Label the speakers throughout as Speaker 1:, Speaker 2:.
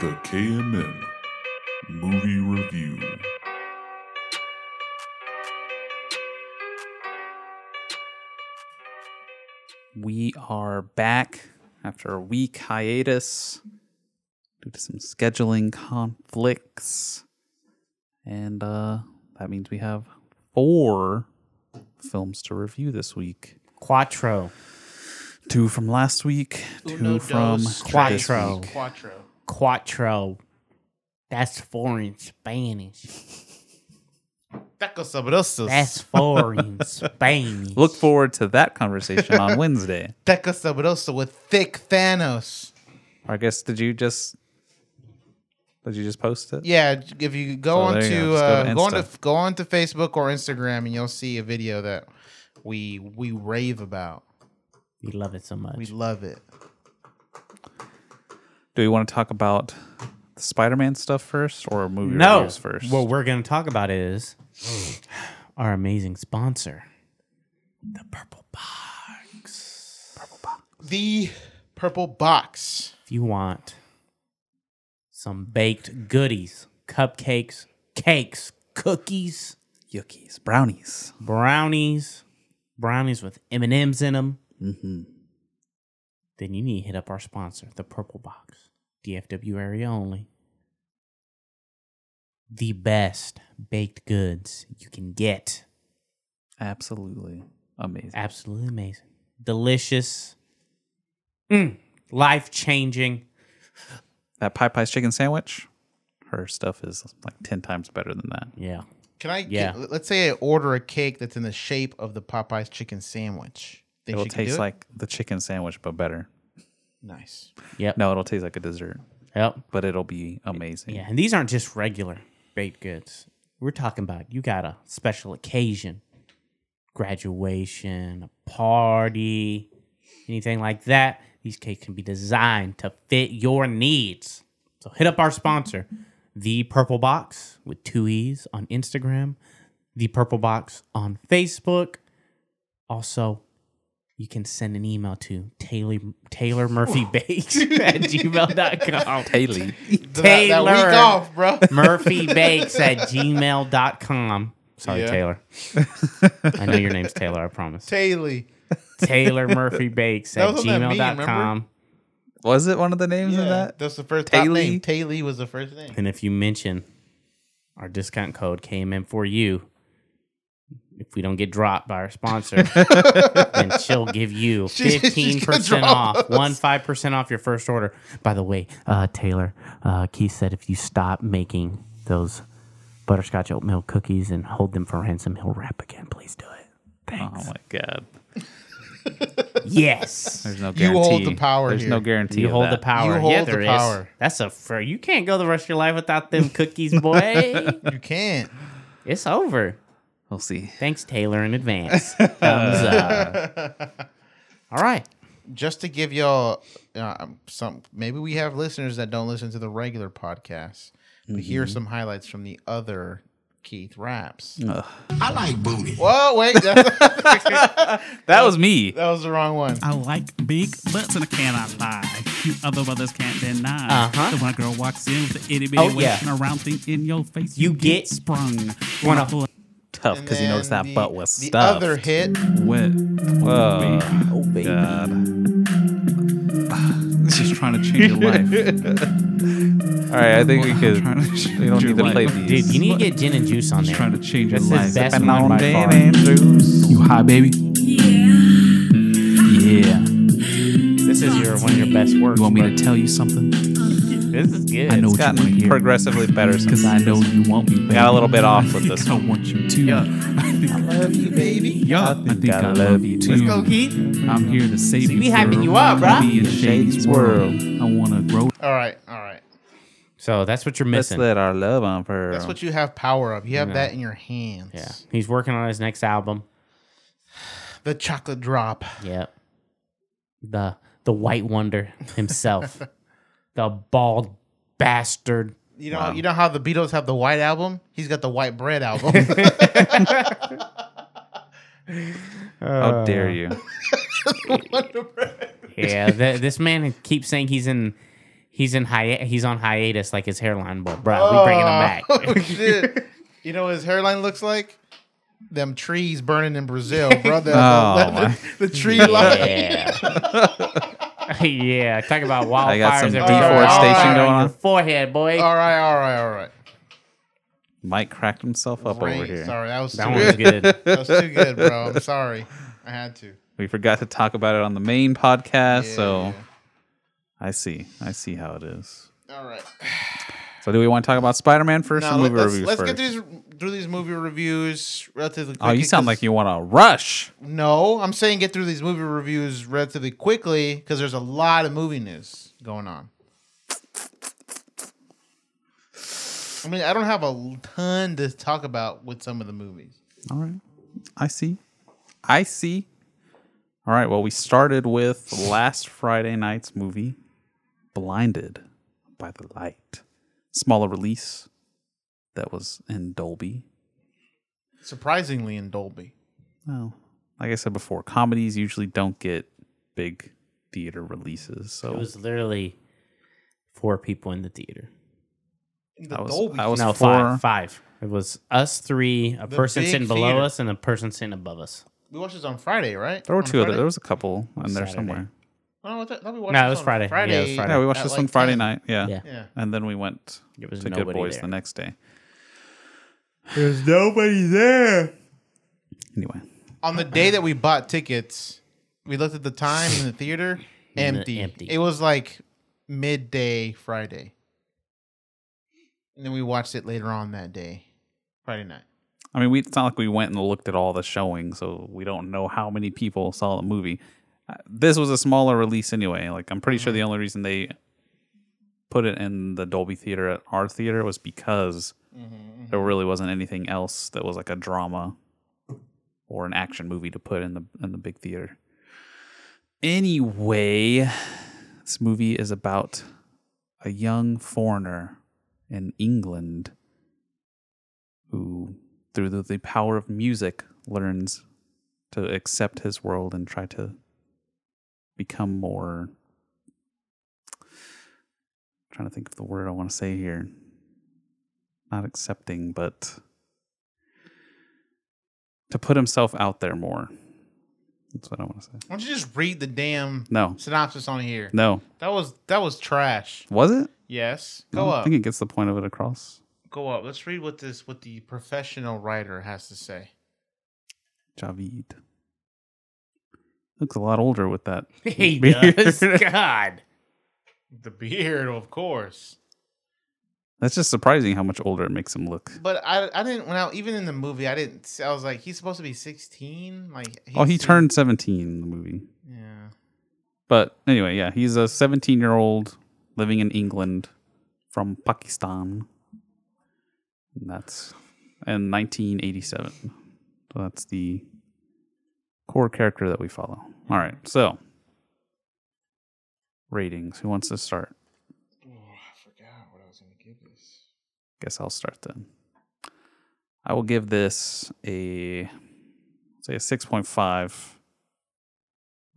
Speaker 1: The KMM Movie Review.
Speaker 2: We are back after a week hiatus due to some scheduling conflicts. And uh, that means we have four films to review this week
Speaker 3: Quattro.
Speaker 2: two from last week, two
Speaker 4: Uno,
Speaker 2: from
Speaker 4: dos,
Speaker 2: this
Speaker 3: Quattro.
Speaker 2: week.
Speaker 4: Quattro.
Speaker 3: Quattro. That's foreign Spanish.
Speaker 4: Taco sabrosos.
Speaker 3: That's foreign Spanish.
Speaker 2: Look forward to that conversation on Wednesday.
Speaker 4: Taco sabroso with thick Thanos.
Speaker 2: Or I guess did you just did you just post it?
Speaker 4: Yeah, if you go
Speaker 2: So
Speaker 4: on
Speaker 2: there you
Speaker 4: to
Speaker 2: go. Just go
Speaker 4: uh,
Speaker 2: to
Speaker 4: go on to
Speaker 2: Insta.
Speaker 4: go on to Facebook or Instagram, and you'll see a video that we we rave about.
Speaker 3: we love it so much.
Speaker 4: We love it.
Speaker 2: Do we want to talk about the Spider-Man stuff first or movie
Speaker 3: no.
Speaker 2: reviews first?
Speaker 3: What we're going to talk about is our amazing sponsor, the Purple Box.
Speaker 4: The purple box.
Speaker 3: If you want some baked goodies, cupcakes, cakes, cookies,
Speaker 2: Yuckies, brownies.
Speaker 3: brownies, brownies with M and M's in them,
Speaker 2: Mm-hmm.
Speaker 3: then you need to hit up our sponsor, the Purple Box, DFW area only. The best baked goods you can get.
Speaker 2: Absolutely amazing.
Speaker 3: Absolutely amazing, delicious, mm, life changing.
Speaker 2: that Pie Pie's chicken sandwich, her stuff is like ten times better than that.
Speaker 3: Yeah,
Speaker 4: Can I?
Speaker 3: Yeah.
Speaker 4: Get, let's say I order a cake that's in the shape of the Popeyes chicken sandwich. Think
Speaker 2: it'll
Speaker 4: she can do
Speaker 2: taste
Speaker 4: it?
Speaker 2: like the chicken sandwich, but better.
Speaker 4: nice.
Speaker 3: yep,
Speaker 2: No, it'll taste like a dessert,
Speaker 3: yep.
Speaker 2: but it'll be amazing.
Speaker 3: Yeah, and these aren't just regular baked goods. We're talking about you got a special occasion, graduation, a party, anything like that. These cakes can be designed to fit your needs. So hit up our sponsor, The Purple Box with two E's on Instagram, The Purple Box on Facebook. Also, you can send an email to Taylor, Taylor Murphy Bakes at gmail.com.
Speaker 2: Haley.
Speaker 4: That, that
Speaker 3: Taylor.
Speaker 4: week off, bro.
Speaker 3: murphybakes at gmail.com. Sorry,
Speaker 4: Yeah.
Speaker 3: Taylor. I know your name's Taylor, I promise.
Speaker 4: Taylor.
Speaker 3: Taylor Murphy Bakes
Speaker 4: That
Speaker 3: at
Speaker 4: was on that meme, remember?
Speaker 3: gmail.com.
Speaker 2: Was it one of the names of
Speaker 4: Yeah,
Speaker 2: that?
Speaker 4: that's the first top
Speaker 2: Taylor?
Speaker 4: name. Taylor was the first name.
Speaker 3: And if you mention our discount code KMM for you, if we don't get dropped by our sponsor, then she'll give you
Speaker 4: She- she's
Speaker 3: fifteen
Speaker 4: gonna
Speaker 3: percent
Speaker 4: drop
Speaker 3: off, one five percent off your first order. By the way, uh, Taylor, uh, Keith said if you stop making those butterscotch oatmeal cookies and hold them for ransom, he'll rap again. Please do it.
Speaker 2: Oh
Speaker 3: Thanks.
Speaker 2: my god.
Speaker 3: Yes.
Speaker 2: There's no
Speaker 4: You
Speaker 2: guarantee.
Speaker 4: hold the power
Speaker 2: There's no
Speaker 4: here.
Speaker 2: guarantee.
Speaker 3: You
Speaker 2: of
Speaker 3: hold the
Speaker 2: that.
Speaker 3: power.
Speaker 4: You hold
Speaker 3: yeah,
Speaker 4: the
Speaker 3: there is.
Speaker 4: power.
Speaker 3: That's a fr- you can't go the rest of your life without them cookies, boy.
Speaker 4: You can't.
Speaker 3: it's over.
Speaker 2: We'll see.
Speaker 3: Thanks, Taylor, in advance. Thumbs up. All right.
Speaker 4: just to give y'all uh, some maybe we have listeners that don't listen to the regular podcast but here are
Speaker 2: Mm-hmm.
Speaker 4: some highlights from the other keith raps
Speaker 2: Uh.
Speaker 5: I like booty.
Speaker 4: whoa wait that,
Speaker 2: That was me.
Speaker 4: that was the wrong one
Speaker 6: I like big butts and I cannot lie. You other brothers can't deny.
Speaker 3: Uh-huh.
Speaker 6: The one girl walks in with the itty bitty
Speaker 3: Oh,
Speaker 6: waist
Speaker 3: yeah.
Speaker 6: and a round thing in your face.
Speaker 3: You get-
Speaker 6: sprung. Oh,
Speaker 3: Wanna-
Speaker 6: Wanna-
Speaker 2: Tough because you
Speaker 4: And
Speaker 2: noticed that
Speaker 4: the-
Speaker 2: butt was
Speaker 4: the
Speaker 2: stuffed.
Speaker 4: other hit
Speaker 2: Went. Whoa. Oh baby. God.
Speaker 6: just trying to change your life.
Speaker 2: All right. I think we could.
Speaker 6: trying to change
Speaker 2: We don't
Speaker 6: your
Speaker 2: need to
Speaker 6: life.
Speaker 2: play these.
Speaker 3: Dude, you need to get gin and juice on
Speaker 6: Trying
Speaker 3: there.
Speaker 6: to change your
Speaker 3: This is
Speaker 6: life.
Speaker 3: best
Speaker 6: Sipping
Speaker 3: one
Speaker 6: on
Speaker 3: by
Speaker 6: Dan
Speaker 3: far.
Speaker 6: Andrews. You high, baby?
Speaker 2: Yeah.
Speaker 3: This is your one of your best works.
Speaker 6: You want me
Speaker 3: bro.
Speaker 6: to tell you something?
Speaker 3: This is good.
Speaker 6: I know
Speaker 2: It's
Speaker 6: what you want to
Speaker 2: gotten
Speaker 6: hear.
Speaker 2: progressively better
Speaker 6: Because
Speaker 2: since
Speaker 6: I know you want me, baby.
Speaker 2: got a little bit off with
Speaker 6: I
Speaker 2: this
Speaker 6: think I want you to. I think I love you, baby. Yeah, I think I, love, you too.
Speaker 2: Let's
Speaker 3: Go, Keith.
Speaker 6: I'm here to save
Speaker 3: See,
Speaker 6: you.
Speaker 3: we
Speaker 6: girl.
Speaker 3: hyping you up,
Speaker 6: Wanna
Speaker 3: bruh.
Speaker 6: Be in Shady's world. I wanna grow.
Speaker 4: all right all right
Speaker 3: So that's what you're
Speaker 2: Let's
Speaker 3: missing.
Speaker 2: let our love on for.
Speaker 4: that's what you have power of you have that in your hands
Speaker 3: yeah. He's working on his next album.
Speaker 4: the chocolate drop
Speaker 3: Yep. The the white wonder himself. the bald bastard.
Speaker 4: you know you know how the beatles have the white album he's got the white bread album
Speaker 2: How dare you?
Speaker 3: Yeah, th- this man keeps saying he's in He's in hi- He's on hiatus, like his hairline. But bro, we bringing him
Speaker 4: Oh,
Speaker 3: back.
Speaker 4: shit. You know what his hairline looks like? Them trees burning in Brazil, brother.
Speaker 2: Oh,
Speaker 4: the, the- the tree line.
Speaker 3: yeah, yeah. Talk about wildfires.
Speaker 2: I got some
Speaker 3: and
Speaker 2: deforestation going
Speaker 4: Alright.
Speaker 3: Your
Speaker 2: on.
Speaker 3: forehead, boy.
Speaker 4: All right, all right, all right.
Speaker 2: Mike cracked himself up over
Speaker 4: Great.
Speaker 2: here.
Speaker 4: Sorry, that was
Speaker 3: That
Speaker 4: too
Speaker 3: one was
Speaker 4: good.
Speaker 3: good.
Speaker 4: that was too good, bro. I'm sorry. I had to.
Speaker 2: We forgot to talk about it on the main podcast,
Speaker 4: Yeah,
Speaker 2: so I see. I see how it is.
Speaker 4: All right.
Speaker 2: So do we want to talk about Spider-Man first
Speaker 4: Now
Speaker 2: or movie
Speaker 4: let, us
Speaker 2: reviews
Speaker 4: let's
Speaker 2: first?
Speaker 4: get through these, through these movie reviews relatively
Speaker 2: oh,
Speaker 4: quickly.
Speaker 2: you sound
Speaker 4: 'cause-
Speaker 2: like you want to rush.
Speaker 4: No, I'm saying get through these movie reviews relatively quickly because there's a lot of movie news going on. I mean, I don't have a ton to talk about with some of the movies.
Speaker 2: All right. I see. I see. All right. Well, we started with last Friday night's movie, Blinded by the Light. Smaller release that was in Dolby.
Speaker 4: Surprisingly, in Dolby.
Speaker 2: Well, like I said before, comedies usually don't get big theater releases. So
Speaker 3: It was literally four people in the theater.
Speaker 4: The
Speaker 2: I was,
Speaker 4: Dolby.
Speaker 2: I was
Speaker 3: No,
Speaker 2: for
Speaker 3: five. Five. It was us three, a
Speaker 4: The
Speaker 3: person
Speaker 4: big
Speaker 3: sitting below
Speaker 4: theater.
Speaker 3: us, and a person sitting above us.
Speaker 4: we watched this on Friday, right?
Speaker 2: There were
Speaker 4: On
Speaker 2: two other.
Speaker 4: Friday?
Speaker 2: There was a couple in there
Speaker 3: Saturday.
Speaker 2: somewhere.
Speaker 4: No, Oh, I thought- I thought we watched
Speaker 3: No, it was
Speaker 4: this on
Speaker 3: Friday. Yeah, it was Friday.
Speaker 2: Yeah, we watched
Speaker 4: at
Speaker 2: this
Speaker 4: like
Speaker 2: on Friday
Speaker 4: 10.
Speaker 2: night. Yeah.
Speaker 3: Yeah.
Speaker 4: Yeah.
Speaker 2: And then we went
Speaker 3: There was
Speaker 2: to Good
Speaker 3: nobody
Speaker 2: Boys
Speaker 3: there.
Speaker 2: the next day.
Speaker 3: There's nobody there.
Speaker 2: Anyway,
Speaker 4: on the day that we bought tickets, we looked at the time in the theater,
Speaker 3: And the-
Speaker 4: empty.
Speaker 3: empty.
Speaker 4: It was like midday Friday. And then we watched it later on that day, Friday night.
Speaker 2: I mean, we, it's not like we went and looked at all the showings, so we don't know how many people saw the movie. Uh, This was a smaller release anyway. Like, I'm pretty sure the only reason they put it in the Dolby Theater at our theater was because there really wasn't anything else that was like a drama or an action movie to put in the in the big theater. Anyway, this movie is about a young foreigner in England who, through the, the power of music, learns to accept his world and try to become more. trying to think of the word I want to say here. Not accepting, but to put himself out there more. That's what I want to say.
Speaker 4: Why don't you just read the damn
Speaker 2: No.
Speaker 4: synopsis on here?
Speaker 2: No.
Speaker 4: That was that was trash.
Speaker 2: Was it?
Speaker 4: Yes.
Speaker 2: I
Speaker 4: Go
Speaker 2: don't
Speaker 4: up.
Speaker 2: think it gets the point of it across.
Speaker 4: Go up. Let's read what this what the professional writer has to say.
Speaker 2: Javid. Looks a lot older with that.
Speaker 3: He does. God.
Speaker 4: The beard, of course.
Speaker 2: That's just surprising how much older it makes him look.
Speaker 4: But I, I didn't when I even in the movie I didn't s- I was like he's supposed to be 16 like
Speaker 2: Oh, he
Speaker 4: seemed-
Speaker 2: turned 17 in the movie.
Speaker 4: yeah
Speaker 2: But anyway, yeah, he's a 17 year old living in England from Pakistan. And that's in 1987. So that's the core character that we follow. All right, so ratings. Who wants to start? Guess I'll start then. I will give this a say a six point five.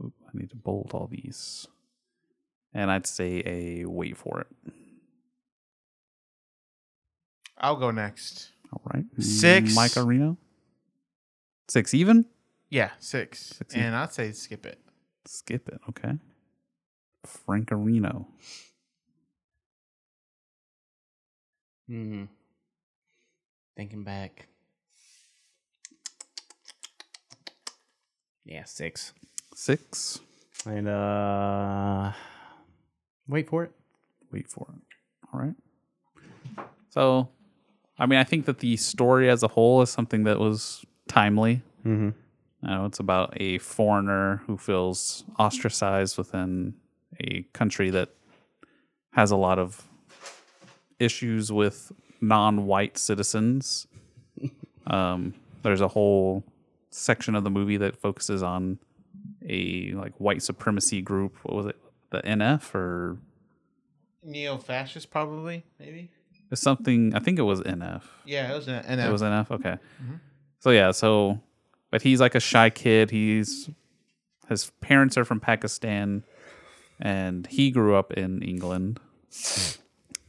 Speaker 2: Oop, I need to bold all these, and I'd say a wait for it.
Speaker 4: I'll go next.
Speaker 2: All right,
Speaker 4: Six.
Speaker 2: Mike Areno. Six even.
Speaker 4: Yeah, six.
Speaker 2: Six
Speaker 4: and I'd say skip it.
Speaker 2: Skip it. Okay. Frank Areno.
Speaker 3: Hmm. Thinking back. Yeah, six.
Speaker 2: Six.
Speaker 3: And uh wait for it.
Speaker 2: wait for it. All right. So, I mean, I think that the story as a whole is something that was timely.
Speaker 3: Mm-hmm.
Speaker 2: You know, it's about a foreigner who feels ostracized within a country that has a lot of issues with non-white citizens. um, there's a whole section of the movie that focuses on a like white supremacy group. What was it? The NF or
Speaker 4: Neo fascist, probably, maybe.
Speaker 2: It's something I think it was NF.
Speaker 4: Yeah, it was an NF.
Speaker 2: It was NF. Okay. So yeah, so but he's like a shy kid. He's his parents are from Pakistan and he grew up in England.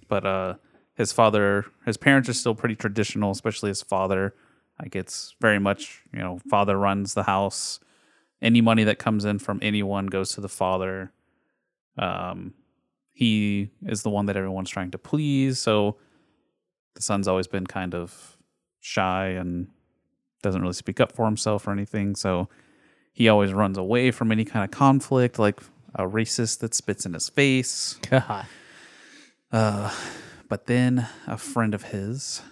Speaker 2: But uh, his father, his parents are still pretty traditional, especially his father. Like it's very much, you know, father runs the house. Any money that comes in from anyone goes to the father. Um, he is the one that everyone's trying to please. So the son's always been kind of shy and doesn't really speak up for himself or anything. So he always runs away from any kind of conflict, like a racist that spits in his face.
Speaker 3: God.
Speaker 2: Uh, but then a friend of his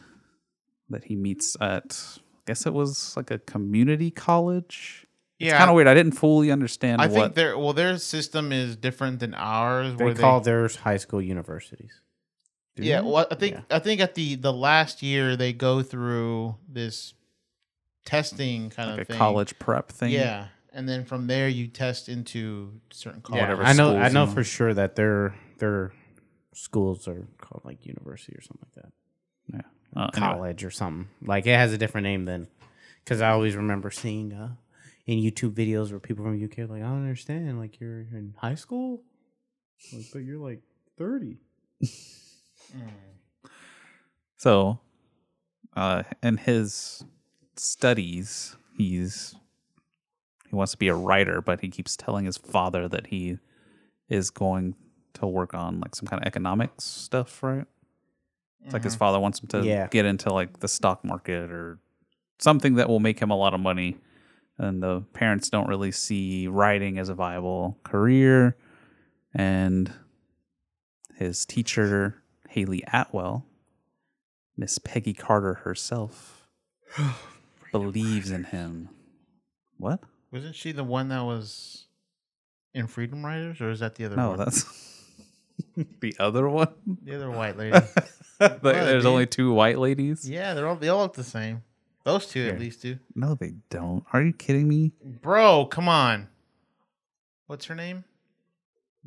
Speaker 2: that he meets at, I guess it was like a community college. It's
Speaker 4: Yeah,
Speaker 2: kind of weird. I didn't fully understand
Speaker 4: I
Speaker 2: what.
Speaker 4: think their well, their system is different than ours.
Speaker 3: They
Speaker 4: where
Speaker 3: call theirs high school universities.
Speaker 4: they, yeah. Well, I think I think at the the last year they go through this testing kind
Speaker 2: like
Speaker 4: of
Speaker 2: a
Speaker 4: thing.
Speaker 2: college prep thing.
Speaker 4: Yeah, and then from there you test into certain colleges.
Speaker 2: whatever
Speaker 3: I know.
Speaker 2: schools
Speaker 3: I know
Speaker 2: you-
Speaker 3: for sure that their their schools are called like university or something like that,
Speaker 2: Yeah. Uh, anyway.
Speaker 3: college or something. Like it has a different name than because I always remember seeing uh, in YouTube videos where people from UK were like I don't understand. Like you're in high school, like, but you're like thirty.
Speaker 2: So, uh, in his studies, he's he wants to be a writer, but he keeps telling his father that he is going to work on like some kind of economics stuff, right? It's like his father wants him to
Speaker 3: Yeah.
Speaker 2: get into like the stock market or something that will make him a lot of money. And the parents don't really see writing as a viable career. And his teacher, Haley Atwell, Miss Peggy Carter herself, believes in him. What?
Speaker 4: Wasn't she the one that was in Freedom Riders, or is that the other
Speaker 2: No,
Speaker 4: one?
Speaker 2: that's the other one.
Speaker 4: the other white lady.
Speaker 2: Like,
Speaker 4: Well,
Speaker 2: There's
Speaker 4: dude.
Speaker 2: only two white ladies.
Speaker 4: yeah, they're all they all look the same. Those two at least do.
Speaker 2: No, they don't. Are you kidding me?
Speaker 4: Bro, come on. What's her name?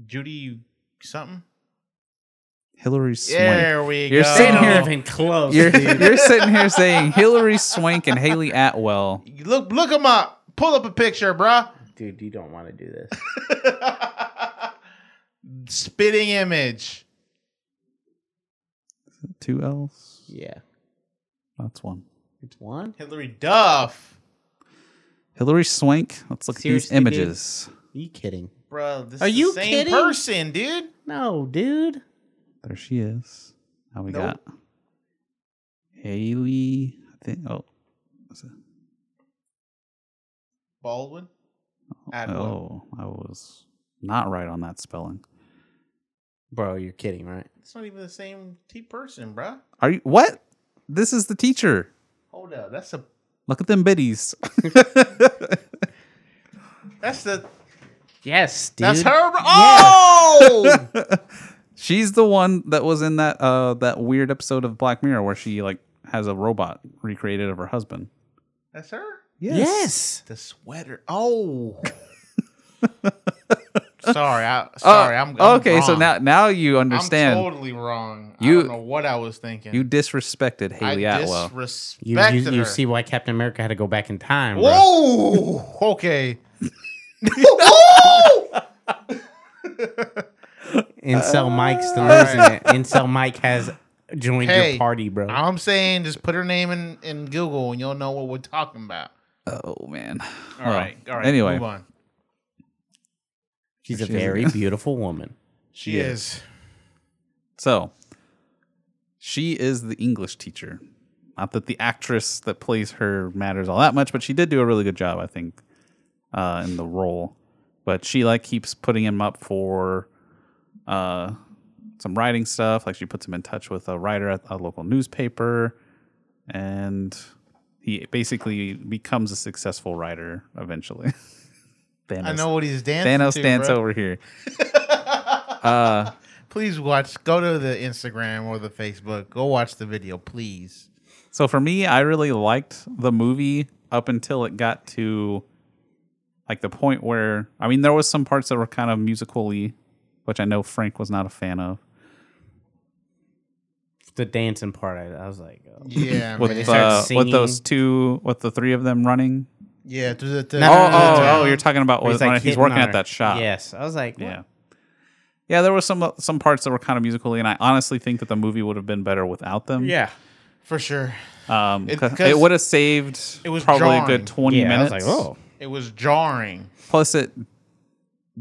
Speaker 4: Judy something.
Speaker 2: Hillary Swank.
Speaker 4: There we
Speaker 2: You're
Speaker 4: go.
Speaker 2: sitting here-
Speaker 3: Even close.
Speaker 2: You're,
Speaker 3: dude.
Speaker 2: you're sitting here saying Hillary Swank and Haley Atwell.
Speaker 4: Look, look them up. Pull up a picture, bruh.
Speaker 3: dude, you don't want to do this.
Speaker 4: Spitting image.
Speaker 2: Two L's.
Speaker 3: yeah,
Speaker 2: That's one.
Speaker 3: it's one.
Speaker 4: Hillary Duff.
Speaker 2: Hillary Swank. Let's look
Speaker 3: Seriously,
Speaker 2: at
Speaker 3: dude?
Speaker 2: these images.
Speaker 3: Are you kidding?
Speaker 4: Bro, this
Speaker 3: Are
Speaker 4: is
Speaker 3: you
Speaker 4: the same
Speaker 3: kidding?
Speaker 4: person, dude.
Speaker 3: No, dude.
Speaker 2: There she is. Now we
Speaker 4: Nope.
Speaker 2: got Haley. I think. Oh, what's it?
Speaker 4: Baldwin. Atwood.
Speaker 2: oh, I was not right on that spelling.
Speaker 3: Bro, you're kidding, right?
Speaker 4: It's not even the same T person, bruh.
Speaker 2: Are you what? This is the teacher.
Speaker 4: Hold up. That's a
Speaker 2: Look at them biddies.
Speaker 4: that's the
Speaker 3: Yes, dude.
Speaker 4: that's her. bro. Oh
Speaker 2: She's the one that was in that uh that weird episode of Black Mirror where she like has a robot recreated of her husband.
Speaker 4: That's her?
Speaker 3: Yes.
Speaker 4: The sweater. Oh. sorry, I sorry, I'm, I'm
Speaker 2: Uh, okay, so
Speaker 4: wrong.
Speaker 2: now now you understand.
Speaker 4: I'm totally wrong. I
Speaker 2: You-
Speaker 4: don't know what I was thinking.
Speaker 2: you disrespected
Speaker 4: I
Speaker 2: Haley Atwell.
Speaker 3: You,
Speaker 4: disrespected
Speaker 3: you, you
Speaker 4: her.
Speaker 3: see why Captain America had to go back in time. bro.
Speaker 4: Whoa! okay. Whoa!
Speaker 3: Incel Mike still isn't it. Incel Mike has joined
Speaker 4: Hey,
Speaker 3: your party, bro.
Speaker 4: I'm saying just put her name in, in Google and you'll know what we're talking about.
Speaker 2: oh man.
Speaker 4: All right. All right.
Speaker 2: Anyway,
Speaker 4: Move on.
Speaker 3: She's a very beautiful woman.
Speaker 4: She is.
Speaker 2: So she is the English teacher. Not that the actress that plays her matters all that much, but she did do a really good job, I think, uh, in the role. But she like keeps putting him up for uh, some writing stuff. Like she puts him in touch with a writer at a local newspaper, and he basically becomes a successful writer eventually. Thanos,
Speaker 4: I know what he's dancing
Speaker 2: Thanos
Speaker 4: to,
Speaker 2: dance
Speaker 4: bruh.
Speaker 2: over here. uh,
Speaker 4: Please watch. Go to the Instagram or the Facebook. Go watch the video, please.
Speaker 2: So for me, I really liked the movie up until it got to like the point where I mean there was some parts that were kind of musically, which I know Frank was not a fan of.
Speaker 3: The dancing part, I, I was like, oh.
Speaker 4: Yeah.
Speaker 2: With,
Speaker 4: man.
Speaker 3: they start
Speaker 2: uh, with those
Speaker 3: singing.
Speaker 2: two, with the three of them running.
Speaker 4: yeah. To the, to
Speaker 3: No,
Speaker 2: Oh,
Speaker 3: no, no,
Speaker 2: oh,
Speaker 3: no.
Speaker 2: oh, you're talking about
Speaker 3: Where
Speaker 2: when when he's
Speaker 3: hitting
Speaker 2: working
Speaker 3: on
Speaker 2: at
Speaker 3: her.
Speaker 2: that shop.
Speaker 3: Yes, I was like,
Speaker 2: Yeah.
Speaker 3: yeah.
Speaker 2: Yeah, there were some uh, some parts that were kind of musically, and I honestly think that the movie would have been better without them.
Speaker 3: Yeah.
Speaker 4: for sure.
Speaker 2: um,
Speaker 4: It-
Speaker 2: 'cause it,
Speaker 4: 'cause
Speaker 2: would have saved
Speaker 4: it was
Speaker 2: probably a
Speaker 4: jarring.
Speaker 2: good twenty
Speaker 3: yeah.
Speaker 2: minutes.
Speaker 3: I was like, oh.
Speaker 4: It was jarring.
Speaker 2: Plus, it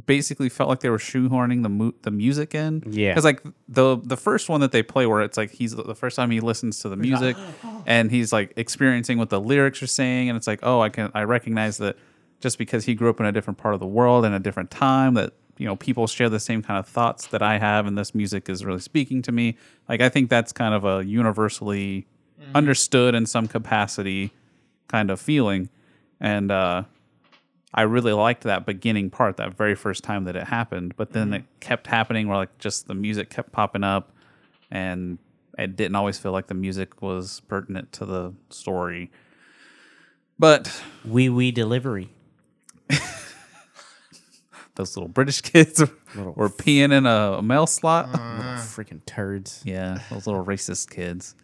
Speaker 2: basically felt like they were shoehorning the mu- the music in.
Speaker 3: Yeah.
Speaker 2: because like the the first one that they play, where it's like he's the first time he listens to the music, and he's like experiencing what the lyrics are saying, and it's like, oh, I can I recognize that just because he grew up in a different part of the world and a different time that you know people share the same kind of thoughts that I have, and this music is really speaking to me. Like I think that's kind of a universally understood in some capacity kind of feeling, and uh, I really liked that beginning part, that very first time that it happened. But then it kept happening where like just the music kept popping up and it didn't always feel like the music was pertinent to the story. But
Speaker 3: Wee wee delivery.
Speaker 2: those little British kids were peeing in a mail slot.
Speaker 3: Freaking turds.
Speaker 2: Yeah, those little racist kids.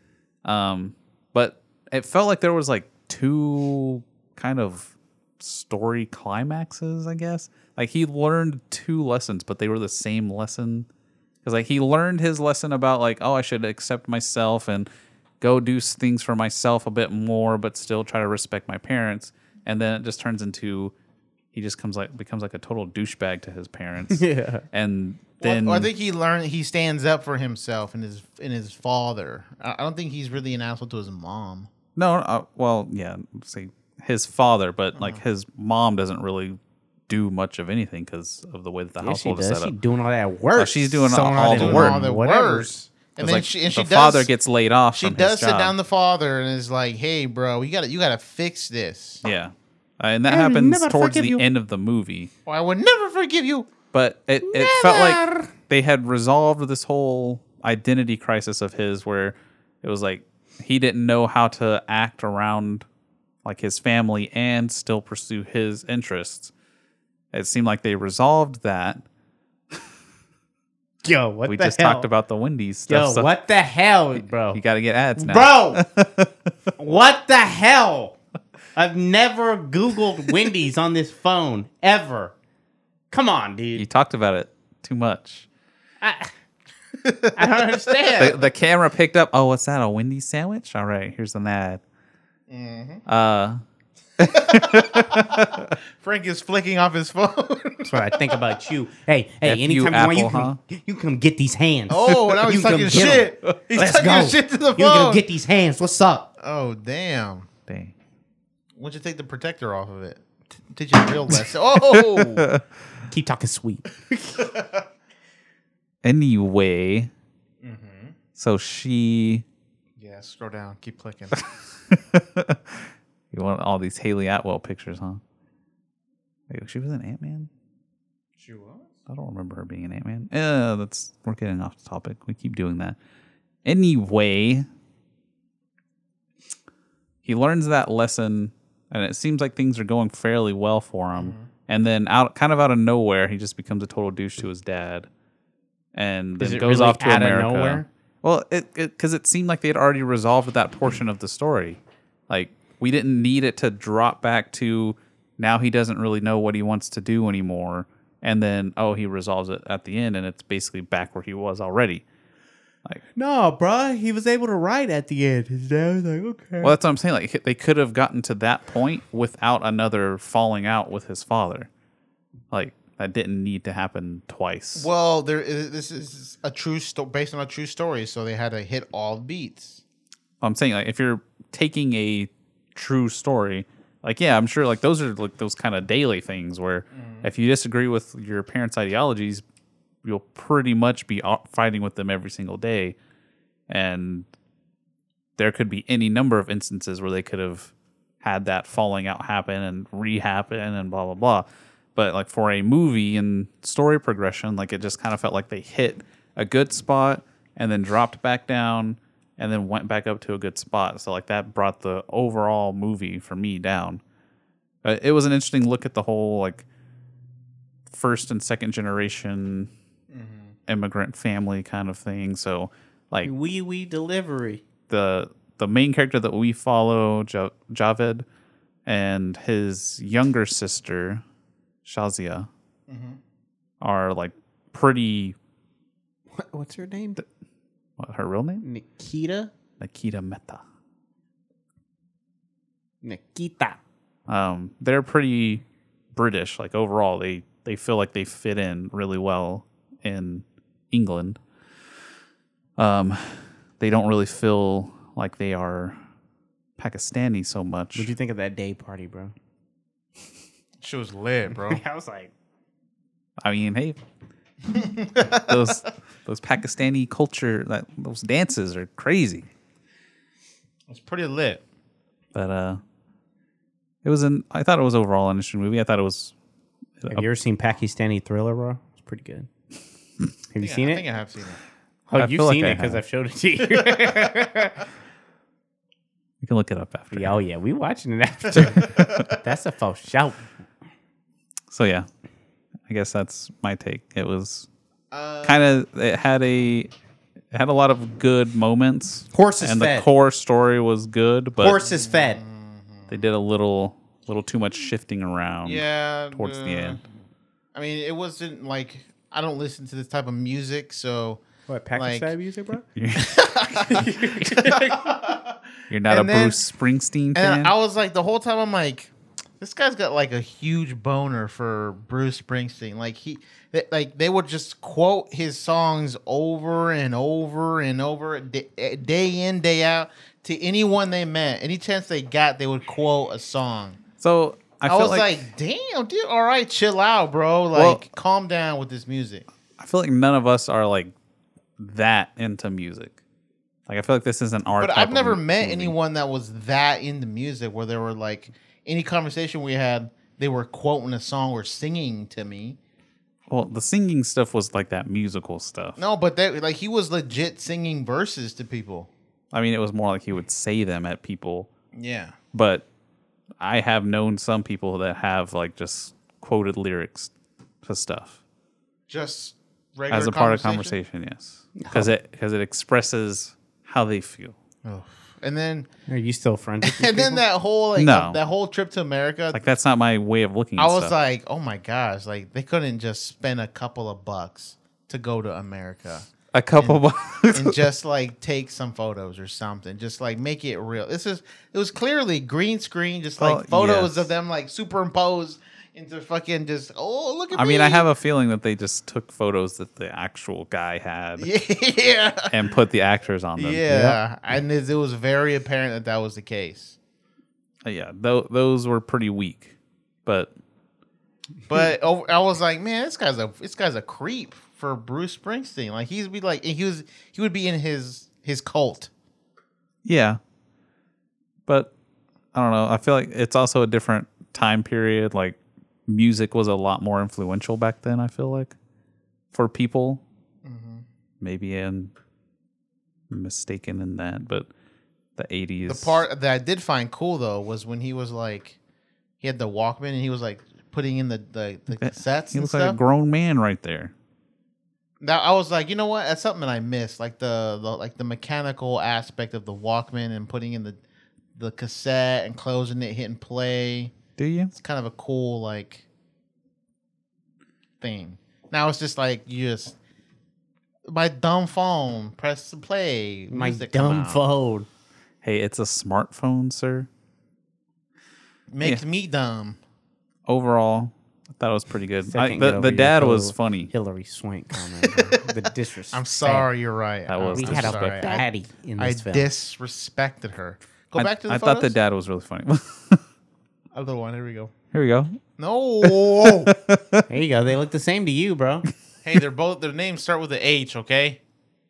Speaker 2: Um, but it felt like there was like two kind of story climaxes, I guess. Like he learned two lessons, but they were the same lesson. Because like he learned his lesson about like, oh, I should accept myself and go do s- things for myself a bit more, but still try to respect my parents. And then it just turns into he just comes like becomes like a total douchebag to his parents. yeah. And then
Speaker 4: Well, I think he learned he stands up for himself and his and his father. I I don't think he's really an asshole to his mom.
Speaker 2: No, uh, well, yeah, see his father, but
Speaker 4: Uh-huh.
Speaker 2: like his mom doesn't really do much of anything because of the way that the
Speaker 3: Yeah, she
Speaker 2: household is
Speaker 3: does.
Speaker 2: set
Speaker 3: She
Speaker 2: up.
Speaker 3: doing all that work.
Speaker 2: Oh, she's doing
Speaker 3: Sewing
Speaker 2: all
Speaker 3: that
Speaker 2: the
Speaker 4: Doing
Speaker 2: work.
Speaker 4: all the
Speaker 3: whatever.
Speaker 4: worst. And
Speaker 2: 'Cause,
Speaker 4: then
Speaker 2: like,
Speaker 4: she and she
Speaker 2: the father
Speaker 4: does
Speaker 2: gets laid off.
Speaker 4: she
Speaker 2: from
Speaker 4: does
Speaker 2: his
Speaker 4: sit
Speaker 2: job.
Speaker 4: down the father and is like, "Hey, bro, you got to you got to fix this.
Speaker 2: Yeah, Uh, and that
Speaker 3: will
Speaker 2: happens
Speaker 3: never
Speaker 2: towards
Speaker 3: forgive
Speaker 2: the
Speaker 3: you.
Speaker 2: end of the movie.
Speaker 4: Or I would never forgive you."
Speaker 2: But it, it felt
Speaker 4: Never.
Speaker 2: like they had resolved this whole identity crisis of his, where it was like he didn't know how to act around like his family and still pursue his interests. It seemed like they resolved that.
Speaker 3: Yo, what
Speaker 2: we
Speaker 3: the
Speaker 2: just
Speaker 3: hell?
Speaker 2: talked about the Wendy's stuff.
Speaker 3: Yo,
Speaker 2: so
Speaker 3: what the hell, bro?
Speaker 2: You got to get ads now.
Speaker 3: Bro, what the hell? I've never Googled Wendy's on this phone ever. Come on,
Speaker 2: You
Speaker 3: dude.
Speaker 2: talked about it too much.
Speaker 3: I don't
Speaker 2: The,
Speaker 3: understand.
Speaker 2: the camera picked up. Oh, what's that? A Wendy's sandwich? All right, here's an ad. Uh,
Speaker 4: Frank is flicking off his phone.
Speaker 3: That's what I think about you. Hey, hey,
Speaker 2: F
Speaker 3: anytime
Speaker 2: you,
Speaker 3: you, want, you
Speaker 2: Apple,
Speaker 3: can, you can get these hands.
Speaker 4: oh, now he's
Speaker 3: You can
Speaker 4: talking
Speaker 3: get 'em.
Speaker 4: shit. He's
Speaker 3: Let's
Speaker 4: talking
Speaker 3: go.
Speaker 4: shit to the
Speaker 3: You can
Speaker 4: phone.
Speaker 3: get these hands. What's up?
Speaker 4: oh, damn.
Speaker 2: dang.
Speaker 4: Why don't you take the protector off of it? T- Did you real lesson? Oh,
Speaker 3: Keep talking sweet.
Speaker 2: Anyway,
Speaker 3: Mm-hmm.
Speaker 2: so she.
Speaker 4: yeah. Scroll down. Keep clicking.
Speaker 2: You want all these Haley Atwell pictures, huh? Wait, she was an Ant Man.
Speaker 4: She was.
Speaker 2: I don't remember her being an Ant Man. Uh, that's we're getting off the topic. We keep doing that. Anyway, he learns that lesson, and it seems like things are going fairly well for him.
Speaker 3: Mm-hmm.
Speaker 2: And then out, kind of out of nowhere, he just becomes a total douche to his dad, and
Speaker 3: Is
Speaker 2: then
Speaker 3: it
Speaker 2: goes
Speaker 3: really
Speaker 2: off to
Speaker 3: out of
Speaker 2: America.
Speaker 3: nowhere?
Speaker 2: Well, it because it seemed like they had already resolved that portion of the story. Like we didn't need it to drop back to now he doesn't really know what he wants to do anymore, and then oh he resolves it at the end, and it's basically back where he was already.
Speaker 3: No, bruh. He was able to write at the end. His dad was like, okay.
Speaker 2: Well, that's what I'm saying. Like they could have gotten to that point without another falling out with his father. Like that didn't need to happen twice.
Speaker 4: Well, there. Is, this is a true story based on a true story, so they had to hit all beats.
Speaker 2: I'm saying like if you're taking a true story, like yeah, I'm sure like those are like those kind of daily things where if you disagree with your parents' ideologies, you'll pretty much be o- fighting with them every single day, and there could be any number of instances where they could have had that falling out happen and re-happen and blah blah blah. But like for a movie and story progression, like it just kind of felt like they hit a good spot and then dropped back down and then went back up to a good spot. So like that brought the overall movie for me down. Uh, it was an interesting look at the whole like first and second generation immigrant family kind of thing. So like
Speaker 3: wee wee delivery.
Speaker 2: the the main character that we follow, ja- Javed, and his younger sister, Shazia, are like pretty
Speaker 4: What, what's her name?
Speaker 2: What, her real name?
Speaker 4: Nikita.
Speaker 2: Nikita Mehta.
Speaker 4: Nikita.
Speaker 2: Um, they're pretty British. Like overall, they they feel like they fit in really well in England. Um, they don't really feel like they are Pakistani so much.
Speaker 3: What'd you think of that day party, bro?
Speaker 4: She was lit, bro.
Speaker 3: I was like,
Speaker 2: I mean, hey, those those Pakistani culture, that those dances are crazy.
Speaker 4: It's pretty lit.
Speaker 2: But uh, it was an. I thought it was overall an interesting movie. I thought it was.
Speaker 3: have you ever seen Pakistani Thriller, bro? It's pretty good. Have you
Speaker 4: Yeah,
Speaker 3: seen
Speaker 4: I
Speaker 3: it?
Speaker 4: think I have seen it.
Speaker 3: oh,
Speaker 2: I
Speaker 3: you've
Speaker 2: feel like
Speaker 3: seen
Speaker 2: I
Speaker 3: it because
Speaker 2: have.
Speaker 3: I've showed it to you.
Speaker 2: We can look it up after.
Speaker 3: Yeah, oh yeah, we watching it after. That's a false shout.
Speaker 2: So yeah, I guess that's my take. It was
Speaker 4: Uh,
Speaker 2: kind of it had a it had a lot of good moments.
Speaker 3: Horses
Speaker 2: and
Speaker 3: fed.
Speaker 2: the core story was good, but
Speaker 3: Horses fed.
Speaker 2: they did a little little too much shifting around.
Speaker 4: yeah.
Speaker 2: towards the
Speaker 4: uh,
Speaker 2: end.
Speaker 4: I mean, it wasn't like I don't listen to this type of music, so
Speaker 3: What
Speaker 4: Pakistani Like-
Speaker 3: music, bro?
Speaker 2: You're not
Speaker 4: And
Speaker 2: a
Speaker 4: then-
Speaker 2: Bruce Springsteen fan.
Speaker 4: And I was like, the whole time, I'm like, this guy's got like a huge boner for Bruce Springsteen. Like he, th- like they would just quote his songs over and over and over, d- eh, day in day out, to anyone they met. Any chance they got, they would quote a song.
Speaker 2: so I,
Speaker 4: I,
Speaker 2: feel
Speaker 4: was
Speaker 2: like,
Speaker 4: like, damn, dude, all right, chill out, bro. Like,
Speaker 2: Well-
Speaker 4: calm down with this music.
Speaker 2: I feel like none of us are like that into music. Like I feel like this isn't our.
Speaker 4: But
Speaker 2: type
Speaker 4: I've
Speaker 2: of
Speaker 4: never
Speaker 2: mu-
Speaker 4: met
Speaker 2: movie.
Speaker 4: anyone that was that into music where there were like any conversation we had, they were quoting a song or singing to me.
Speaker 2: Well, the singing stuff was like that musical stuff.
Speaker 4: No, but that like he was legit singing verses to people.
Speaker 2: I mean, it was more like he would say them at people,
Speaker 4: Yeah.
Speaker 2: but I have known some people that have like just quoted lyrics to stuff
Speaker 4: Just regular
Speaker 2: as a part of conversation. Yes, because it because it expresses how they feel.
Speaker 4: And then
Speaker 3: Are you still friends? With these
Speaker 4: and then
Speaker 3: people?
Speaker 4: that whole like
Speaker 2: No.
Speaker 4: that whole trip to America,
Speaker 2: Like that's not my way of looking. At
Speaker 4: I was
Speaker 2: stuff.
Speaker 4: like, "Oh my gosh, like they couldn't just spend a couple of bucks to go to America."
Speaker 2: a couple. of
Speaker 4: and just like take some photos or something. Just like make it real. This is it was clearly green screen, just like
Speaker 2: Oh, yes.
Speaker 4: photos of them like superimposed into fucking just oh look at
Speaker 2: I
Speaker 4: me.
Speaker 2: mean, I have a feeling that they just took photos that the actual guy had
Speaker 4: yeah.
Speaker 2: and put the actors on
Speaker 4: Yeah,
Speaker 2: them.
Speaker 4: and it, it was very apparent that that was the case.
Speaker 2: Uh, yeah. Tho- those were pretty weak, but
Speaker 4: But over, I was like, man, this guy's a this guy's a creep for Bruce Springsteen. Like he'd be like, and he was he would be in his his cult.
Speaker 2: Yeah. But I don't know. I feel like it's also a different time period. Like music was a lot more influential back then, I feel like, for people.
Speaker 4: Mm-hmm.
Speaker 2: Maybe I'm mistaken in that, but the 80s.
Speaker 4: The part that I did find cool though was when he was like, he had the Walkman and he was like putting in the the, the cassettes
Speaker 2: He
Speaker 4: and
Speaker 2: looks
Speaker 4: stuff.
Speaker 2: like a grown man right there.
Speaker 4: that I was like, you know what? That's something that I miss, like the, the like the mechanical aspect of the Walkman and putting in the the cassette and closing it, hitting play.
Speaker 2: Do you?
Speaker 4: It's kind of a cool like thing. Now it's just like you just my dumb phone, press play.
Speaker 3: my
Speaker 4: music come
Speaker 3: dumb
Speaker 4: out.
Speaker 3: phone.
Speaker 2: Hey, it's a smartphone, sir.
Speaker 4: makes
Speaker 2: Yeah.
Speaker 4: me dumb.
Speaker 2: Overall, I thought it was pretty good.
Speaker 3: I
Speaker 2: I-
Speaker 3: can't get
Speaker 2: the
Speaker 3: over
Speaker 2: the
Speaker 3: your
Speaker 2: dad was
Speaker 3: whole
Speaker 2: funny.
Speaker 3: Hillary Swank comment. bro. the disrespect.
Speaker 4: I'm sorry, you're right.
Speaker 2: That was
Speaker 3: We
Speaker 4: I'm
Speaker 3: had a
Speaker 4: sorry. I-
Speaker 3: baddie in
Speaker 4: I
Speaker 3: this film.
Speaker 4: disrespected her. Go
Speaker 2: I,
Speaker 4: back to the
Speaker 2: I thought the
Speaker 4: photos.
Speaker 2: dad was really funny.
Speaker 4: other one. Here we go.
Speaker 2: Here we go.
Speaker 4: No.
Speaker 3: there you go. They look the same to you, bro.
Speaker 4: hey, they're both their names start with an H. Okay,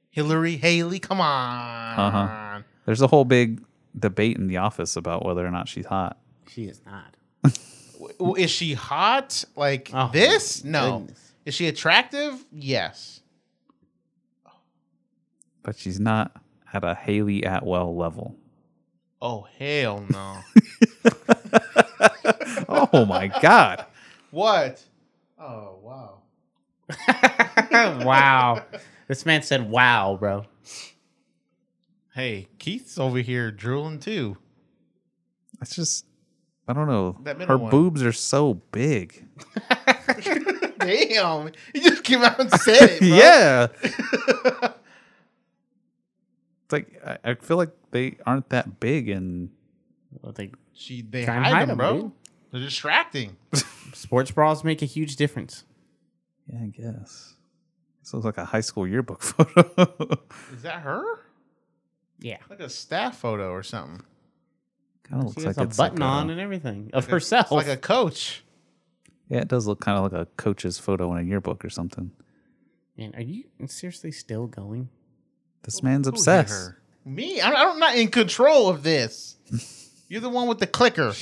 Speaker 4: Hillary Haley. Come on.
Speaker 2: Uh-huh. There's a whole big debate in the office about whether or not she's hot.
Speaker 3: she is not.
Speaker 4: W- Is she hot like
Speaker 3: Oh,
Speaker 4: this? No.
Speaker 3: goodness.
Speaker 4: Is she attractive? Yes.
Speaker 2: but she's not at a Haley Atwell level.
Speaker 4: Oh hell no.
Speaker 2: Oh my God.
Speaker 4: what? Oh wow.
Speaker 3: wow. This man said, "Wow, bro."
Speaker 4: Hey, Keith's over here drooling too.
Speaker 2: It's just, I don't know.
Speaker 4: That middle
Speaker 2: Her
Speaker 4: one.
Speaker 2: boobs are so big.
Speaker 4: Damn, you just came out and said it. Bro.
Speaker 2: yeah. it's like I, I feel like they aren't that big and
Speaker 3: I think
Speaker 4: she they
Speaker 3: Try
Speaker 4: hide,
Speaker 3: and hide
Speaker 4: them,
Speaker 3: them,
Speaker 4: bro.
Speaker 3: dude.
Speaker 4: They're distracting.
Speaker 3: sports bras make a huge difference.
Speaker 2: yeah, I guess. This looks like a high school yearbook photo.
Speaker 4: Is that her?
Speaker 3: Yeah.
Speaker 4: Like a staff photo or something?
Speaker 2: kind of looks
Speaker 3: She
Speaker 2: like
Speaker 3: has a
Speaker 2: it's
Speaker 3: button
Speaker 2: like a-
Speaker 3: on and everything of
Speaker 4: It's
Speaker 3: herself.
Speaker 4: like a coach.
Speaker 2: yeah, it does look kind of like a coach's photo in a yearbook or something.
Speaker 3: Man, are you seriously still going?
Speaker 2: This man's
Speaker 4: Who hit
Speaker 2: obsessed.
Speaker 4: her? Me? I'm, I'm not in control of this. You're the one with the clicker.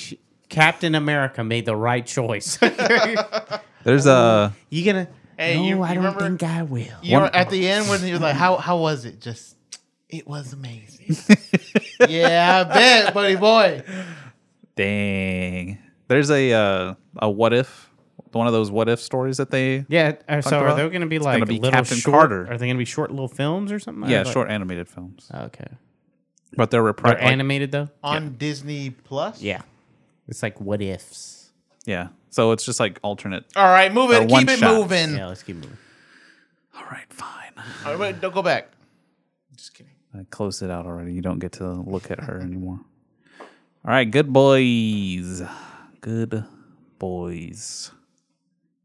Speaker 3: Captain America made the right choice.
Speaker 2: There's a
Speaker 3: you gonna?
Speaker 4: Hey,
Speaker 3: no,
Speaker 4: you-
Speaker 3: I
Speaker 4: you
Speaker 3: don't
Speaker 4: remember-
Speaker 3: think I will.
Speaker 4: You know,
Speaker 2: One-
Speaker 4: at the end when you're like, how how was it? Just it was amazing. yeah, I bet, buddy boy.
Speaker 2: dang. There's a uh, a what if one of those what if stories that they
Speaker 3: Yeah. uh, so
Speaker 2: about?
Speaker 3: are they gonna be like
Speaker 2: gonna be
Speaker 3: little
Speaker 2: Captain
Speaker 3: short?
Speaker 2: Carter.
Speaker 3: Are they gonna be short little films or something?
Speaker 2: yeah
Speaker 3: Or like-
Speaker 2: short animated films,
Speaker 3: Okay.
Speaker 2: but they're, repri-
Speaker 3: They're
Speaker 2: like-
Speaker 3: animated though.
Speaker 4: On Disney Plus.
Speaker 3: Yeah. It's like what ifs.
Speaker 2: Yeah, so it's just like alternate.
Speaker 4: All right, move
Speaker 2: They're
Speaker 4: it.
Speaker 2: one
Speaker 4: Keep it
Speaker 2: shots.
Speaker 4: moving.
Speaker 3: Yeah. Let's keep moving.
Speaker 2: All right, fine.
Speaker 4: All right, wait, don't go back. Just kidding.
Speaker 2: I closed it out already. You don't get to look at her anymore. All right, good boys. Good boys.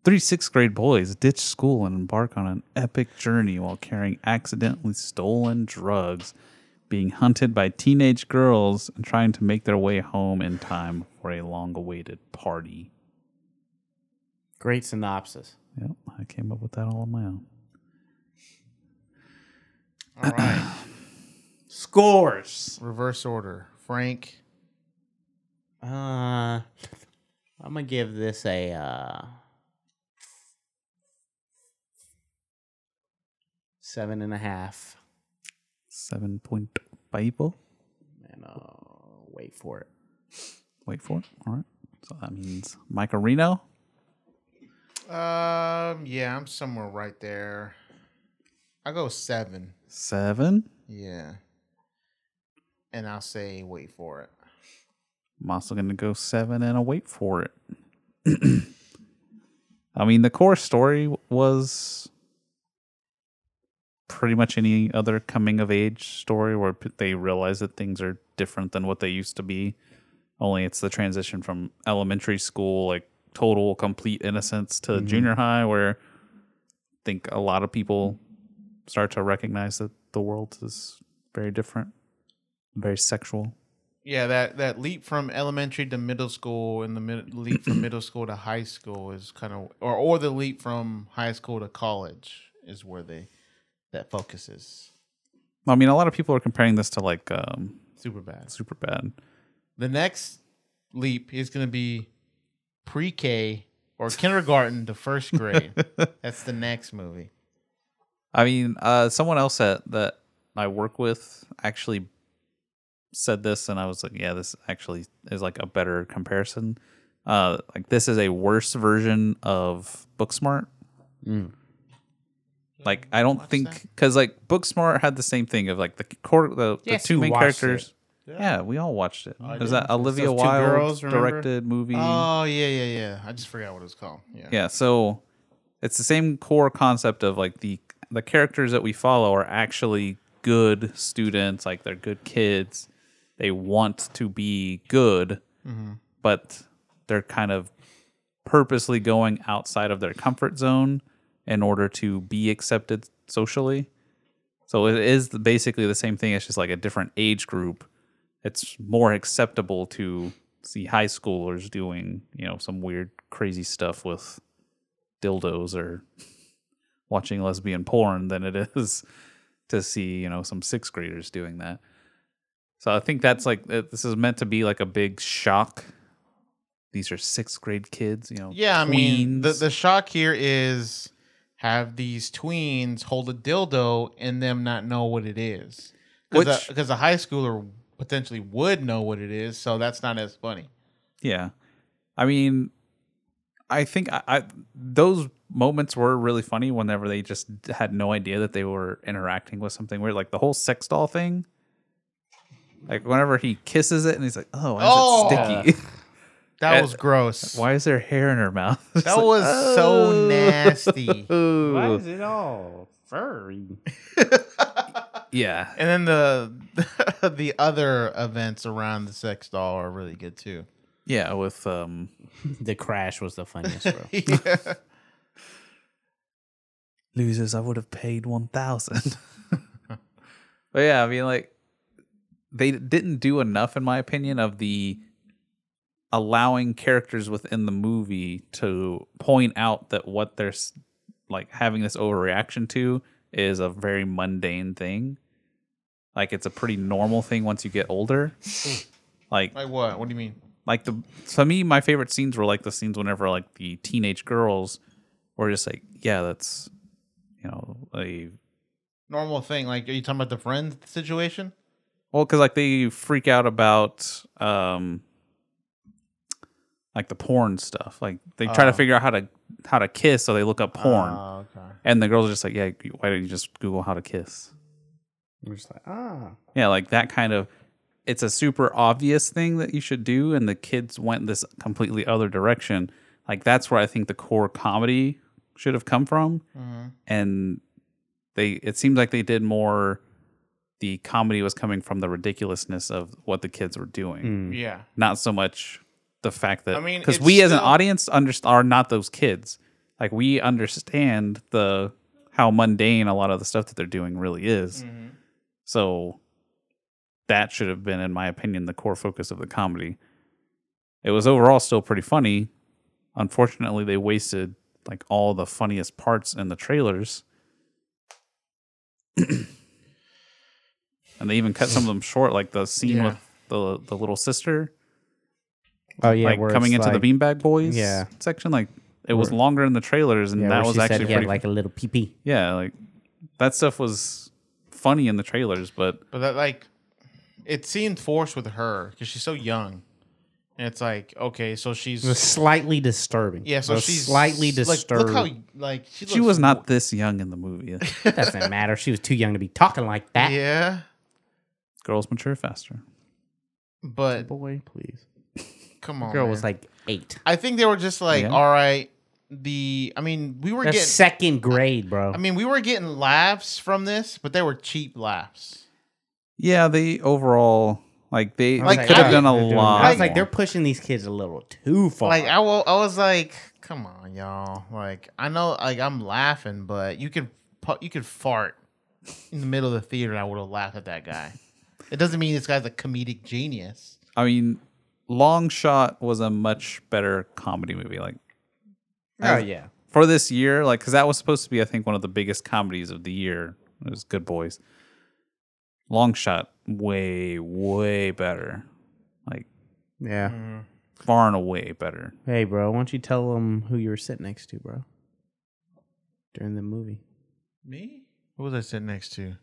Speaker 2: Three sixth grade boys ditch school and embark on an epic journey while carrying accidentally stolen drugs, being hunted by teenage girls, and trying to make their way home in time for a long awaited party.
Speaker 3: Great synopsis.
Speaker 2: Yep, I came up with that all on my own.
Speaker 4: All right.
Speaker 3: Scores.
Speaker 4: Reverse order. Frank.
Speaker 3: Uh, I'm gonna give this a uh, seven and a half.
Speaker 2: 7.5.
Speaker 3: And uh, wait for it.
Speaker 2: Wait for it. All right. So that means Mike Reno.
Speaker 4: Um, yeah, I'm somewhere right there. I go seven.
Speaker 2: Seven.
Speaker 4: Yeah. And I'll say wait for it.
Speaker 2: I'm also going to go seven and a wait for it. I mean, the core story w- was pretty much any other coming of age story where p- they realize that things are different than what they used to be. Only it's the transition from elementary school, like total complete innocence, to junior high, where I think a lot of people start to recognize that the world is very different, very sexual.
Speaker 4: Yeah, that that leap from elementary to middle school and the mid, leap from middle school to high school is kind of or or the leap from high school to college is where they that focuses
Speaker 2: I mean, a lot of people are comparing this to like um,
Speaker 4: super bad.
Speaker 2: super bad.
Speaker 4: The next leap is going to be pre-K or kindergarten to first grade. That's the next movie.
Speaker 2: I mean, uh, someone else that that I work with actually said this, and I was like, yeah, this actually is like a better comparison. Uh, like this is a worse version of Booksmart.
Speaker 3: Mm.
Speaker 2: Like I don't think because like Booksmart had the same thing of like the core the,
Speaker 3: Yes,
Speaker 2: the two
Speaker 3: you
Speaker 2: main
Speaker 3: watched
Speaker 2: characters. Yeah. we all watched it. It was that
Speaker 3: Those
Speaker 2: Olivia
Speaker 3: two
Speaker 2: Wilde
Speaker 3: girls, remember?
Speaker 2: directed movie?
Speaker 4: Oh yeah, yeah, yeah. I just forgot what it was called. Yeah.
Speaker 2: yeah so it's the same core concept of like the the characters that we follow are actually good students like they're good kids they want to be good but they're kind of purposely going outside of their comfort zone in order to be accepted socially so it is the- basically the same thing it's just like a different age group it's more acceptable to see high schoolers doing you know some weird crazy stuff with dildos or watching lesbian porn than it is to see you know some sixth graders doing that so i think that's like it- this is meant to be like a big shock these are sixth grade kids you know
Speaker 4: Yeah, I mean the,
Speaker 2: tweens.
Speaker 4: the shock here is have these tweens hold a dildo and them not know what it is. Because
Speaker 2: Which-
Speaker 4: a, 'cause a high schooler potentially would know what it is, so that's not as funny.
Speaker 2: Yeah. I mean, I think I, I those moments were really funny whenever they just had no idea that they were interacting with something weird, like the whole sex doll thing. Like whenever he kisses it and he's like, "Oh, why is it
Speaker 4: Oh.
Speaker 2: sticky?"
Speaker 4: That
Speaker 2: Eh,
Speaker 4: was gross.
Speaker 2: Why is there hair in her mouth? It's
Speaker 4: That
Speaker 2: like,
Speaker 4: was so
Speaker 2: "Oh."
Speaker 4: nasty.
Speaker 3: Why is it all furry?
Speaker 2: yeah.
Speaker 4: And then the the other events around the sex doll are really good too.
Speaker 2: Yeah, with um
Speaker 3: the crash was the funniest, bro.
Speaker 2: losers I would have paid 1000. but yeah, I mean like they didn't do enough in my opinion of the allowing characters within the movie to point out that what they're s- like having this overreaction to is a very mundane thing. Like it's a pretty normal thing once you get older. Like
Speaker 4: like what? What do you mean?
Speaker 2: like the to me my favorite scenes were like the scenes whenever like the teenage girls were just like yeah that's you know a
Speaker 4: Normal thing. Like, are you talking about the friend situation?
Speaker 2: well because like they freak out about um like the porn stuff like they try
Speaker 3: Oh.
Speaker 2: to figure out how to how to kiss so they look up porn
Speaker 4: Oh, okay.
Speaker 2: and the girls are just like yeah why don't you just google how to kiss
Speaker 3: I'm just like, ah.
Speaker 2: yeah like that kind of it's a super obvious thing that you should do and the kids went this completely other direction like that's where i think the core comedy should have come from
Speaker 3: Mm-hmm.
Speaker 2: and they it seems like they did more the comedy was coming from the ridiculousness of what the kids were doing
Speaker 3: Mm-hmm.
Speaker 4: Yeah.
Speaker 2: not so much the fact that
Speaker 4: I mean,
Speaker 2: because
Speaker 4: it's
Speaker 2: we as an
Speaker 4: still-
Speaker 2: audience underst- are not those kids like we understand the how mundane a lot of the stuff that they're doing really is
Speaker 4: Mm-hmm.
Speaker 2: so that should have been in my opinion the core focus of the comedy it was overall still pretty funny unfortunately they wasted like all the funniest parts in the trailers and they even cut some of them short like the scene
Speaker 4: Yeah.
Speaker 2: with the the little sister
Speaker 3: Oh yeah,
Speaker 2: like coming into the Beanbag Boys
Speaker 3: Yeah.
Speaker 2: section. Like it was longer in the trailers, and that was actually pretty.
Speaker 3: like a little pee pee.
Speaker 2: yeah, like that stuff was funny in the trailers, but
Speaker 4: But that like, it seemed forced with her because she's so young, and it's like, okay, so
Speaker 3: It was
Speaker 4: she's
Speaker 3: slightly disturbing.
Speaker 4: yeah, so
Speaker 3: It was
Speaker 4: she's
Speaker 3: slightly
Speaker 4: like,
Speaker 3: disturbing.
Speaker 4: Look how like she,
Speaker 2: she
Speaker 4: looks-
Speaker 2: was not this young in the movie.
Speaker 3: Doesn't matter. She was too young to be talking like that.
Speaker 4: Yeah,
Speaker 2: Girls mature faster.
Speaker 4: but
Speaker 3: Boy, please.
Speaker 4: come on,
Speaker 3: Girl was
Speaker 4: man.
Speaker 3: like eight.
Speaker 4: I think they were just like,
Speaker 2: Yeah.
Speaker 4: all right, the. I mean, we were
Speaker 3: That's
Speaker 4: getting.
Speaker 3: second grade, bro.
Speaker 4: I mean, we were getting laughs from this, but they were cheap laughs.
Speaker 2: Yeah, they overall like they,
Speaker 3: I was
Speaker 4: Like,
Speaker 2: could have
Speaker 4: I-
Speaker 2: done a
Speaker 3: they're doing-
Speaker 2: lot.
Speaker 3: I was like,
Speaker 2: more.
Speaker 3: they're pushing these kids a little too far.
Speaker 4: Like I, wa- I was like, come on, y'all. Like I know, like I'm laughing, but you could pu- you could fart in the middle of the theater, and I would have laughed at that guy. It doesn't mean this guy's a comedic genius.
Speaker 2: I mean, Long Shot was a much better comedy movie. Like
Speaker 3: oh yeah,
Speaker 2: for this year, like because that was supposed to be, I think, one of the biggest comedies of the year. It was Good Boys. Long shot, way, way better. Like
Speaker 3: yeah.
Speaker 4: Mm-hmm.
Speaker 2: far and away better.
Speaker 3: Hey, bro, why don't you tell them who you were sitting next to, bro? During the movie.
Speaker 4: Me? Who was I sitting next to?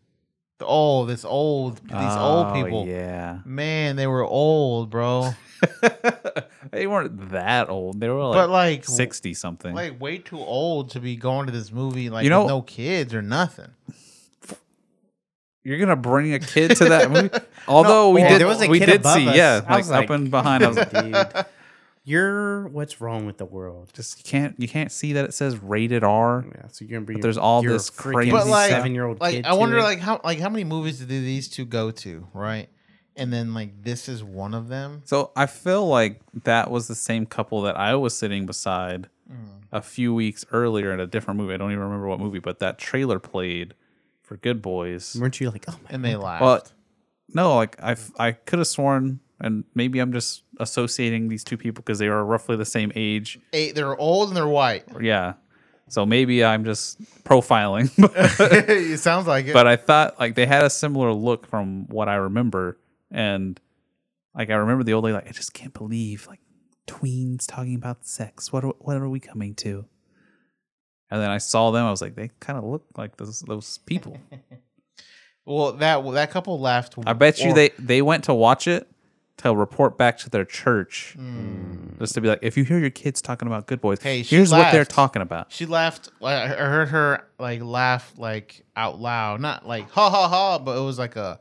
Speaker 4: The oh, this old these old
Speaker 2: Oh,
Speaker 4: people.
Speaker 2: Yeah,
Speaker 4: Man, they were old, bro.
Speaker 2: they weren't that old. They were like,
Speaker 4: but like
Speaker 2: sixty something.
Speaker 4: like way too old to be going to this movie like
Speaker 2: You know-
Speaker 4: with no kids or nothing.
Speaker 2: You're gonna bring a kid to that movie? Although we
Speaker 3: Yeah,
Speaker 2: did,
Speaker 3: Oh, there was a
Speaker 2: we
Speaker 3: kid
Speaker 2: did
Speaker 3: above
Speaker 2: see,
Speaker 3: us.
Speaker 2: yeah,
Speaker 3: I
Speaker 2: like,
Speaker 3: was
Speaker 2: up
Speaker 3: like-
Speaker 2: and behind. I was like,
Speaker 3: Oh, Dude, you're what's wrong with the world?
Speaker 2: just you can't you can't see that it says rated R.
Speaker 3: Yeah, so you're gonna bring.
Speaker 2: there's all
Speaker 3: your
Speaker 2: this
Speaker 3: freaking
Speaker 2: crazy
Speaker 4: But like
Speaker 3: seven-year-old.
Speaker 4: Like
Speaker 3: kid
Speaker 4: I wonder
Speaker 3: to it.
Speaker 4: like how like how many movies do these two go to, right? And then like this is one of them.
Speaker 2: So I feel like that was the same couple that I was sitting beside
Speaker 3: Mm.
Speaker 2: a few weeks earlier in a different movie. I don't even remember what movie, but that trailer played for Good Boys.
Speaker 3: weren't you like, oh my?
Speaker 4: And they laughed.
Speaker 2: Well, no, like I I could have sworn, and maybe I'm just associating these two people because they are roughly the same age.
Speaker 4: Eight, they're old and they're white.
Speaker 2: Yeah, so maybe I'm just profiling.
Speaker 4: it sounds like it.
Speaker 2: but I thought like they had a similar look from what I remember, and like I remember the old lady like I just can't believe like tweens talking about sex. What are, what are we coming to? And then I saw them. I was like, they kind of look like those those people.
Speaker 4: well, that that couple laughed.
Speaker 2: I bet you
Speaker 4: or-
Speaker 2: they they went to watch it to report back to their church just to be like, if you hear your kids talking about good boys,
Speaker 4: Hmm. Hey, she
Speaker 2: here's what they're
Speaker 4: laughed.
Speaker 2: talking about.
Speaker 4: She laughed. I I heard her like laugh like out loud, not like ha ha ha, but it was like a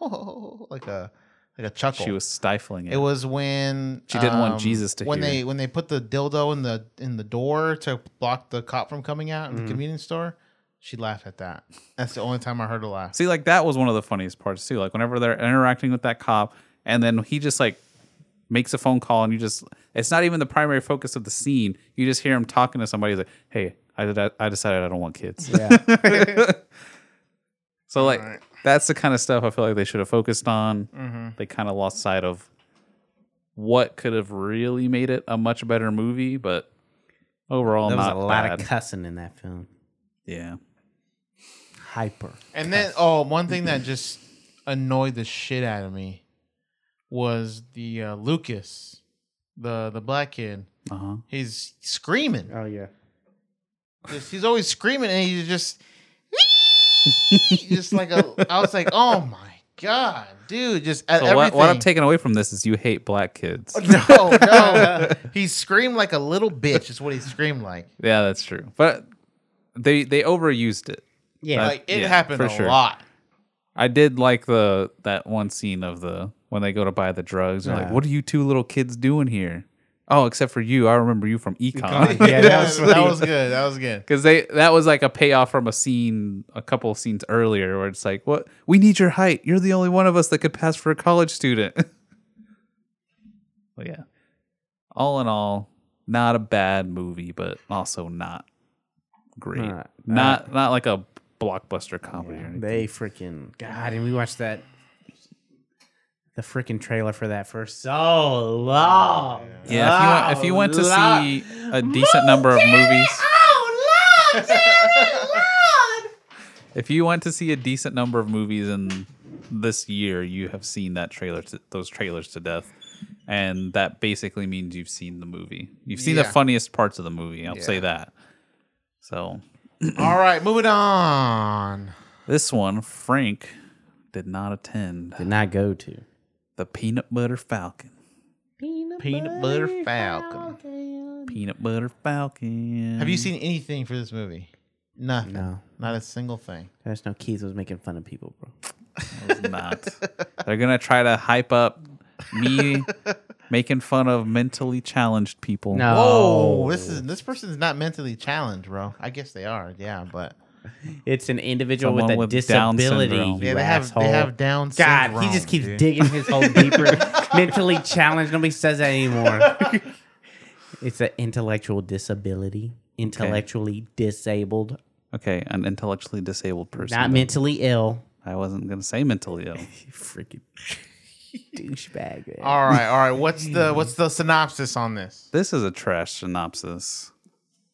Speaker 4: like a like a chuckle.
Speaker 2: She was stifling it.
Speaker 4: It was when um,
Speaker 2: She didn't want Jesus to
Speaker 4: when
Speaker 2: hear.
Speaker 4: they when they put the dildo in the in the door to block the cop from coming out in
Speaker 2: Mm-hmm.
Speaker 4: the convenience store. She laughed at that. That's the only time I heard her laugh.
Speaker 2: See, like that was one of the funniest parts too. Like whenever they're interacting with that cop, and then he just like makes a phone call, and you just—it's not even the primary focus of the scene. You just hear him talking to somebody. He's like, "Hey, I did. I decided I don't want kids." Yeah. so like that's the kind of stuff I feel like they should have focused on. They kind of lost sight of what could have really made it a much better movie, but overall,
Speaker 3: There was
Speaker 2: not
Speaker 3: a lot
Speaker 2: bad.
Speaker 3: of cussing in that film.
Speaker 2: yeah.
Speaker 3: Hyper.
Speaker 4: And then, oh, one thing that just annoyed the shit out of me was the uh, Lucas, the the black kid.
Speaker 2: Uh huh.
Speaker 4: He's screaming.
Speaker 3: Oh yeah.
Speaker 4: Just- he's always screaming, and he's just just like a. I was like, oh my god, dude! Just at
Speaker 2: So what,
Speaker 4: everything.
Speaker 2: what I'm taking away from this is you hate black kids.
Speaker 4: no, no. He screamed like a little bitch. Is what he screamed like.
Speaker 2: Yeah, that's true. But they they overused it.
Speaker 3: Yeah.
Speaker 4: Like it
Speaker 2: yeah,
Speaker 4: happened
Speaker 2: for
Speaker 4: a
Speaker 2: sure.
Speaker 4: lot.
Speaker 2: I did like the that one scene of the when they go to buy the drugs. They're like, "What are you two little kids doing here?" Oh, except for you, I remember you from econ.
Speaker 3: yeah,
Speaker 4: That
Speaker 3: that
Speaker 4: was,
Speaker 3: was
Speaker 4: that was good. That was good.
Speaker 2: Because they that was like a payoff from a scene, a couple of scenes earlier, where it's like, "What? We need your height. You're the only one of us that could pass for a college student." well, yeah. All in all, not a bad movie, but also not great.
Speaker 3: Not-
Speaker 2: not not like a blockbuster comedy or anything.
Speaker 3: They freaking God, and we watched that the freaking trailer for that for so long.
Speaker 2: Yeah, if you want, if you
Speaker 3: Oh,
Speaker 2: want to see a decent number of movies,
Speaker 3: Lord. Oh Lord,
Speaker 2: if you want to see a decent number of movies in this year, you have seen that trailer, to, those trailers to death, and that basically means you've seen the movie. You've seen the
Speaker 4: Yeah.
Speaker 2: funniest parts of the movie. I'll say that. So
Speaker 4: All right, moving on.
Speaker 2: this one, Frank did not attend
Speaker 3: Did not go to.
Speaker 2: the Peanut Butter Falcon.
Speaker 4: Peanut butter falcon.
Speaker 2: Peanut Butter Falcon.
Speaker 4: Have you seen anything for this movie? Nothing.
Speaker 3: No.
Speaker 4: Not a single thing.
Speaker 3: There's no Keith was making fun of people, bro.
Speaker 2: It's not. They're gonna try to hype up me making fun of mentally challenged people.
Speaker 3: No.
Speaker 4: Oh, this is this person's not mentally challenged, bro. I guess they are, yeah, but
Speaker 3: It's an individual
Speaker 2: Someone
Speaker 3: with a
Speaker 2: with Down
Speaker 3: disability.
Speaker 2: syndrome.
Speaker 3: you
Speaker 4: yeah, they have
Speaker 3: asshole.
Speaker 4: they have Down
Speaker 3: God,
Speaker 4: syndrome.
Speaker 3: he just keeps
Speaker 4: dude.
Speaker 3: digging his hole deeper. Mentally challenged. Nobody says that anymore. it's an intellectual disability. Intellectually disabled.
Speaker 2: Okay, an intellectually disabled person.
Speaker 3: Not mentally ill.
Speaker 2: I wasn't gonna say mentally ill.
Speaker 3: You freaking douchebag. man.
Speaker 4: All right, all right. What's the what's the synopsis on this?
Speaker 2: This is a trash synopsis.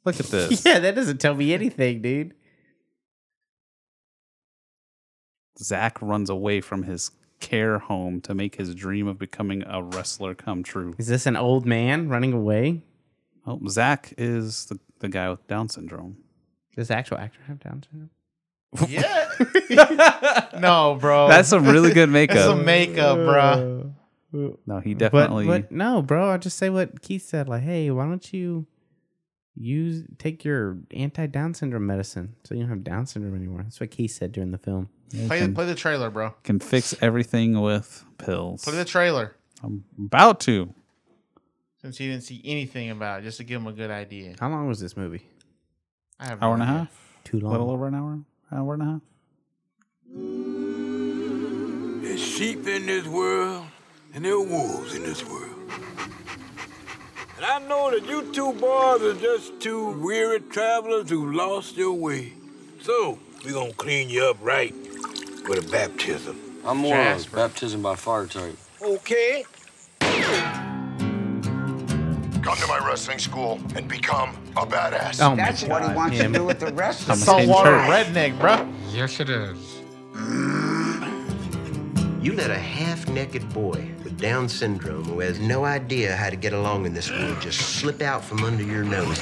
Speaker 2: Look at this.
Speaker 3: Yeah, that doesn't tell me anything, dude.
Speaker 2: Zach runs away from his care home to make his dream of becoming a wrestler come true.
Speaker 3: Is this an old man running away?
Speaker 2: Oh, Zach is the, the guy with Down syndrome.
Speaker 3: Does the actual actor have Down syndrome?
Speaker 4: Yeah. no,
Speaker 3: Oh.
Speaker 4: bro.
Speaker 2: That's some really good
Speaker 4: That's some
Speaker 2: makeup.
Speaker 4: makeup, bro.
Speaker 2: no, he
Speaker 3: But
Speaker 2: definitely.
Speaker 3: what? No, bro. I just say what Keith said. Like, hey, why don't you use take your anti Down syndrome medicine so you don't have Down syndrome anymore? That's what Keith said during the film.
Speaker 4: Play the play the trailer, bro.
Speaker 2: Can fix everything with pills.
Speaker 4: Play the trailer.
Speaker 2: I'm about to.
Speaker 4: Since he didn't see anything about it, just to give him a good idea.
Speaker 3: How long was this movie?
Speaker 4: I have no
Speaker 2: Hour and a
Speaker 4: idea.
Speaker 2: half.
Speaker 3: Too
Speaker 2: A
Speaker 3: long.
Speaker 2: little over an hour, hour and a half.
Speaker 5: There's sheep in this world, and there are wolves in this world. And I know that you two boys are just two weary travelers who lost your way. So, we're gonna clean you up right with a baptism.
Speaker 7: I'm more of a baptism by fire type.
Speaker 5: Okay?
Speaker 8: Come to my wrestling school and become a badass.
Speaker 3: Oh my
Speaker 9: That's what he wants
Speaker 3: Him.
Speaker 9: to do with the rest of
Speaker 4: Saltwater
Speaker 2: Church.
Speaker 4: redneck, bro.
Speaker 10: Yes, it is.
Speaker 11: You let a half naked boy with Down syndrome who has no idea how to get along in this world just slip out from under your nose.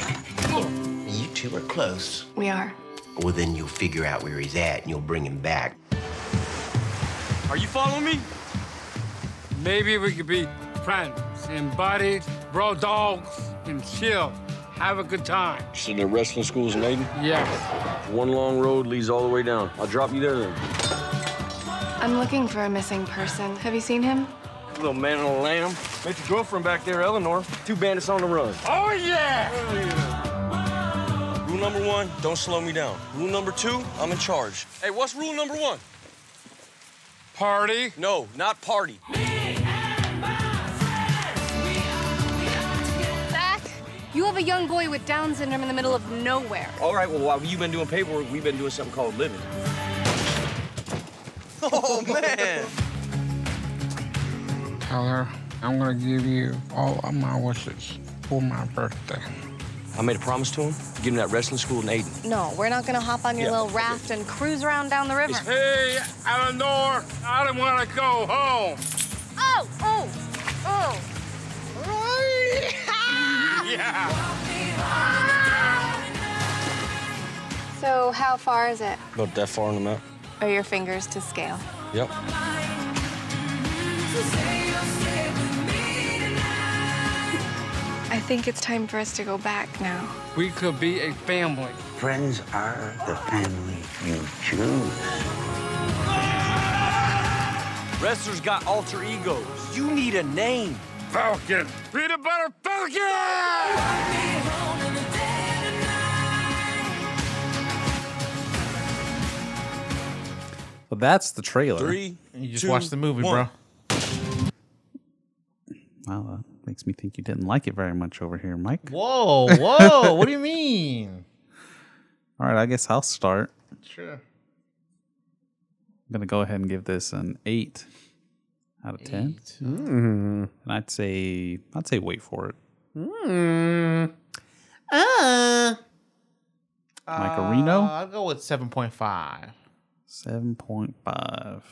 Speaker 11: You two are close.
Speaker 9: We are.
Speaker 11: Well, then you'll figure out where he's at and you'll bring him back.
Speaker 7: Are you following me?
Speaker 10: Maybe we could be friends in body, bro dogs, and chill. Have a good time.
Speaker 7: Sitting at wrestling schools in Aiden.
Speaker 10: Yeah.
Speaker 7: One long road leads all the way down. I'll drop you there then.
Speaker 9: I'm looking for a missing person. Have you seen him?
Speaker 7: Little man and a lamb. Met your girlfriend back there, Eleanor. Two bandits on the run.
Speaker 5: Oh, yeah!
Speaker 7: Rule number one, don't slow me down. Rule number two, I'm in charge. Hey, what's rule number one?
Speaker 10: Party?
Speaker 7: No, not party.
Speaker 9: Back. You have a young boy with Down syndrome in the middle of nowhere.
Speaker 7: All right, well, while you've been doing paperwork, we've been doing something called living. Oh, man.
Speaker 12: Tyler, I'm gonna give you all of my wishes for my birthday.
Speaker 7: I made a promise to him. Give him that wrestling school in Aiden.
Speaker 9: No, we're not gonna hop on your
Speaker 7: Yeah.
Speaker 9: little raft and cruise around down the river.
Speaker 10: Hey, Eleanor, I don't want to go home.
Speaker 9: Oh, oh, oh. So, how far is it?
Speaker 7: About that far on the map.
Speaker 9: Are your fingers to scale?
Speaker 7: Yep.
Speaker 9: I think it's time for us to go back now.
Speaker 10: We could be a family.
Speaker 6: Friends are the family you choose.
Speaker 7: Wrestlers got alter egos. You need a name.
Speaker 10: Falcon. Peanut butter falcon!
Speaker 2: Well, that's the trailer.
Speaker 7: Three,
Speaker 4: You just
Speaker 7: two,
Speaker 4: watch the movie,
Speaker 7: one.
Speaker 4: bro.
Speaker 2: Wow, that makes me think you didn't like it very much over here, Mike.
Speaker 4: Whoa, whoa, what do you mean?
Speaker 2: All right, I guess I'll start.
Speaker 4: Sure.
Speaker 2: I'm gonna go ahead and give this an eight out of ten. And I'd say I'd say wait for it.
Speaker 4: Hmm. Uh,
Speaker 2: Mike Areno?
Speaker 4: I'll go with 7.5.
Speaker 2: Seven point five.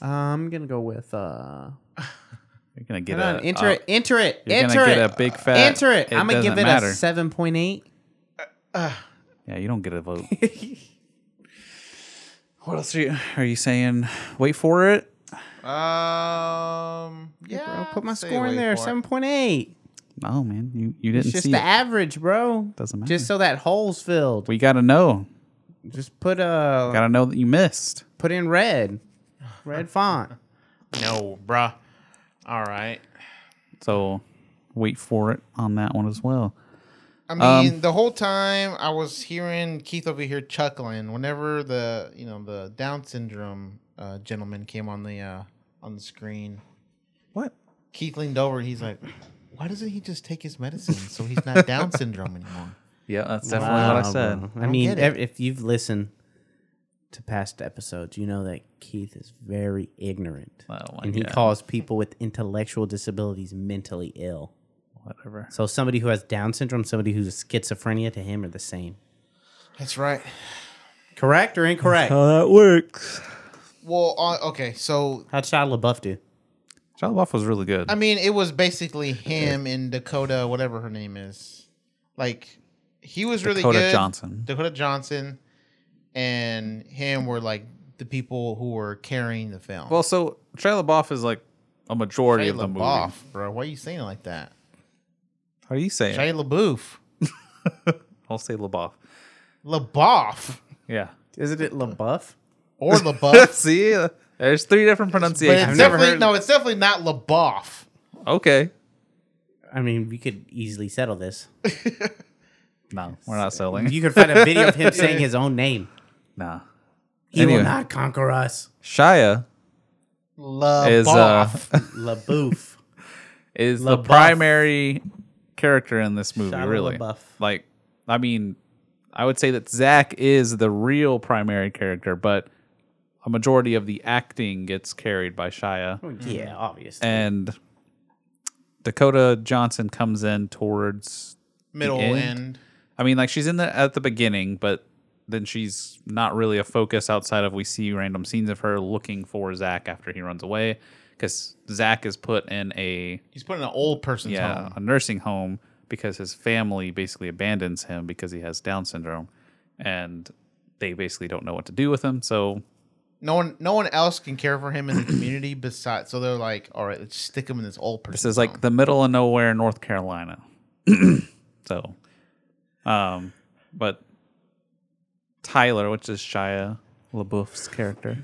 Speaker 9: Uh,
Speaker 3: I'm gonna go with uh.
Speaker 2: You're gonna get
Speaker 3: Hold on,
Speaker 2: a
Speaker 3: enter it,
Speaker 2: uh,
Speaker 3: enter it,
Speaker 2: You're
Speaker 3: enter
Speaker 2: gonna
Speaker 3: it.
Speaker 2: get a big fat.
Speaker 3: Enter it. I'm gonna
Speaker 2: doesn't
Speaker 3: give it
Speaker 2: matter.
Speaker 3: a seven point eight.
Speaker 2: Yeah, you don't get a vote. what else are you are you saying? Wait for it.
Speaker 4: Um, yeah. I'll
Speaker 3: Put my score in there, seven point eight.
Speaker 2: No, man, you you
Speaker 3: It's
Speaker 2: didn't
Speaker 3: just
Speaker 2: see
Speaker 3: the
Speaker 2: it.
Speaker 3: average, bro.
Speaker 2: Doesn't matter.
Speaker 3: Just so that hole's filled.
Speaker 2: we gotta know.
Speaker 3: Just put uh, a
Speaker 2: Gotta know that you missed.
Speaker 3: put in red, red font.
Speaker 4: No, bruh. All right.
Speaker 2: So wait for it on that one as well.
Speaker 4: I
Speaker 2: Um,
Speaker 4: mean, the whole time I was hearing Keith over here chuckling whenever the you know the Down syndrome uh, gentleman came on the uh, on the screen.
Speaker 2: What?
Speaker 4: Keith leaned over. and He's like, "Why doesn't he just take his medicine so he's not Down syndrome anymore?"
Speaker 2: Yeah, that's definitely what I
Speaker 3: Wow,
Speaker 2: said.
Speaker 3: bro. I,
Speaker 4: I don't
Speaker 3: mean,
Speaker 4: get it.
Speaker 3: ev- if you've listened to past episodes, you know that Keith is very ignorant,
Speaker 2: my
Speaker 3: and he
Speaker 2: God.
Speaker 3: calls people with intellectual disabilities mentally ill.
Speaker 2: Whatever.
Speaker 3: So somebody who has Down syndrome, somebody who's schizophrenia, to him are the same.
Speaker 4: That's right.
Speaker 3: Correct or incorrect?
Speaker 2: that works.
Speaker 4: Well, uh, okay. So
Speaker 3: How'd Shia LaBeouf do?
Speaker 2: Shia LaBeouf was really good.
Speaker 4: I mean, it was basically him and Dakota, whatever her name is. Like he was really
Speaker 2: Dakota
Speaker 4: good.
Speaker 2: Johnson.
Speaker 4: Dakota Johnson and him were like the people who were carrying the film.
Speaker 2: well, so Shia LaBeouf is like a majority
Speaker 4: Shia
Speaker 2: of the movie.
Speaker 4: LaBeouf, bro. Why are you saying it like that?
Speaker 2: How do you say it?
Speaker 4: Shia LaBeouf.
Speaker 2: I'll say LaBeouf.
Speaker 4: LaBeouf
Speaker 2: Yeah.
Speaker 3: Isn't it LaBeouf?
Speaker 4: or LaBeouf.
Speaker 2: See, there's three different
Speaker 4: but it's
Speaker 2: pronunciations.
Speaker 4: definitely no, it's definitely not LaBeouf.
Speaker 2: Okay.
Speaker 3: I mean, we could easily settle this.
Speaker 2: No, we're not selling.
Speaker 3: You could find a video of him saying his own name.
Speaker 2: nah.
Speaker 3: He
Speaker 2: Anyway.
Speaker 3: will not conquer us.
Speaker 2: Shia
Speaker 4: LaBeouf.
Speaker 2: is uh,
Speaker 3: LaBoof.
Speaker 2: is the
Speaker 3: LaBeouf.
Speaker 2: primary character in this movie.
Speaker 3: Shia
Speaker 2: really,
Speaker 3: LaBeouf.
Speaker 2: like, I mean, I would say that Zach is the real primary character, but a majority of the acting gets carried by Shia.
Speaker 3: Oh, yeah, obviously.
Speaker 2: and Dakota Johnson comes in towards
Speaker 4: Middle
Speaker 2: the end.
Speaker 4: end.
Speaker 2: I mean, like she's in the at the beginning, but then she's not really a focus outside of we see random scenes of her looking for Zach after he runs away because Zach is put in a
Speaker 4: He's putting an old person's
Speaker 2: yeah
Speaker 4: home.
Speaker 2: a nursing home because his family basically abandons him because he has Down syndrome, and they basically don't know what to do with him. So
Speaker 4: No one no one else can care for him in the community besides so they're like, all right, let's stick him in this old person's
Speaker 2: This is like the middle of nowhere, North Carolina. so, um, but Tyler, which is Shia LaBeouf's character,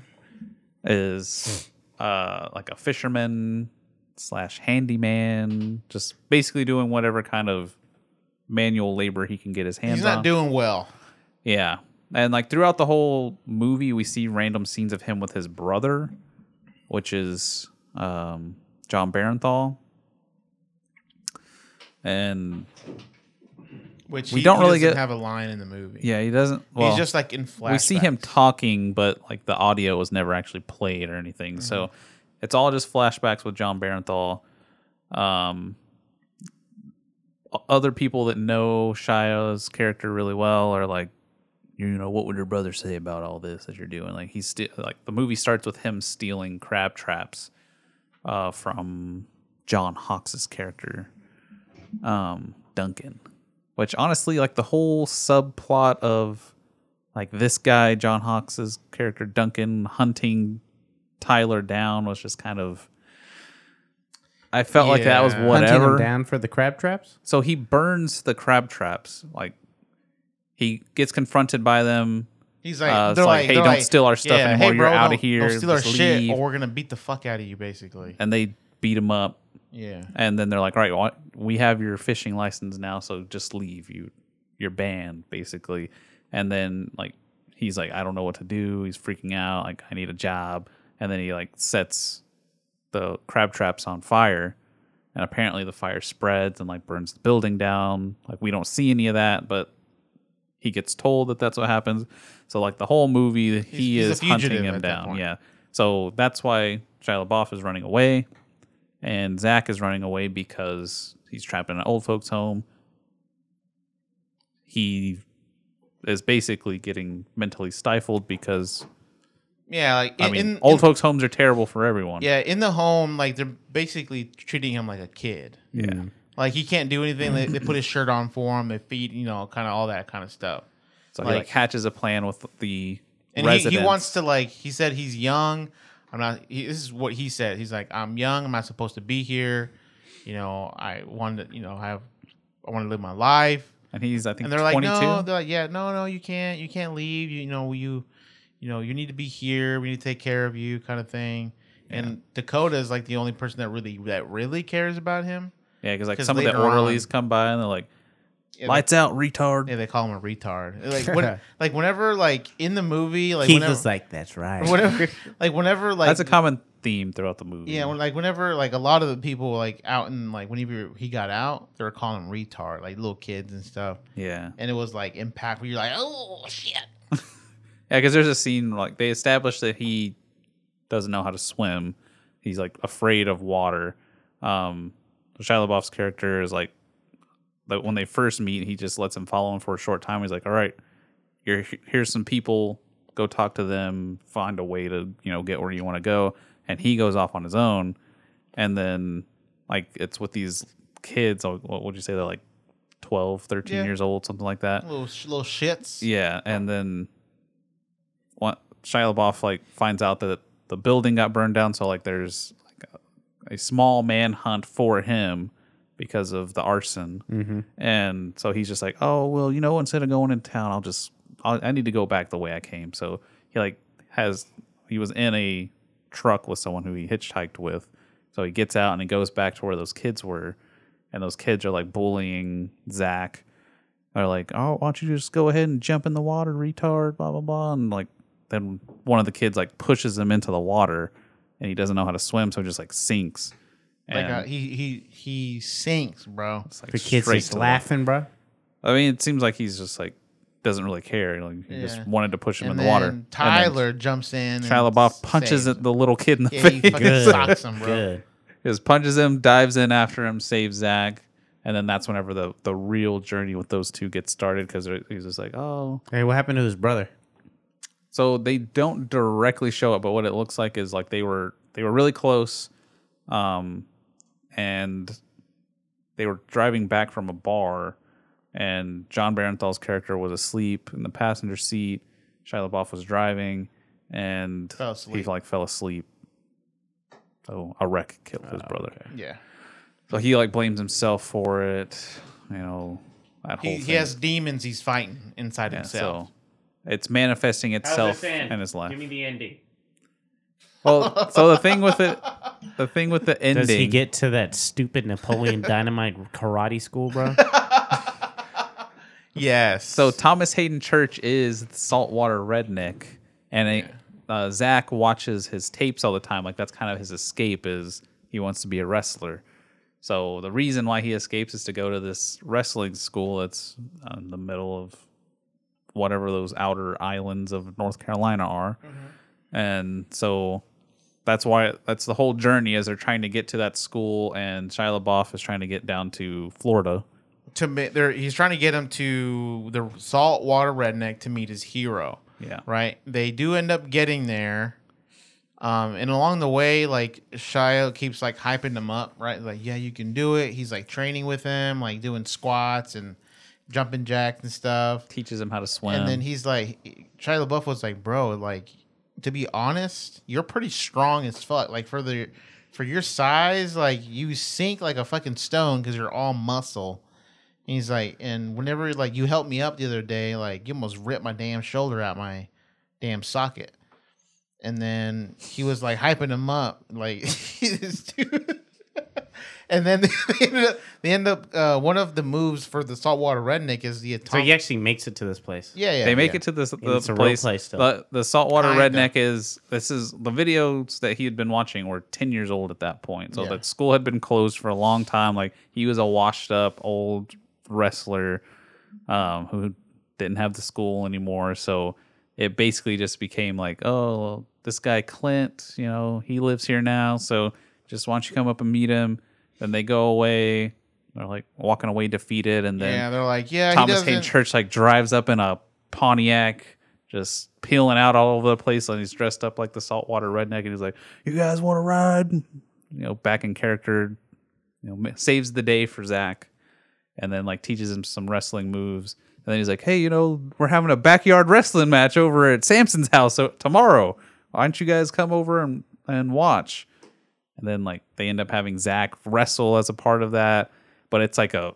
Speaker 2: is uh like a fisherman slash handyman, just basically doing whatever kind of manual labor he can get his hands on.
Speaker 4: He's not doing well.
Speaker 2: Yeah. And like throughout the whole movie, we see random scenes of him with his brother, which is um, John Barenthal. And
Speaker 4: Which
Speaker 2: we
Speaker 4: he-
Speaker 2: don't
Speaker 4: he
Speaker 2: really
Speaker 4: doesn't
Speaker 2: get
Speaker 4: have a line in the movie.
Speaker 2: Yeah, he doesn't. Well,
Speaker 4: He's just like in
Speaker 2: We see him talking, but like the audio was never actually played or anything. So it's all just flashbacks with John Barenthal. Um, o- other people that know Shia's character really well are like, you know, what would your brother say about all this that you're doing? Like he's still like the movie starts with him stealing crab traps uh, from John Hawks's character, um, Duncan. Which honestly, like the whole subplot of like this guy, John Hawks's character Duncan hunting Tyler down was just kind of. I felt like that was
Speaker 3: Yeah. Hunting him
Speaker 2: whatever
Speaker 3: down for the crab traps.
Speaker 2: So he burns the crab traps. Like he gets confronted by them.
Speaker 4: He's like,
Speaker 2: uh, it's
Speaker 4: they're
Speaker 2: like, hey,
Speaker 4: they're
Speaker 2: don't steal our stuff
Speaker 4: yeah,
Speaker 2: anymore.
Speaker 4: Hey,
Speaker 2: You're
Speaker 4: bro,
Speaker 2: out
Speaker 4: don't-
Speaker 2: of here.
Speaker 4: Don't steal our
Speaker 2: Just
Speaker 4: shit,
Speaker 2: leave."
Speaker 4: or we're gonna beat the fuck out of you, basically.
Speaker 2: and they beat him up.
Speaker 4: Yeah.
Speaker 2: And then they're like, "All right, well, we have your fishing license now, so just leave. You, you're banned, basically." And then like he's like, "I don't know what to do." He's freaking out. Like, "I need a job." And then he like sets the crab traps on fire, and apparently the fire spreads and like burns the building down. Like we don't see any of that, but he gets told that that's what happens. So like the whole movie, he
Speaker 4: he's a
Speaker 2: is hunting
Speaker 4: fugitive
Speaker 2: him
Speaker 4: at that
Speaker 2: down.
Speaker 4: point.
Speaker 2: Yeah. So that's why Shia LaBeouf is running away, and Zach is running away because he's trapped in an old folks' home. He is basically getting mentally stifled because
Speaker 4: Yeah, like
Speaker 2: I
Speaker 4: in-
Speaker 2: mean,
Speaker 4: in-
Speaker 2: old
Speaker 4: in-
Speaker 2: folks' homes are terrible for everyone.
Speaker 4: Yeah, in the home, like they're basically treating him like a kid.
Speaker 2: Yeah.
Speaker 4: Like he can't do anything. They, they put his shirt on for him. They feed, you know, kind of all that kind of stuff.
Speaker 2: So he like hatches a plan with the
Speaker 4: Mm. and he,
Speaker 2: residents.
Speaker 4: he wants to like. He said he's young. I'm not. He, this is what he said. He's like, I'm young. I'm not supposed to be here. You know, I wanted. to, You know, have. I want to live my life.
Speaker 2: And he's, I think,
Speaker 4: and they're like,
Speaker 2: 22?
Speaker 4: no, they're like, yeah, no, no, you can't, you can't leave. You, you know, you, you know, you need to be here. We need to take care of you, kind of thing. And Dakota is like the only person that really that really cares about him.
Speaker 2: Yeah, because like some of the
Speaker 4: later on-
Speaker 2: orderlies come by and they're like,
Speaker 4: Yeah, they-
Speaker 2: "Lights out, retard."
Speaker 4: Yeah, they call him a retard. Like when, like whenever like in the movie, like
Speaker 3: Keith
Speaker 4: whenever,
Speaker 3: was like, "That's right."
Speaker 4: Whenever, like whenever, like
Speaker 2: That's a common theme throughout the movie.
Speaker 4: Yeah, when, like whenever like a lot of the people like out and like whenever he got out, they were calling him retard, like little kids and stuff.
Speaker 2: Yeah.
Speaker 4: and it was like impactful. You're like, oh shit.
Speaker 2: Yeah, because there's a scene like they establish that he doesn't know how to swim. He's like afraid of water. Um, Shia LaBeouf's character is like, like when they first meet, he just lets him follow him for a short time. He's like, "All right, you're here's some people. Go talk to them. Find a way to you know get where you want to go." And he goes off on his own. And then like it's with these kids. like, What would you say? They're like 12, 13
Speaker 4: Yeah.
Speaker 2: years old, something like that.
Speaker 4: Little sh- little shits.
Speaker 2: Yeah, and then what Shia LaBeouf like finds out that the building got burned down, so like there's like a, a small manhunt for him because of the arson,
Speaker 3: Mhm.
Speaker 2: and so he's just like, oh well, you know, instead of going in town, I'll just I'll, I need to go back the way I came. So he like has he was in a truck with someone who he hitchhiked with, so he gets out and he goes back to where those kids were, and those kids are like bullying Zach are like, "Oh, why don't you just go ahead and jump in the water, retard?" Blah blah blah, and like then one of the kids like pushes him into the water, and he doesn't know how to swim, so he just like sinks.
Speaker 4: Like
Speaker 2: And
Speaker 4: uh, he he he sinks, bro.
Speaker 2: like, straight to the water. I mean, it seems like he's just like doesn't really care. Like he
Speaker 4: Yeah.
Speaker 2: just wanted to push him
Speaker 4: And
Speaker 2: in the water.
Speaker 4: then
Speaker 2: And then
Speaker 4: Tyler jumps in
Speaker 2: Shia
Speaker 4: and
Speaker 2: LaBeouf punches
Speaker 4: saves
Speaker 2: at the little kid in the
Speaker 4: Yeah,
Speaker 2: face.
Speaker 4: he fucking Good. socks him, bro. Good.
Speaker 2: Just punches him, dives in after him, saves Zach, and then that's whenever the the real journey with those two gets started because he's just like, oh.
Speaker 3: Hey, what happened to his brother?
Speaker 2: So they don't directly show it, but what it looks like is like they were they were really close, um, and they were driving back from a bar, and John Barenthal's character was asleep in the passenger seat. Shia LaBeouf was driving, and
Speaker 4: Fell
Speaker 2: he
Speaker 4: asleep.
Speaker 2: like fell asleep. So a wreck killed his brother.
Speaker 4: Yeah.
Speaker 2: So he like blames himself for it. You know that whole
Speaker 4: He,
Speaker 2: thing.
Speaker 4: he has demons he's fighting inside
Speaker 2: Yeah,
Speaker 4: himself.
Speaker 2: So it's manifesting itself in his life.
Speaker 3: the ending.
Speaker 2: Well, so the thing with it, the thing with the ending.
Speaker 3: Does he get to that stupid Napoleon Dynamite karate school, bro?
Speaker 4: yes.
Speaker 2: So Thomas Hayden Church is the saltwater redneck, and it- uh, Zach watches his tapes all the time. Like that's kind of his escape. Is he wants to be a wrestler? So the reason why he escapes is to go to this wrestling school that's uh, in the middle of whatever those outer islands of North Carolina are.
Speaker 4: Mm-hmm.
Speaker 2: And so that's why that's the whole journey as they're trying to get to that school and Shia LaBeouf is trying to get down to Florida.
Speaker 4: to meet there he's trying to get him to the saltwater redneck to meet his hero
Speaker 2: Yeah.
Speaker 4: right they do end up getting there um and along the way like shia keeps like hyping him up right like yeah you can do it he's like training with him like doing squats and jumping jacks and stuff
Speaker 2: teaches him how to swim
Speaker 4: and then he's like shia labeouf was like bro like to be honest you're pretty strong as fuck like for the for your size like you sink like a fucking stone because you're all muscle and he's like, and whenever like you helped me up the other day, like you almost ripped my damn shoulder out my damn socket. And then he was like hyping him up, like this dude. and then they ended up, they end up uh, one of the moves for the saltwater redneck is the
Speaker 3: so
Speaker 4: atomic.
Speaker 3: he actually makes it to this place.
Speaker 4: Yeah, yeah.
Speaker 2: they make
Speaker 4: yeah.
Speaker 2: it to this the
Speaker 3: And it's a real
Speaker 2: place.
Speaker 3: place still.
Speaker 2: The, the saltwater
Speaker 4: Kinda.
Speaker 2: redneck is this is the videos that he had been watching were ten years old at that point. So
Speaker 4: Yeah.
Speaker 2: that school had been closed for a long time. Like he was a washed up old wrestler um, who didn't have the school anymore. So it basically just became like, oh, well, this guy Clint, you know, he lives here now. So just why don't you come up and meet him? Then they go away. They're like walking away defeated, and then
Speaker 4: Yeah, they're like, yeah, he
Speaker 2: Thomas Hayden
Speaker 4: doesn't-
Speaker 2: Church like drives up in a Pontiac, just peeling out all over the place, and he's dressed up like the saltwater redneck, and he's like, "You guys want to ride?" You know, back in character, you know, ma- saves the day for Zach, and then like teaches him some wrestling moves, and then he's like, "Hey, you know, we're having a backyard wrestling match over at Samson's house o- tomorrow. Why don't you guys come over and and watch?" And then like they end up having Zach wrestle as a part of that, but it's like a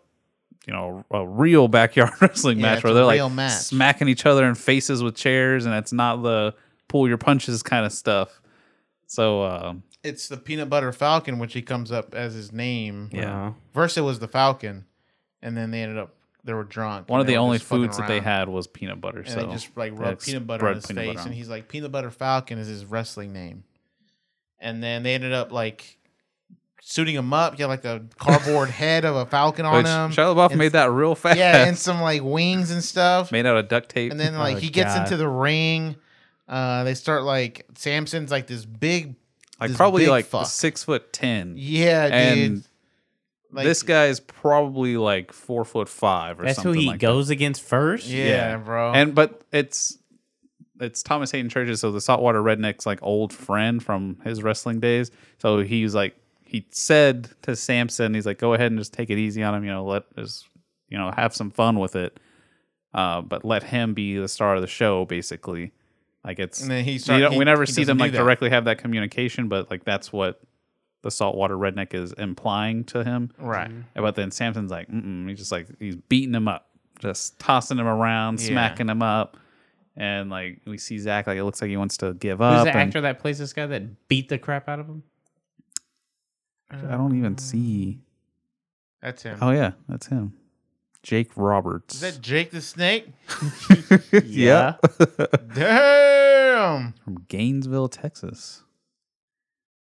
Speaker 2: you know a real backyard wrestling
Speaker 4: Yeah,
Speaker 2: match
Speaker 4: it's
Speaker 2: where
Speaker 4: a
Speaker 2: they're
Speaker 4: real
Speaker 2: like
Speaker 4: match.
Speaker 2: smacking each other in faces with chairs, and it's not the pull your punches kind of stuff. So um,
Speaker 4: It's the peanut butter falcon, which he comes up as his name.
Speaker 2: Yeah.
Speaker 4: First it was the falcon, and then they ended up they were drunk.
Speaker 2: one of
Speaker 4: and they
Speaker 2: the
Speaker 4: were
Speaker 2: only
Speaker 4: just fucking
Speaker 2: foods that they
Speaker 4: around.
Speaker 2: had was peanut butter.
Speaker 4: And
Speaker 2: so
Speaker 4: they just like
Speaker 2: they
Speaker 4: rubbed
Speaker 2: had
Speaker 4: peanut butter
Speaker 2: spread
Speaker 4: in his
Speaker 2: peanut butter
Speaker 4: face,
Speaker 2: on
Speaker 4: and he's like, "Peanut Butter Falcon is his wrestling name." And then they ended up like suiting him up. He had like a cardboard head of a falcon on
Speaker 2: Which
Speaker 4: him.
Speaker 2: Shia LaBeouf
Speaker 4: and-
Speaker 2: made that real fast.
Speaker 4: Yeah, and some like wings and stuff.
Speaker 2: made out of duct tape.
Speaker 4: And then like he gets into the ring. Uh, they start like Samson's like this big,
Speaker 2: like
Speaker 4: this
Speaker 2: probably
Speaker 4: big
Speaker 2: like
Speaker 4: fuck.
Speaker 2: six foot ten.
Speaker 4: Yeah,
Speaker 2: and
Speaker 4: dude. Like-
Speaker 2: this guy is probably like four foot five or
Speaker 3: That's who
Speaker 2: something.
Speaker 3: he
Speaker 2: like that.
Speaker 3: goes against first.
Speaker 4: Yeah, bro.
Speaker 2: And but it's it's Thomas Hayden Churches, so the saltwater redneck's like old friend from his wrestling days. So he's like he said to Samson, he's like, go ahead and just take it easy on him, you know, let us you know, have some fun with it. Uh, but let him be the star of the show, basically. Like it's
Speaker 4: And then he
Speaker 2: you
Speaker 4: start-
Speaker 2: don't-
Speaker 4: he-
Speaker 2: we never
Speaker 4: he
Speaker 2: see them
Speaker 4: doesn't do
Speaker 2: like
Speaker 4: that.
Speaker 2: directly have that communication, but like that's what the saltwater redneck is implying to him.
Speaker 4: Right.
Speaker 2: But then Samson's like, mm he's just like he's beating him up, just tossing him around,
Speaker 3: Yeah.
Speaker 2: smacking him up, and like we see Zach like it looks like he wants to give
Speaker 3: Who's
Speaker 2: up.
Speaker 3: the
Speaker 2: and
Speaker 3: actor that plays this guy that beat the crap out of him?
Speaker 2: I don't even see.
Speaker 4: Uh, That's him.
Speaker 2: Oh yeah, that's him, Jake Roberts.
Speaker 4: Is that Jake the Snake?
Speaker 2: yeah,
Speaker 4: Damn.
Speaker 2: from Gainesville, Texas.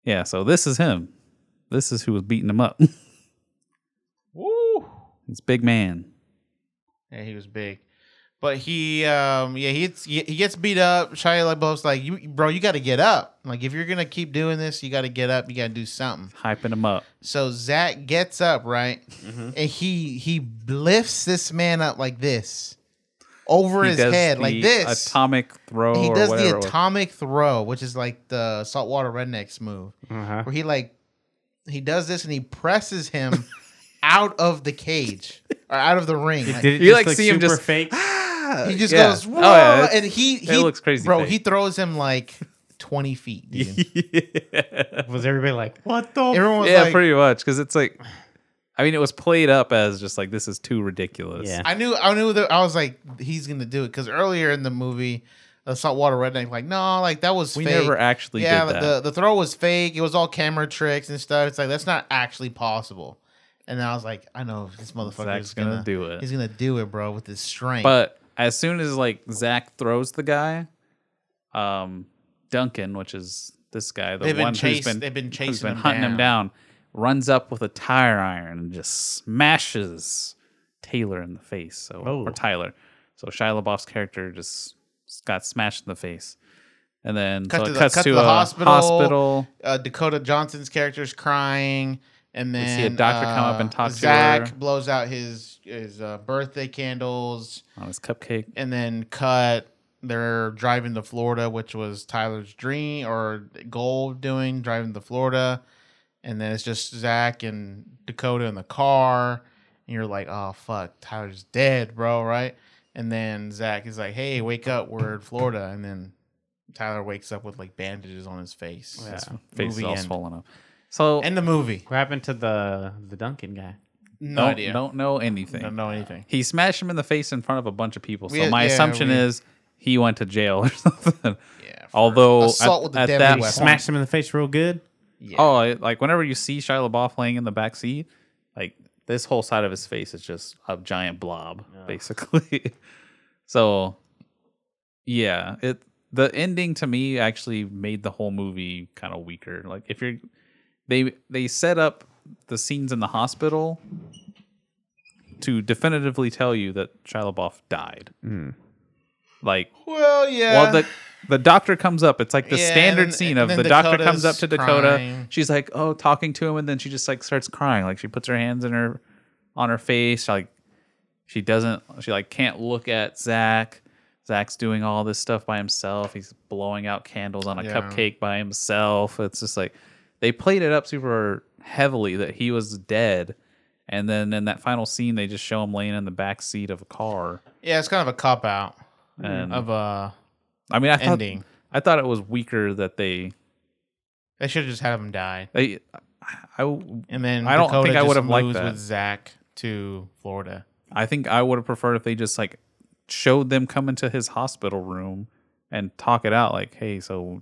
Speaker 2: Yeah, so this is him. This is who was beating him up.
Speaker 4: Woo.
Speaker 2: He's a big man.
Speaker 4: Yeah, he was big. But he, um, yeah, he gets, he he gets beat up. Shia LaBeouf's like, "You, bro, you got to get up. Like, if you're gonna keep doing this, you got to get up. You got to do something."
Speaker 2: Hyping him up.
Speaker 4: So Zach gets up, right,
Speaker 2: Mm-hmm.
Speaker 4: and he he lifts this man up like this, over
Speaker 2: He
Speaker 4: his
Speaker 2: does
Speaker 4: head,
Speaker 2: the
Speaker 4: like this.
Speaker 2: atomic throw.
Speaker 4: he
Speaker 2: or
Speaker 4: does
Speaker 2: whatever it
Speaker 4: the
Speaker 2: was.
Speaker 4: atomic throw, which is like the saltwater rednecks move,
Speaker 3: Uh-huh.
Speaker 4: where he like he does this and he presses him out of the cage or out of the ring. Like,
Speaker 2: Did it You, just like, look see him super just- fake?
Speaker 4: He just
Speaker 2: Yeah.
Speaker 4: goes,
Speaker 2: Oh,
Speaker 4: Whoa!
Speaker 2: yeah, it's-
Speaker 4: and he,
Speaker 2: it
Speaker 4: he
Speaker 2: looks crazy
Speaker 4: bro.
Speaker 2: fake.
Speaker 4: He throws him like twenty feet. Dude.
Speaker 3: Was everybody like, what the?
Speaker 4: Everyone was
Speaker 2: yeah,
Speaker 4: like,
Speaker 2: pretty much. Because it's like, I mean, it was played up as just like this is too ridiculous.
Speaker 4: I knew, I knew that I was like, he's gonna do it because earlier in the movie, a saltwater redneck. Like, no, like that was
Speaker 2: We
Speaker 4: fake."
Speaker 2: never actually
Speaker 4: Yeah,
Speaker 2: did that.
Speaker 4: the the throw was fake. It was all camera tricks and stuff. It's like that's not actually possible. And I was like, I know this motherfucker
Speaker 2: Zach's
Speaker 4: is
Speaker 2: gonna
Speaker 4: gonna,
Speaker 2: do it.
Speaker 4: He's gonna do it, bro, with his strength.
Speaker 2: But as soon as like Zach throws the guy, um, Duncan, which is this guy, the
Speaker 4: They've been
Speaker 2: one
Speaker 4: chase-
Speaker 2: who's been
Speaker 4: they've been
Speaker 2: who's
Speaker 4: chasing
Speaker 2: been
Speaker 4: him
Speaker 2: hunting him
Speaker 4: down.
Speaker 2: down, runs up with a tire iron and just smashes Taylor in the face. So or Tyler, so Shia LaBeouf's character just got smashed in the face, and then
Speaker 4: cut
Speaker 2: so
Speaker 4: to
Speaker 2: it
Speaker 4: the,
Speaker 2: cuts
Speaker 4: cut to
Speaker 2: to
Speaker 4: the
Speaker 2: a
Speaker 4: hospital.
Speaker 2: hospital.
Speaker 4: Uh, Dakota Johnson's character's crying, and
Speaker 2: We
Speaker 4: then
Speaker 2: see a doctor come up
Speaker 4: uh,
Speaker 2: and talk to
Speaker 4: Zach
Speaker 2: her.
Speaker 4: blows out his his uh, birthday candles
Speaker 2: on his cupcake,
Speaker 4: and then cut. They're driving to Florida, which was Tyler's dream or goal of doing driving to Florida, and then it's just Zach and Dakota in the car, and you're like, oh fuck, Tyler's dead, bro, right? And then Zach is like, hey, wake up, we're in Florida, and then Tyler wakes up with like bandages on his face.
Speaker 3: Yeah.
Speaker 4: That's
Speaker 2: Face is
Speaker 4: movie
Speaker 2: all
Speaker 4: end.
Speaker 2: swollen up. So
Speaker 4: end the movie.
Speaker 3: What happened to the the Duncan guy?
Speaker 4: No
Speaker 2: don't,
Speaker 4: idea.
Speaker 2: Don't know anything. Don't
Speaker 4: know anything.
Speaker 2: He smashed him in the face in front of a bunch of people. So
Speaker 4: We-
Speaker 2: my
Speaker 4: yeah,
Speaker 2: assumption
Speaker 4: we-
Speaker 2: is he went to jail or something. Yeah. Although
Speaker 4: assault
Speaker 2: at,
Speaker 4: with a
Speaker 2: at
Speaker 4: deadly
Speaker 2: that
Speaker 4: weapon.
Speaker 2: point-
Speaker 3: Smashed him in the face real good.
Speaker 2: Oh, I- like whenever you see Shia LaBeouf laying in the back seat, like this whole side of his face is just a giant blob, basically. so, yeah, it the ending to me actually made the whole movie kind of weaker. Like if you're they they set up the scenes in the hospital to definitively tell you that Shia LaBeouf died. Like
Speaker 4: Well, yeah.
Speaker 2: well, the the doctor comes up. It's like the
Speaker 4: Yeah, and
Speaker 2: standard
Speaker 4: then-
Speaker 2: scene
Speaker 4: and
Speaker 2: of
Speaker 4: then
Speaker 2: the doctor
Speaker 4: Dakota's
Speaker 2: comes up to Dakota.
Speaker 4: crying.
Speaker 2: She's like, "Oh, talking to him," and then she just like starts crying. Like she puts her hands in her on her face. Like she doesn't. She like can't look at Zach. Zach's doing all this stuff by himself. He's blowing out candles on a
Speaker 4: Yeah.
Speaker 2: cupcake by himself. It's just like they played it up super heavily that he was dead. And then in that final scene, they just show him laying in the back seat of a car.
Speaker 4: Yeah, it's kind of a cop out uh,
Speaker 2: And-
Speaker 4: of a.
Speaker 2: I mean, I thought,
Speaker 4: ending.
Speaker 2: I thought it was weaker that they
Speaker 4: They should have just had him die.
Speaker 2: They, I,
Speaker 4: and then
Speaker 2: I don't
Speaker 4: Dakota
Speaker 2: think I
Speaker 4: just
Speaker 2: would have liked
Speaker 4: moves
Speaker 2: that.
Speaker 4: with Zach to Florida.
Speaker 2: I think I would have preferred if they just like showed them come into his hospital room and talk it out, like, "Hey, so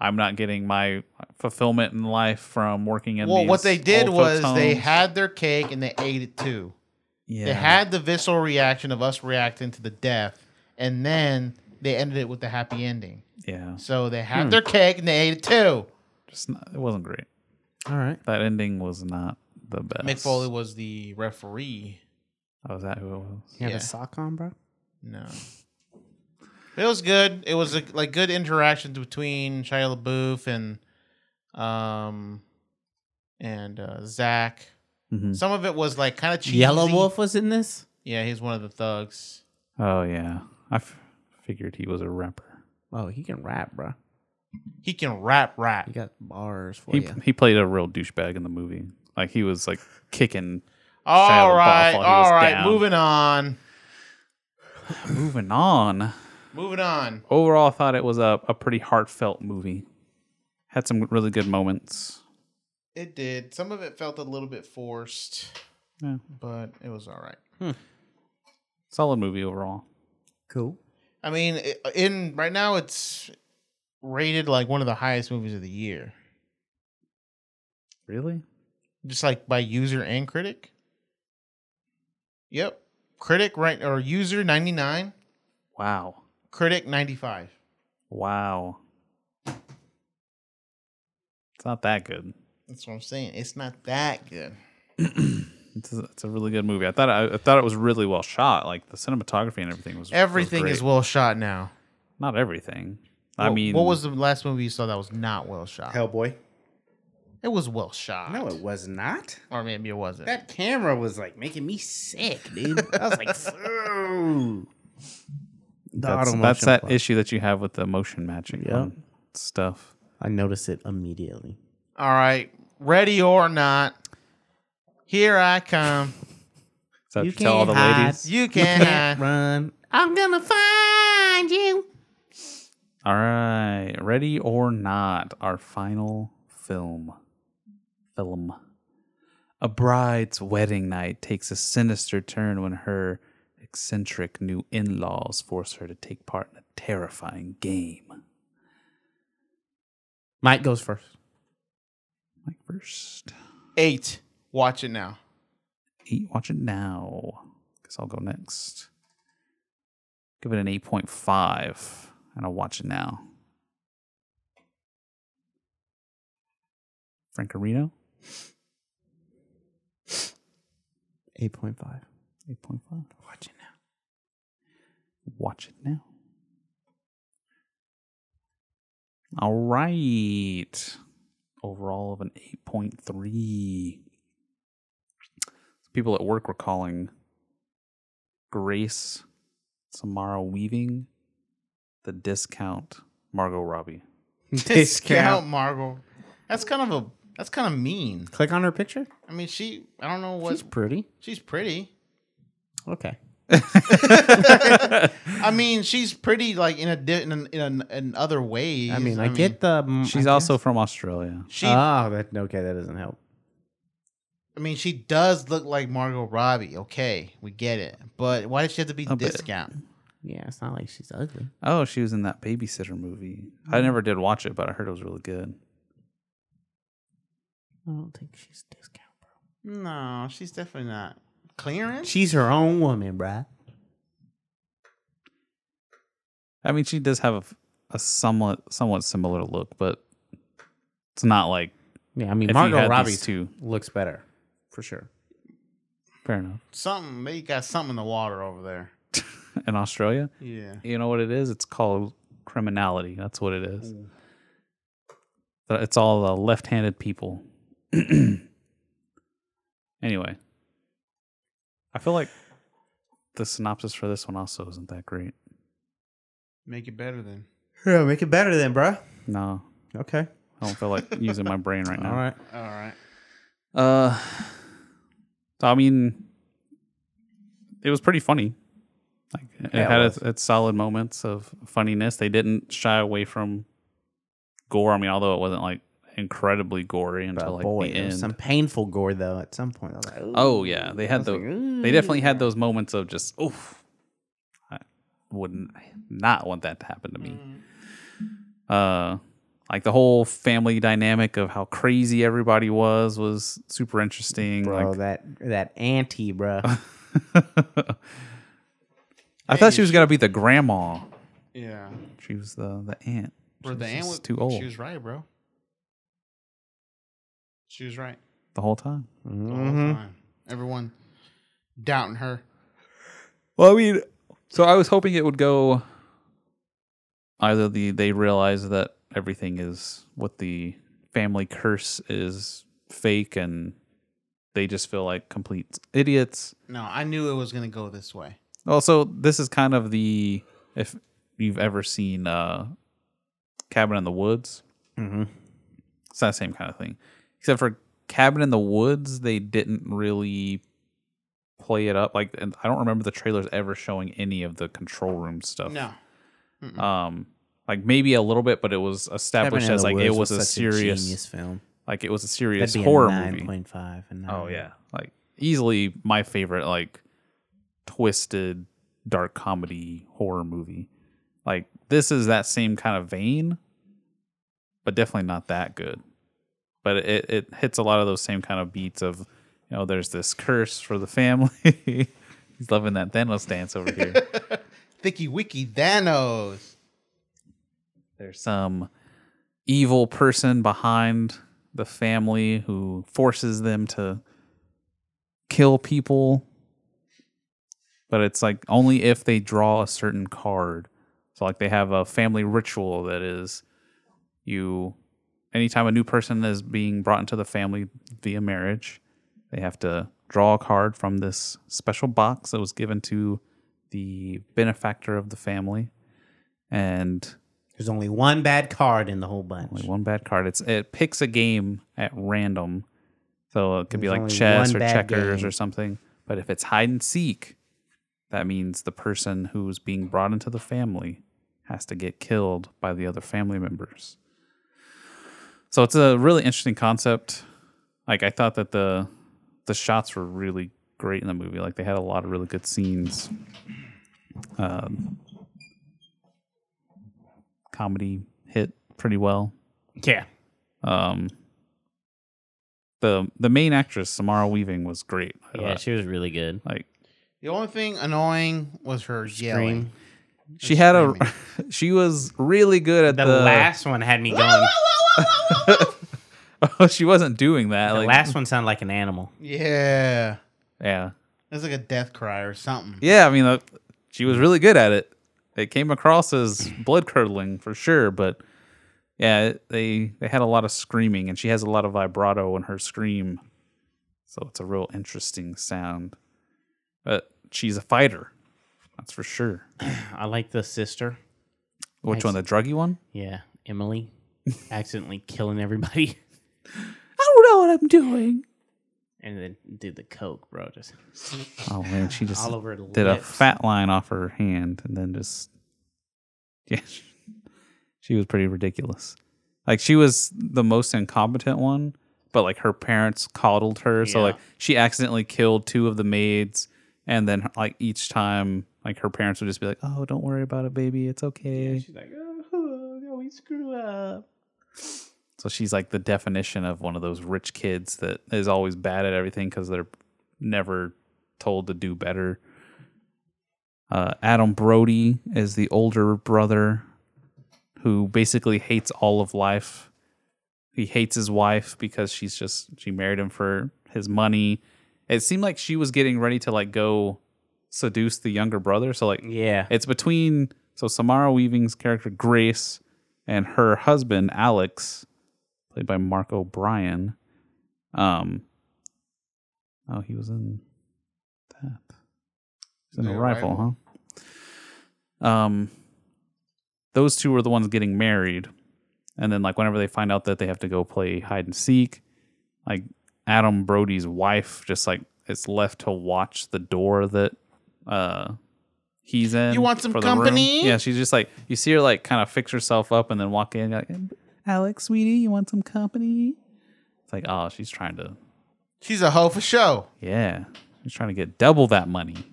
Speaker 2: I'm not getting my fulfillment in life from working in."
Speaker 4: Well, what
Speaker 2: these
Speaker 4: they did
Speaker 2: old
Speaker 4: was
Speaker 2: folks'
Speaker 4: they
Speaker 2: homes."
Speaker 4: had their cake and they ate it too.
Speaker 2: Yeah.
Speaker 4: They had the visceral reaction of us reacting to the death, and then they ended it with the happy ending.
Speaker 2: yeah,
Speaker 4: So they had
Speaker 2: Hmm.
Speaker 4: their cake and they ate it too.
Speaker 2: just not, it wasn't great.
Speaker 3: All right,
Speaker 2: that ending was not the best.
Speaker 4: Mick Foley was the referee.
Speaker 2: Oh, is that who it was?
Speaker 3: You have a sock on, bro.
Speaker 4: No. It was good. It was a, like good interactions between Shia LaBeouf and um and uh, Zach.
Speaker 2: Mhm.
Speaker 4: Some of it was like kind of cheesy.
Speaker 3: Yellow Wolf was in this.
Speaker 4: Yeah, he's one of the thugs.
Speaker 2: Oh yeah, I f- figured he was a rapper.
Speaker 3: Oh, he can rap, bro.
Speaker 4: He can rap, rap.
Speaker 3: He got bars for
Speaker 4: Oh,
Speaker 2: He
Speaker 3: you.
Speaker 2: he played a real douchebag in the movie. Like he was like kicking. Shia
Speaker 4: All
Speaker 2: LaBeouf while
Speaker 4: right,
Speaker 2: he was
Speaker 4: all right.
Speaker 2: down.
Speaker 4: Moving on.
Speaker 2: Moving on.
Speaker 4: Moving on.
Speaker 2: Overall, I thought it was a, a pretty heartfelt movie. Had some really good moments.
Speaker 4: It did. Some of it felt a little bit forced,
Speaker 2: Yeah.
Speaker 4: but it was all right.
Speaker 2: Solid movie overall.
Speaker 3: Cool.
Speaker 4: I mean, i- in right now it's rated like one of the highest movies of the year,
Speaker 2: Really?
Speaker 4: just like by user and critic. Yep, critic right or user ninety nine,
Speaker 2: Wow.
Speaker 4: critic ninety five.
Speaker 2: Wow. It's not that good.
Speaker 4: That's what I'm saying. It's not that good.
Speaker 2: It's a, it's a really good movie. I thought I, I thought it was really well shot. Like the cinematography and everything was was
Speaker 4: Everything is
Speaker 2: great.
Speaker 4: well shot now.
Speaker 2: Not everything. I
Speaker 4: What-
Speaker 2: mean,
Speaker 4: what was the last movie you saw that was not well shot?
Speaker 3: Hellboy.
Speaker 4: It was well shot.
Speaker 3: No, it was not.
Speaker 4: Or maybe it wasn't.
Speaker 3: That camera was like making me sick, dude. I was like, "Ooh." The
Speaker 2: that's, that's
Speaker 3: auto motion
Speaker 2: that
Speaker 3: plus.
Speaker 2: issue that you have with the motion matching
Speaker 3: Yep.
Speaker 2: on stuff.
Speaker 3: I noticed it immediately.
Speaker 4: All right, ready or not, here I come.
Speaker 2: Is that what you tell all the ladies?
Speaker 4: You can't hide.
Speaker 3: run.
Speaker 6: I'm gonna find you.
Speaker 2: All right, ready or not, our final film. Film. A bride's wedding night takes a sinister turn when her eccentric new in laws force her to take part in a terrifying game.
Speaker 3: Mike goes first.
Speaker 2: Mike first.
Speaker 4: Eight. Watch it now.
Speaker 2: Eight. Watch it now. Guess I'll go next. Give it an eight point five, and I'll watch it now. Francorino.
Speaker 13: 8.5.
Speaker 2: 8.5.
Speaker 3: Watch it now.
Speaker 2: Watch it now. All right. Overall of an 8.3. People at work were calling Grace Samara Weaving the discount Margot Robbie.
Speaker 4: Discount Margot. That's kind of a that's kind of mean.
Speaker 3: Click on her picture.
Speaker 4: I mean, she. I don't know what.
Speaker 3: She's pretty.
Speaker 4: She's pretty.
Speaker 3: Okay.
Speaker 4: I mean, she's pretty like in a di- in an, in, an, in other ways.
Speaker 3: I mean, I, get the. mm,
Speaker 2: She's
Speaker 3: I
Speaker 2: also
Speaker 3: guess.
Speaker 2: from Australia.
Speaker 4: She-
Speaker 3: oh, that okay. That doesn't help.
Speaker 4: I mean, she does look like Margot Robbie. Okay, we get it. But why does she have to be
Speaker 2: A bit.
Speaker 4: discount?
Speaker 3: Yeah, it's not like she's ugly.
Speaker 2: Oh, she was in that babysitter movie. I never did watch it, but I heard it was really good.
Speaker 3: I don't think she's discount.
Speaker 4: No, she's definitely not. Clearance.
Speaker 3: She's her own woman, bruh.
Speaker 2: I mean, she does have a, a somewhat somewhat similar look, but it's not like
Speaker 3: Yeah, I mean,
Speaker 2: if you had
Speaker 3: Margot
Speaker 2: these
Speaker 3: Robbie
Speaker 2: two.
Speaker 3: too looks better for sure.
Speaker 2: Fair enough.
Speaker 4: Something. They got something in the water over there.
Speaker 2: In Australia,
Speaker 4: Yeah.
Speaker 2: you know what it is? It's called criminality. That's what it is. But It's all the left-handed people. anyway, I feel like the synopsis for this one also isn't that great.
Speaker 4: Make it better then.
Speaker 3: Yeah, make it better then, bruh.
Speaker 2: No,
Speaker 3: Okay.
Speaker 2: I don't feel like using my brain right now.
Speaker 3: All right.
Speaker 4: All right.
Speaker 2: Uh, so I mean, it was pretty funny. Like it
Speaker 3: Yeah, it
Speaker 2: had
Speaker 3: was.
Speaker 2: its, its solid moments of funniness. They didn't shy away from gore. I mean, although it wasn't like incredibly gory until like
Speaker 3: Boy,
Speaker 2: the
Speaker 3: it
Speaker 2: end.
Speaker 3: was some painful gore though. At some point, I was like,
Speaker 2: oh yeah, they had the they definitely had those moments of just oof. I wouldn't not want that to happen to me.
Speaker 3: Mm.
Speaker 2: Uh, like the whole family dynamic of how crazy everybody was was super interesting.
Speaker 3: bro,
Speaker 2: like
Speaker 3: that that auntie, bro.
Speaker 2: I thought she was gonna be the grandma.
Speaker 4: Yeah.
Speaker 2: She was the the aunt.
Speaker 4: Bro, the
Speaker 2: She's
Speaker 4: ant
Speaker 2: just
Speaker 4: was
Speaker 2: too old
Speaker 4: She was right, bro. She was right
Speaker 2: the whole time.
Speaker 4: the whole
Speaker 3: Mm-hmm.
Speaker 4: time. Everyone doubting her.
Speaker 2: Well, I mean, so I was hoping it would go either the they realize that everything is what the family curse is fake and they just feel like complete idiots.
Speaker 4: No, I knew it was gonna go this way.
Speaker 2: Also, this is kind of the if you've ever seen uh Cabin in the Woods.
Speaker 3: Mhm.
Speaker 2: It's that same kind of thing. Except for Cabin in the Woods, they didn't really play it up. Like and I don't remember the trailers ever showing any of the control room stuff.
Speaker 4: No. Mm-mm.
Speaker 2: Um like maybe a little bit, but it was established
Speaker 3: in
Speaker 2: as
Speaker 3: the
Speaker 2: like it was,
Speaker 3: Woods was
Speaker 2: a
Speaker 3: such a
Speaker 2: serious
Speaker 3: genius film.
Speaker 2: Like it was a serious
Speaker 3: That'd be a
Speaker 2: horror movie.
Speaker 3: 9.5 and
Speaker 2: Oh
Speaker 3: 9.
Speaker 2: yeah. Like easily my favorite like twisted dark comedy horror movie. Like this is that same kind of vein, but definitely not that good. But it it hits a lot of those same kind of beats of you know there's this curse for the family. He's loving that Thanos dance over here.
Speaker 4: Thicky Wiki Thanos.
Speaker 2: there's some evil person behind the family who forces them to kill people but it's like only if they draw a certain card so like they have a family ritual that is you anytime a new person is being brought into the family via marriage they have to draw a card from this special box that was given to the benefactor of the family and
Speaker 3: There's only one bad card in the whole bunch.
Speaker 2: only one bad card. It's it picks a game at random, so it could be
Speaker 3: There's
Speaker 2: like
Speaker 3: only
Speaker 2: chess
Speaker 3: one
Speaker 2: or
Speaker 3: bad
Speaker 2: checkers
Speaker 3: game.
Speaker 2: or something. But if it's hide and seek, that means the person who's being brought into the family has to get killed by the other family members. So it's a really interesting concept. Like I thought that the the shots were really great in the movie. Like they had a lot of really good scenes. Um, comedy hit pretty well.
Speaker 3: Yeah.
Speaker 2: Um the the main actress, Samara Weaving, was great. I
Speaker 14: Yeah,
Speaker 2: thought.
Speaker 14: she was really good.
Speaker 2: Like
Speaker 4: The only thing annoying was her yelling.
Speaker 2: she had a she was really good at the,
Speaker 3: The last one had me going.
Speaker 2: Oh, she wasn't doing that.
Speaker 3: The
Speaker 2: like
Speaker 3: last one sounded like an animal.
Speaker 4: Yeah.
Speaker 2: Yeah.
Speaker 4: It was like a death cry or something.
Speaker 2: Yeah, I mean, uh, she was really good at it. It came across as blood curdling for sure, but yeah, it- they they had a lot of screaming, and she has a lot of vibrato in her scream, so it's a real interesting sound. But she's a fighter, that's for sure.
Speaker 3: I like the sister.
Speaker 2: Which
Speaker 3: Nice.
Speaker 2: one, the druggy one?
Speaker 3: Yeah, Emily, accidentally killing everybody,
Speaker 2: I don't know what I'm doing.
Speaker 3: and then did the coke, bro. Just
Speaker 2: Oh man, she just
Speaker 3: All over her
Speaker 2: did a
Speaker 3: lips.
Speaker 2: fat line off her hand, and then just yeah, she was pretty ridiculous. Like she was the most incompetent one, but like her parents coddled her, so
Speaker 3: Yeah.
Speaker 2: like she accidentally killed two of the maids, and then like each time, like her parents would just be like, "Oh, don't worry about it, baby, it's okay."
Speaker 3: she's like, oh, no, we screw up.
Speaker 2: so she's like the definition of one of those rich kids that is always bad at everything because they're never told to do better. Uh, Adam Brody is the older brother who basically hates all of life. He hates his wife because she's just she married him for his money. It seemed like she was getting ready to like go seduce the younger brother. So like
Speaker 3: yeah,
Speaker 2: it's between so Samara Weaving's character Grace and her husband Alex, played by Mark O'Brien. Um, oh, he was in that. He's in
Speaker 6: The
Speaker 2: a rifle, huh?
Speaker 6: Arrival.
Speaker 2: Um, those two were the ones getting married, and then like whenever they find out that they have to go play hide and seek, like Adam Brody's wife just like is left to watch the door that uh he's in.
Speaker 4: You want some
Speaker 2: for the room.
Speaker 4: company?
Speaker 2: Yeah, she's just like you see her like kind of fix herself up and then walk in like Alex, sweetie, you want some company? It's like, oh, she's trying to
Speaker 4: She's a hoe for show.
Speaker 2: yeah. She's trying to get double that money.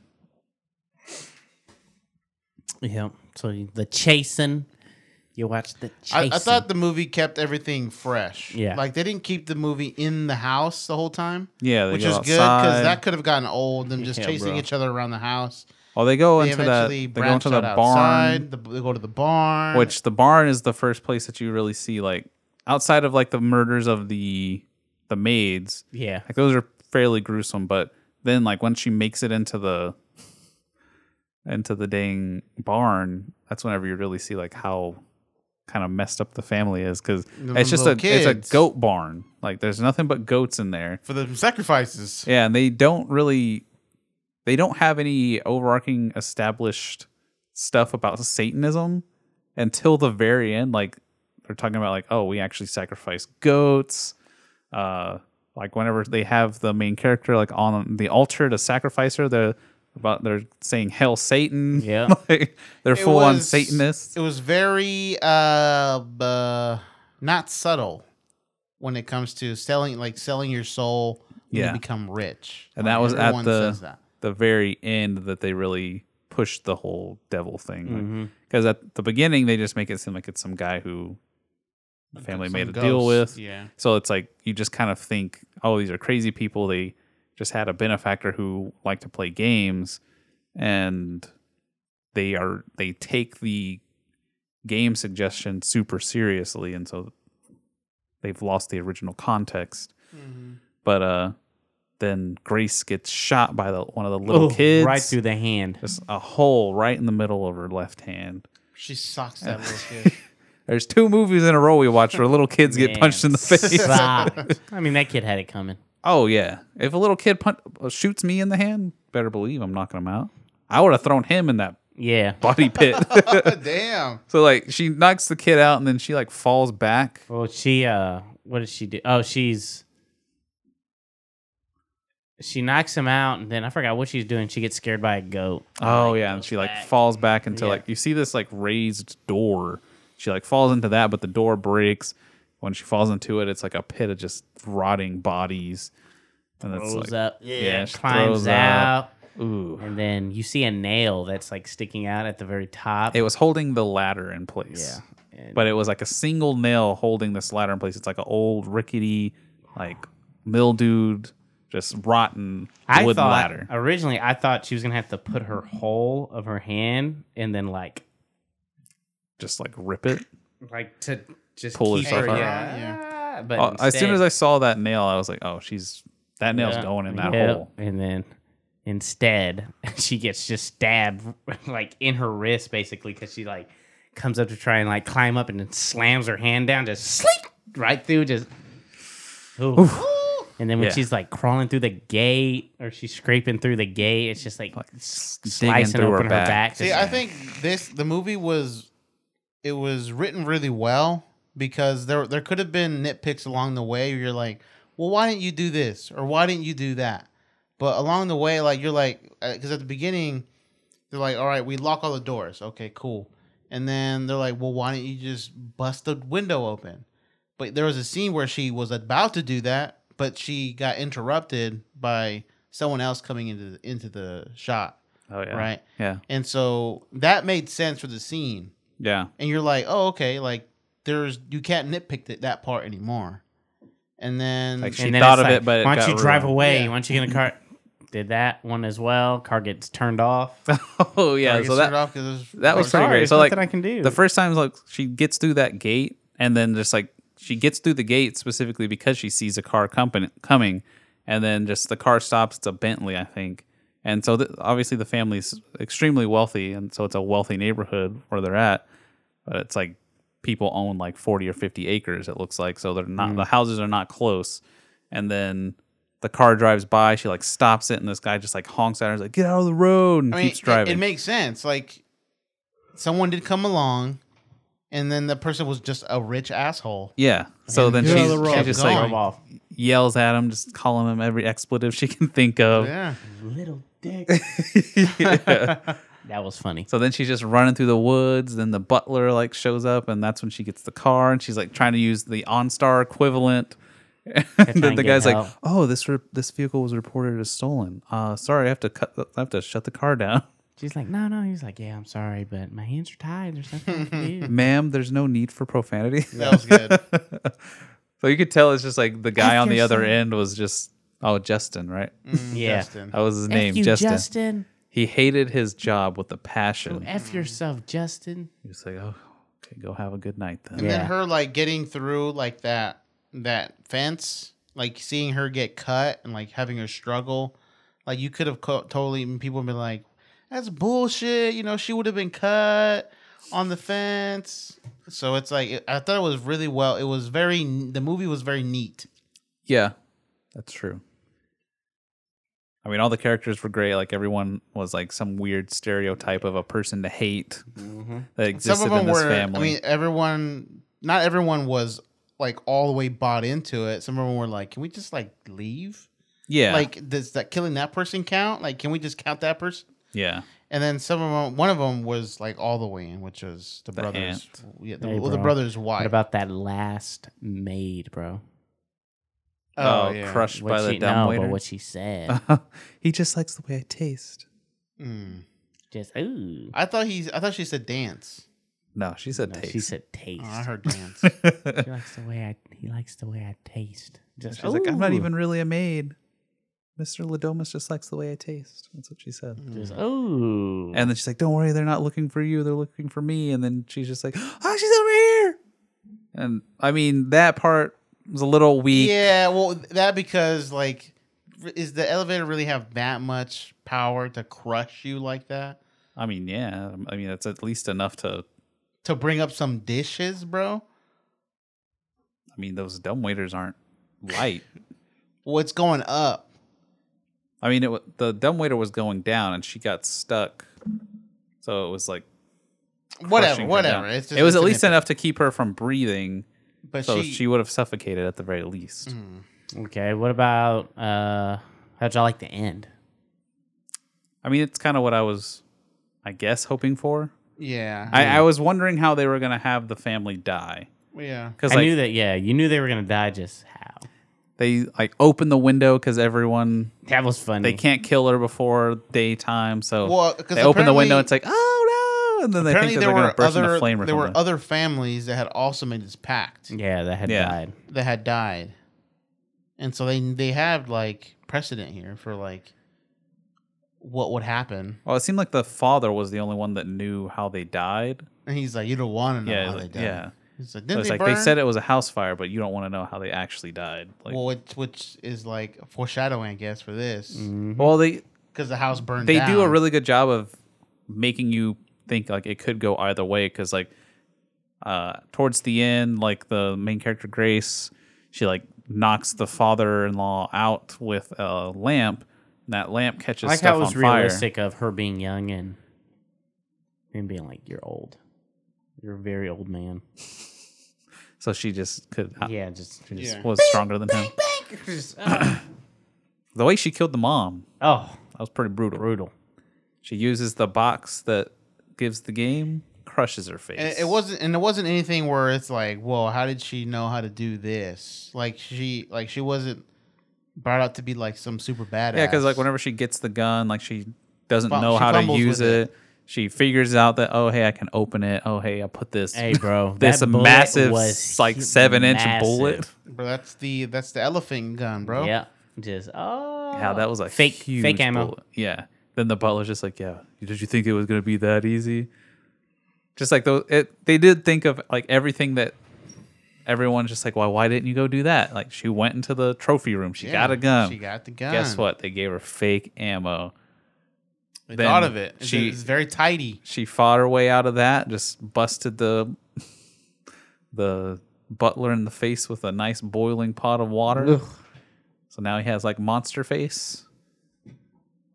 Speaker 3: Yeah. So the chasing. You watch the
Speaker 4: I,
Speaker 3: chasing.
Speaker 4: I thought the movie kept everything fresh.
Speaker 3: Yeah.
Speaker 4: Like they didn't keep the movie in the house the whole time.
Speaker 2: Yeah, they
Speaker 4: which
Speaker 2: go
Speaker 4: is good because
Speaker 2: outside.
Speaker 4: that could have gotten old. Them just
Speaker 2: Yeah,
Speaker 4: chasing
Speaker 2: bro.
Speaker 4: each other around the house.
Speaker 2: Oh, they go into that.
Speaker 4: eventually
Speaker 2: They go into
Speaker 4: branched
Speaker 2: the
Speaker 4: out
Speaker 2: barn,
Speaker 4: outside, the- they go to the barn.
Speaker 2: which the barn is the first place that you really see like outside of like the murders of the the maids.
Speaker 3: Yeah.
Speaker 2: like those are fairly gruesome. But then like once she makes it into the into the dang barn, that's whenever you really see like how kind of messed up the family is because
Speaker 4: The
Speaker 2: it's just a
Speaker 4: little
Speaker 2: it's
Speaker 4: kids.
Speaker 2: a goat barn. Like there's nothing but goats in there
Speaker 4: for the sacrifices.
Speaker 2: Yeah, and they don't really they don't have any overarching established stuff about Satanism until the very end. Like they're talking about like, oh, we actually sacrifice goats. Uh like whenever they have the main character like on the altar to sacrifice her, they're about they're saying hell Satan.
Speaker 3: Yeah.
Speaker 2: like, they're
Speaker 4: It
Speaker 2: full on
Speaker 4: was-
Speaker 2: Satanists.
Speaker 4: It was very uh, uh not subtle when it comes to selling, like selling your soul when
Speaker 2: Yeah.
Speaker 4: you become rich.
Speaker 2: And
Speaker 4: Like,
Speaker 2: that was at
Speaker 4: everyone says
Speaker 2: the
Speaker 4: that.
Speaker 2: the very end that they really pushed the whole devil
Speaker 3: Mhm.
Speaker 4: Mm-hmm.
Speaker 2: thing. Because at the beginning they just make it seem like it's some guy who the family made a
Speaker 4: some
Speaker 2: deal
Speaker 4: ghost,
Speaker 2: with.
Speaker 4: yeah.
Speaker 2: So it's like you just kind of think, oh, these are crazy people. They just had a benefactor who liked to play games, and they are they take the game suggestion super seriously, and so they've lost the original context.
Speaker 3: Mm-hmm.
Speaker 2: But uh, then Grace gets shot by the one of the little
Speaker 3: Oh,
Speaker 2: kids
Speaker 3: right through the hand.
Speaker 2: Just a hole right in the middle of her left hand.
Speaker 4: She sucks that little kid.
Speaker 2: There's two movies in a row we watched where little kids get
Speaker 3: Man,
Speaker 2: punched in the face.
Speaker 3: sucked. I mean, that kid had it coming.
Speaker 2: Oh yeah. If a little kid pun- shoots me in the hand, better believe I'm knocking him out. I would have thrown him in that
Speaker 3: yeah
Speaker 2: body pit.
Speaker 4: Damn.
Speaker 2: So like she knocks the kid out and then she like falls back.
Speaker 3: Well, she uh, what does she do? Oh, she's she knocks him out, and then I forgot what she's doing. She gets scared by a goat.
Speaker 2: Oh yeah, and she like falls back into like you see this like raised door. She like falls into that, but the door breaks. When she falls into it, it's like a pit of just rotting bodies. And it's
Speaker 3: Throws
Speaker 2: like
Speaker 3: up, yeah,
Speaker 2: she
Speaker 3: climbs
Speaker 2: throws
Speaker 3: out.
Speaker 2: up. Ooh.
Speaker 3: And then you see a nail that's like sticking out at the very top.
Speaker 2: It was holding the ladder in place.
Speaker 3: Yeah.
Speaker 2: but it was like a single nail holding this ladder in place. It's like an old rickety, like mildewed, just rotten
Speaker 3: I
Speaker 2: wooden
Speaker 3: thought
Speaker 2: ladder.
Speaker 3: originally I thought she was gonna have to put her whole of her hand and then like
Speaker 2: just like rip it,
Speaker 3: like to just
Speaker 2: Pull
Speaker 3: keep
Speaker 2: herself
Speaker 3: her,
Speaker 2: out.
Speaker 3: Yeah, But
Speaker 2: Uh, as soon
Speaker 3: instead-
Speaker 2: as I saw that nail, I was like, "Oh, she's that nail's
Speaker 3: Yeah.
Speaker 2: going in that
Speaker 3: Yep.
Speaker 2: hole."
Speaker 3: And then instead, she gets just stabbed like in her wrist basically because she like comes up to try and like climb up and then slams her hand down, just sleep right through, just. Ooh. And then when
Speaker 2: Yeah.
Speaker 3: she's like crawling through the gate or she's scraping through the gate, it's just like, s- slicing
Speaker 2: through her
Speaker 3: open her
Speaker 2: back.
Speaker 3: back.
Speaker 4: See,
Speaker 3: just-
Speaker 4: I think this the movie was it was written really well because there there could have been nitpicks along the way where you're like, well, why didn't you do this or why didn't you do that? But along the way, like you're like, because at the beginning, they're like, all right, we lock all the doors, okay, cool, and then they're like, well, why didn't you just bust the window open? But there was a scene where she was about to do that, but she got interrupted by someone else coming into the, into the shot.
Speaker 2: Oh yeah.
Speaker 4: Right.
Speaker 2: Yeah.
Speaker 4: And so that made sense for the scene.
Speaker 2: Yeah.
Speaker 4: And you're like, oh, okay, like there's you can't nitpick that, that part anymore. And then
Speaker 2: Like, she And then thought it's of like, it, but it
Speaker 3: why don't
Speaker 2: got
Speaker 3: you drive
Speaker 2: ruined.
Speaker 3: away?
Speaker 2: Yeah.
Speaker 3: Why don't you get in a car? Did that one as well. Car gets turned off.
Speaker 2: oh yeah,
Speaker 3: Target
Speaker 2: so that
Speaker 3: started off 'cause it's-
Speaker 2: that was
Speaker 3: Sorry,
Speaker 2: pretty great.
Speaker 3: there's
Speaker 2: So like
Speaker 3: nothing I can do.
Speaker 2: the first time, like she gets through that gate, and then just like she gets through the gate specifically because she sees a car company coming, and then just the car stops. It's a Bentley, I think, and so th- obviously the family's extremely wealthy, and so it's a wealthy neighborhood where they're at, but it's like people own like 40 or 50 acres it looks like so they're not
Speaker 3: Mm.
Speaker 2: the houses are not close and then the car drives by she like stops it and this guy just like honks at her he's like get out of the road and
Speaker 4: I mean,
Speaker 2: keeps
Speaker 4: it-
Speaker 2: driving
Speaker 4: It, makes sense. Like someone did come along and then the person was just a rich asshole.
Speaker 2: Yeah. So
Speaker 4: And
Speaker 2: then
Speaker 4: just
Speaker 2: she's,
Speaker 4: kept
Speaker 2: she just
Speaker 4: going.
Speaker 2: like yells at him, just calling him every expletive she can think of.
Speaker 4: Yeah.
Speaker 3: Little dick. That was funny.
Speaker 2: So then she's just running through the woods. Then the butler like shows up, and that's when she gets the car, and she's like trying to use the OnStar equivalent. And then
Speaker 3: and
Speaker 2: the
Speaker 3: get
Speaker 2: guy's
Speaker 3: help.
Speaker 2: like, "Oh, this re- this vehicle was reported as stolen. Uh, sorry, I have to cut. the- I have to shut the car down,
Speaker 3: She's like, no, no. He's like, yeah, I'm sorry, but my hands are tied. There's nothing I can do.
Speaker 2: ma'am. There's no need for profanity."
Speaker 3: That was good.
Speaker 2: so you could tell it's just like the guy
Speaker 3: F
Speaker 2: on the other
Speaker 3: yourself.
Speaker 2: end was just oh Justin, right?
Speaker 3: Yeah. Justin.
Speaker 2: that was his
Speaker 3: F
Speaker 2: name,
Speaker 3: you,
Speaker 2: Justin.
Speaker 3: Justin.
Speaker 2: He hated his job with a passion.
Speaker 3: F yourself, Justin.
Speaker 2: He was like, "Oh, okay, go have a good night then."
Speaker 4: And then her like getting through like that that fence, like seeing her get cut and like having her struggle, like you could have co- totally and people would be like, "That's bullshit," you know. She would have been cut on the fence. So it's like it- I thought it was really well. It was very the movie was very neat.
Speaker 2: Yeah, that's true. I mean, all the characters were great. Like everyone was like some weird stereotype of a person to hate
Speaker 4: Mm-hmm.
Speaker 2: that existed in this family.
Speaker 4: I mean, everyone. Not everyone was like all the way bought into it. Some of them were like, "Can we just like leave?"
Speaker 2: Yeah.
Speaker 4: Like, does that killing that person count? Like, can we just count that person?
Speaker 2: yeah,
Speaker 4: And then some of them, one of them was like all the way in, which was the, brothers.
Speaker 2: aunt.
Speaker 4: Yeah, the,
Speaker 3: Hey,
Speaker 4: well, the
Speaker 3: bro.
Speaker 4: brothers'
Speaker 3: What
Speaker 4: wife.
Speaker 3: about that last maid, bro?
Speaker 2: Oh, Oh, yeah. crushed
Speaker 3: What
Speaker 2: by the
Speaker 3: she- no,
Speaker 2: dumbwaiter?
Speaker 3: but what she said.
Speaker 2: he just likes the way I taste.
Speaker 4: Mm.
Speaker 3: Just ooh.
Speaker 4: I thought he's. I thought she said dance.
Speaker 2: No, she said
Speaker 3: No,
Speaker 2: taste.
Speaker 3: she said taste.
Speaker 4: Oh, I heard dance.
Speaker 3: she likes the way I. He likes the way I taste. Just
Speaker 2: She's like, I'm not
Speaker 3: ooh.
Speaker 2: even really a maid. Mr. Ladomas just likes the way I taste. That's what she
Speaker 4: Mm-hmm.
Speaker 2: said.
Speaker 3: Just ooh.
Speaker 2: And then she's like, "Don't worry, they're not looking for you. They're looking for me." And then she's just like, "Oh, she's over here." And I mean, that part was a little weak.
Speaker 4: Yeah, well, that because like, r- is the elevator really have that much power to crush you like that?
Speaker 2: I mean, yeah. I mean, that's at least enough to.
Speaker 4: To bring up some dishes, bro.
Speaker 2: I mean, those dumb waiters aren't light.
Speaker 4: What's going up?
Speaker 2: I mean, it wa- the dumb waiter was going down, and she got stuck. So it was like crushing
Speaker 4: Whatever,
Speaker 2: her
Speaker 4: whatever.
Speaker 2: down.
Speaker 4: It's just,
Speaker 2: it was
Speaker 4: it's
Speaker 2: at
Speaker 4: a
Speaker 2: least
Speaker 4: nitpick.
Speaker 2: enough to keep her from breathing.
Speaker 4: But
Speaker 2: so she,
Speaker 4: she- Mm.
Speaker 2: would have suffocated at the very least.
Speaker 3: Okay, what about uh? How'd y'all like the end?
Speaker 2: I mean, it's kind of what I was, I guess, hoping for.
Speaker 4: Yeah.
Speaker 2: I, I was wondering how they were gonna have the family die.
Speaker 4: Yeah.
Speaker 2: because
Speaker 3: I
Speaker 2: like,
Speaker 3: knew that. Yeah, you knew they were gonna die. Just how?
Speaker 2: they like open the window because everyone
Speaker 3: that was funny.
Speaker 2: They can't kill her before daytime, so
Speaker 4: Well, 'cause
Speaker 2: they open the window.
Speaker 4: apparently-
Speaker 2: It's like oh and then they think
Speaker 4: Apparently,
Speaker 2: that
Speaker 4: there
Speaker 2: they're going
Speaker 4: were
Speaker 2: to burst
Speaker 4: other
Speaker 2: into flame or
Speaker 4: there were
Speaker 2: something.
Speaker 4: other families that had also made this pact.
Speaker 3: Yeah, that had
Speaker 2: Yeah.
Speaker 3: died.
Speaker 4: That had died, and so they they have like precedent here for like what would happen.
Speaker 2: Well, it seemed like the father was the only one that knew how they died.
Speaker 4: And he's like, "You don't want to know
Speaker 2: yeah,
Speaker 4: how
Speaker 2: like-
Speaker 4: they died."
Speaker 2: Yeah,
Speaker 4: He's like,
Speaker 2: So
Speaker 4: "Didn't
Speaker 2: it's
Speaker 4: they
Speaker 2: like they
Speaker 4: burn?"
Speaker 2: said it was a house fire, but you don't want to know how they actually died. Like,
Speaker 4: well, which, which is like foreshadowing, I guess, for this.
Speaker 2: Well, they
Speaker 4: because the house burned.
Speaker 2: Mm. they do a
Speaker 4: down.
Speaker 2: really good job of making you think like it could go either way because like uh towards the end like the main character grace she like knocks the father-in-law out with a lamp and that lamp catches
Speaker 3: I like
Speaker 2: stuff
Speaker 3: how it was
Speaker 2: on fire.
Speaker 3: realistic of her being young and him being like, "You're old. You're a very old man."
Speaker 2: so she just could
Speaker 3: yeah just,
Speaker 2: she just
Speaker 3: Yeah.
Speaker 2: was
Speaker 3: Bang,
Speaker 2: stronger than him
Speaker 4: uh,
Speaker 2: the way she killed the mom
Speaker 3: oh
Speaker 2: that was pretty brutal
Speaker 3: brutal
Speaker 2: she uses the box that gives the game crushes her face
Speaker 4: And it- it wasn't, and it wasn't anything where it's like, "Whoa, how did she know how to do this?" Like she, like she wasn't brought out to be like some super badass.
Speaker 2: Yeah, because like whenever she gets the gun, like she doesn't
Speaker 4: Fum-
Speaker 2: know
Speaker 4: she
Speaker 2: how to
Speaker 4: fumbles
Speaker 2: use
Speaker 4: with
Speaker 2: it. She figures out that oh hey I can open it. Oh hey I put this
Speaker 3: Hey, bro,
Speaker 2: this
Speaker 3: that bullet
Speaker 2: massive
Speaker 3: was
Speaker 2: like
Speaker 3: hu-
Speaker 2: seven inch
Speaker 3: massive.
Speaker 2: bullet.
Speaker 4: bro, that's the that's the elephant gun, bro.
Speaker 3: Yeah, just oh,
Speaker 2: How that was like
Speaker 3: fake
Speaker 2: huge
Speaker 3: fake ammo.
Speaker 2: bullet. Yeah. Then the butler's just like yeah. Did you think it was gonna be that easy? Just like those, it, they did think of like everything that everyone's just like, why why didn't you go do that? Like she went into the trophy room. She
Speaker 4: Yeah,
Speaker 2: got a gun.
Speaker 4: she got the
Speaker 2: Guess
Speaker 4: gun.
Speaker 2: what? They gave her fake ammo.
Speaker 4: They
Speaker 2: Then
Speaker 4: thought of it. It's-
Speaker 2: She
Speaker 4: it's very tidy.
Speaker 2: she fought her way out of that. Just busted the the butler in the face with a nice boiling pot of water.
Speaker 3: Ugh.
Speaker 2: So now he has like monster face.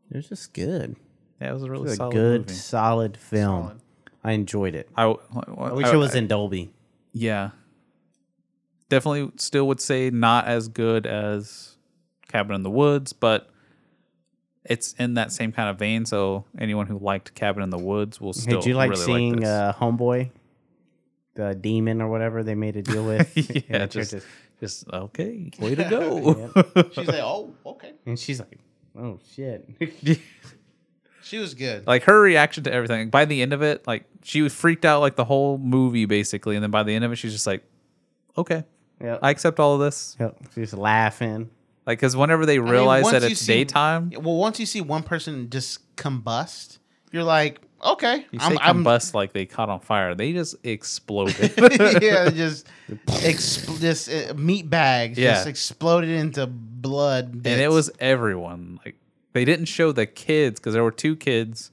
Speaker 3: It was just good.
Speaker 2: Yeah, it was a really
Speaker 3: It's a
Speaker 2: solid
Speaker 3: good,
Speaker 2: movie.
Speaker 3: solid film. I enjoyed it.
Speaker 2: I,
Speaker 3: I wish it was in Dolby.
Speaker 2: Yeah, definitely. Still would say not as good as Cabin in the Woods, but it's in that same kind of vein. So anyone who liked Cabin in the Woods will
Speaker 3: Hey,
Speaker 2: still.
Speaker 3: Did you like
Speaker 2: really
Speaker 3: seeing
Speaker 2: this.
Speaker 3: uh, Homeboy, the demon or whatever they made a deal with?
Speaker 2: Yeah,
Speaker 3: And it's
Speaker 2: just- just okay. Way to go.
Speaker 4: She's like, "Oh, okay."
Speaker 3: and she's like, "Oh shit."
Speaker 4: She was good.
Speaker 2: like her reaction to everything by the end of it like she was freaked out like the whole movie basically and then by the end of it she's just like okay
Speaker 3: Yep.
Speaker 2: i accept all of this
Speaker 3: yep. she's laughing
Speaker 2: like because whenever they
Speaker 4: I mean,
Speaker 2: realize
Speaker 4: once
Speaker 2: that
Speaker 4: you
Speaker 2: it's
Speaker 4: see-
Speaker 2: daytime
Speaker 4: Well, once you see one person just combust, you're like, "Okay,
Speaker 2: you say
Speaker 4: I'm, I'm
Speaker 2: combust like they caught on fire they just exploded
Speaker 4: yeah, just expl- just uh, meat bags
Speaker 2: Yeah.
Speaker 4: just exploded into blood.
Speaker 2: and it
Speaker 4: bits.
Speaker 2: was everyone like they didn't show the kids because there were two kids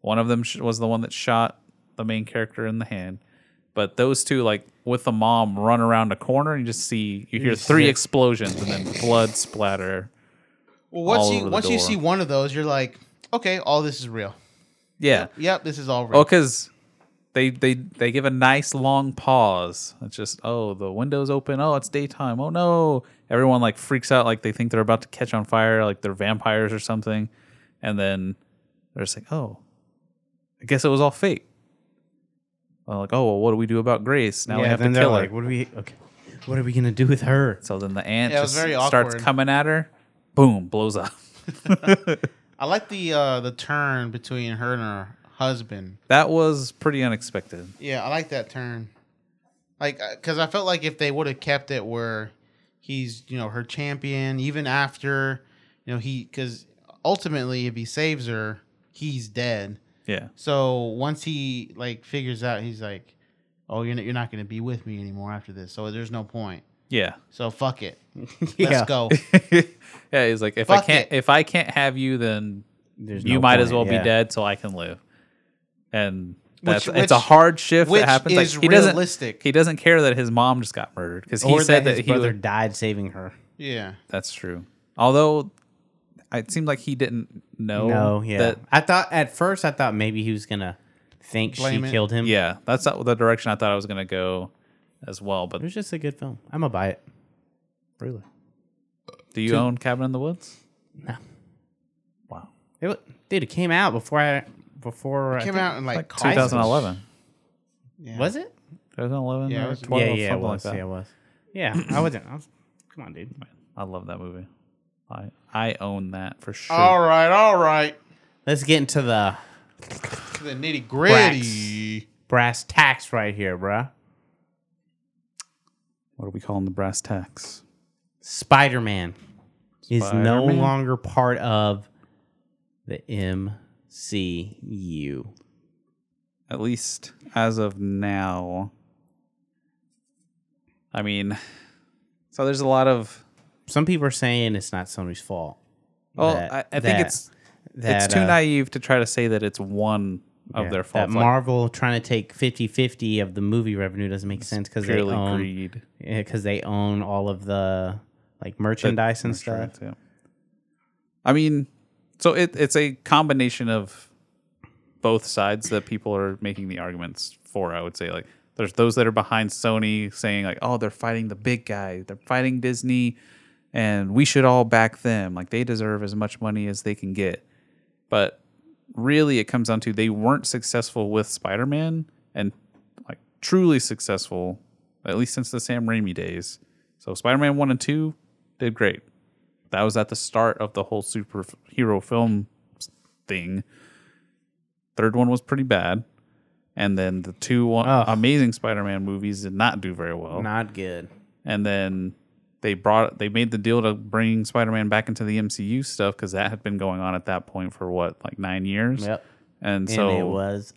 Speaker 2: one of them sh- was the one that shot the main character in the hand but those two like with the mom run around a corner and you just see you hear three
Speaker 3: Sick.
Speaker 2: explosions and then blood splatter
Speaker 4: well, once
Speaker 2: all
Speaker 4: you
Speaker 2: over the
Speaker 4: once you
Speaker 2: door.
Speaker 4: see one of those, you're like, "Okay, all this is real."
Speaker 2: yeah
Speaker 4: Yep, this is all real.
Speaker 2: Oh, because they they they give a nice long pause. It's just oh the windows open. Oh it's daytime. Oh no! Everyone like freaks out like they think they're about to catch on fire like they're vampires or something, and then they're just like oh, I guess it was all fake. Well, like oh well, what do we do about Grace? Now we have to
Speaker 3: then they're
Speaker 2: kill her.
Speaker 3: like, "What are we? Okay, what are we gonna do with her?"
Speaker 2: So then the ant
Speaker 4: Yeah, it was
Speaker 2: just
Speaker 4: very
Speaker 2: starts
Speaker 4: awkward.
Speaker 2: coming at her. Boom! Blows up.
Speaker 4: I like the uh, the turn between her and her husband.
Speaker 2: That was pretty unexpected.
Speaker 4: Yeah, I like that turn. Like, because I felt like if they would have kept it where he's, you know, her champion, even after, you know, he, because ultimately, if he saves her, he's dead.
Speaker 2: Yeah.
Speaker 4: So once he like figures out, he's like, "Oh, you're not, you're not going to be with me anymore after this. So there's no point.
Speaker 2: Yeah.
Speaker 4: So fuck it.
Speaker 3: Yeah.
Speaker 4: Let's go."
Speaker 2: yeah, he's like, if I
Speaker 4: Fuck
Speaker 2: can't, if I can't have you, then
Speaker 3: There's
Speaker 2: you
Speaker 3: no
Speaker 2: might as
Speaker 3: point,
Speaker 2: well
Speaker 3: yeah.
Speaker 2: be dead, so I can live. And
Speaker 4: Which-
Speaker 2: that's it's a
Speaker 4: which-
Speaker 2: hard shift
Speaker 4: which
Speaker 2: that happens.
Speaker 4: is
Speaker 2: like, he doesn't,
Speaker 4: realistic.
Speaker 2: He doesn't care that his mom just got murdered because he
Speaker 3: or
Speaker 2: said that,
Speaker 3: his
Speaker 2: he
Speaker 3: brother
Speaker 2: would.
Speaker 3: died saving her.
Speaker 4: yeah.
Speaker 2: That's true. Although it seemed like he didn't know.
Speaker 3: no, yeah.
Speaker 2: Oh, That,
Speaker 3: I thought at first I thought maybe he was gonna think
Speaker 4: Blame
Speaker 3: she
Speaker 4: it.
Speaker 3: killed him.
Speaker 2: yeah, that's not the direction I thought I was gonna go as well.
Speaker 3: it
Speaker 2: But
Speaker 3: was just a good film. I'm gonna buy it. Really?
Speaker 4: Mm-hmm.
Speaker 2: do you
Speaker 3: two-
Speaker 2: own Cabin in the Woods?
Speaker 3: No.
Speaker 2: Wow.
Speaker 3: It, wa- dude, it came out before I before
Speaker 4: It
Speaker 3: I
Speaker 4: came
Speaker 3: think-
Speaker 4: out in like,
Speaker 2: Like
Speaker 4: college.
Speaker 2: 2011.
Speaker 4: Yeah.
Speaker 3: Was it?
Speaker 2: 2011
Speaker 4: Yeah, it
Speaker 2: or
Speaker 4: was-
Speaker 2: 12
Speaker 3: yeah, yeah,
Speaker 2: something
Speaker 3: it was.
Speaker 2: like that.
Speaker 3: yeah, it was. Yeah, I wasn't. I was, come on, dude.
Speaker 2: I love that movie. I I own that for sure.
Speaker 4: All right, all right.
Speaker 3: Let's get into the
Speaker 4: to the nitty gritty.
Speaker 3: Brass tacks right here, bruh.
Speaker 2: What are we calling the brass tacks?
Speaker 3: Spider Man is no
Speaker 2: Spider-Man?
Speaker 3: longer part of the MCU.
Speaker 2: At least as of now. I mean, so there's a lot of.
Speaker 3: Some people are saying it's not Sony's fault.
Speaker 2: Well,
Speaker 3: That-
Speaker 2: I, I think
Speaker 3: that-
Speaker 2: it's
Speaker 3: that,
Speaker 2: it's too
Speaker 3: uh,
Speaker 2: naive to try to say that it's one of
Speaker 3: Yeah,
Speaker 2: their faults.
Speaker 3: That
Speaker 2: Like,
Speaker 3: Marvel trying to take 50-50 of the movie revenue doesn't make sense because they
Speaker 2: purely
Speaker 3: own
Speaker 2: greed.
Speaker 3: because they own all of the like merchandise and stuff.
Speaker 2: merchandise, I mean, so it, it's a combination of both sides that people are making the arguments for. I would say like there's those that are behind Sony saying like, oh, they're fighting the big guy, they're fighting Disney, and we should all back them. Like they deserve as much money as they can get. But really, it comes down to they weren't successful with Spider-Man and like truly successful, at least since the Sam Raimi days. So Spider-Man one and two did great that was at the start of the whole superhero film s- thing. Third one was pretty bad, and then the two uh, amazing Spider-Man movies did not do very well.
Speaker 3: Not good.
Speaker 2: And then they brought they made the deal to bring Spider-Man back into the MCU stuff because that had been going on at that point for what like nine years.
Speaker 3: Yep.
Speaker 2: And,
Speaker 3: And
Speaker 2: so
Speaker 3: it was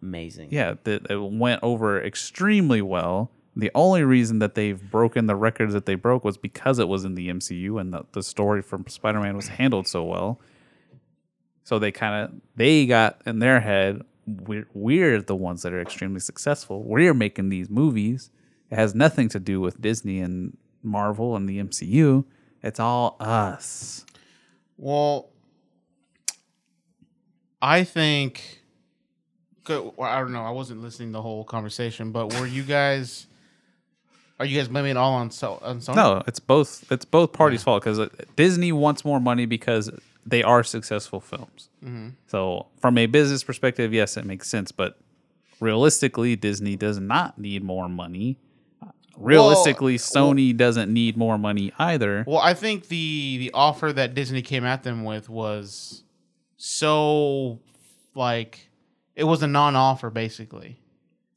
Speaker 3: amazing.
Speaker 2: yeah, that it went over extremely well. The only reason that they've broken the records that they broke was because it was in the MCU and the, the story from Spider-Man was handled so well. So they kind of they got in their head, we're, we're the ones that are extremely successful. We're making these movies. It has nothing to do with Disney and Marvel and the MCU. It's all us.
Speaker 4: Well, I think. Good, well, I don't know. I wasn't listening to the whole conversation, but were you guys? Are you guys blaming it all on so on Sony?
Speaker 2: No, it's both. It's both parties' fault because Disney wants more money because they are successful films.
Speaker 4: Mhm.
Speaker 2: So, from a business perspective, yes, it makes sense. But realistically, Disney does not need more money. Realistically, Sony doesn't need more money either.
Speaker 4: Well, I think the the offer that Disney came at them with was so like it was a non-offer basically.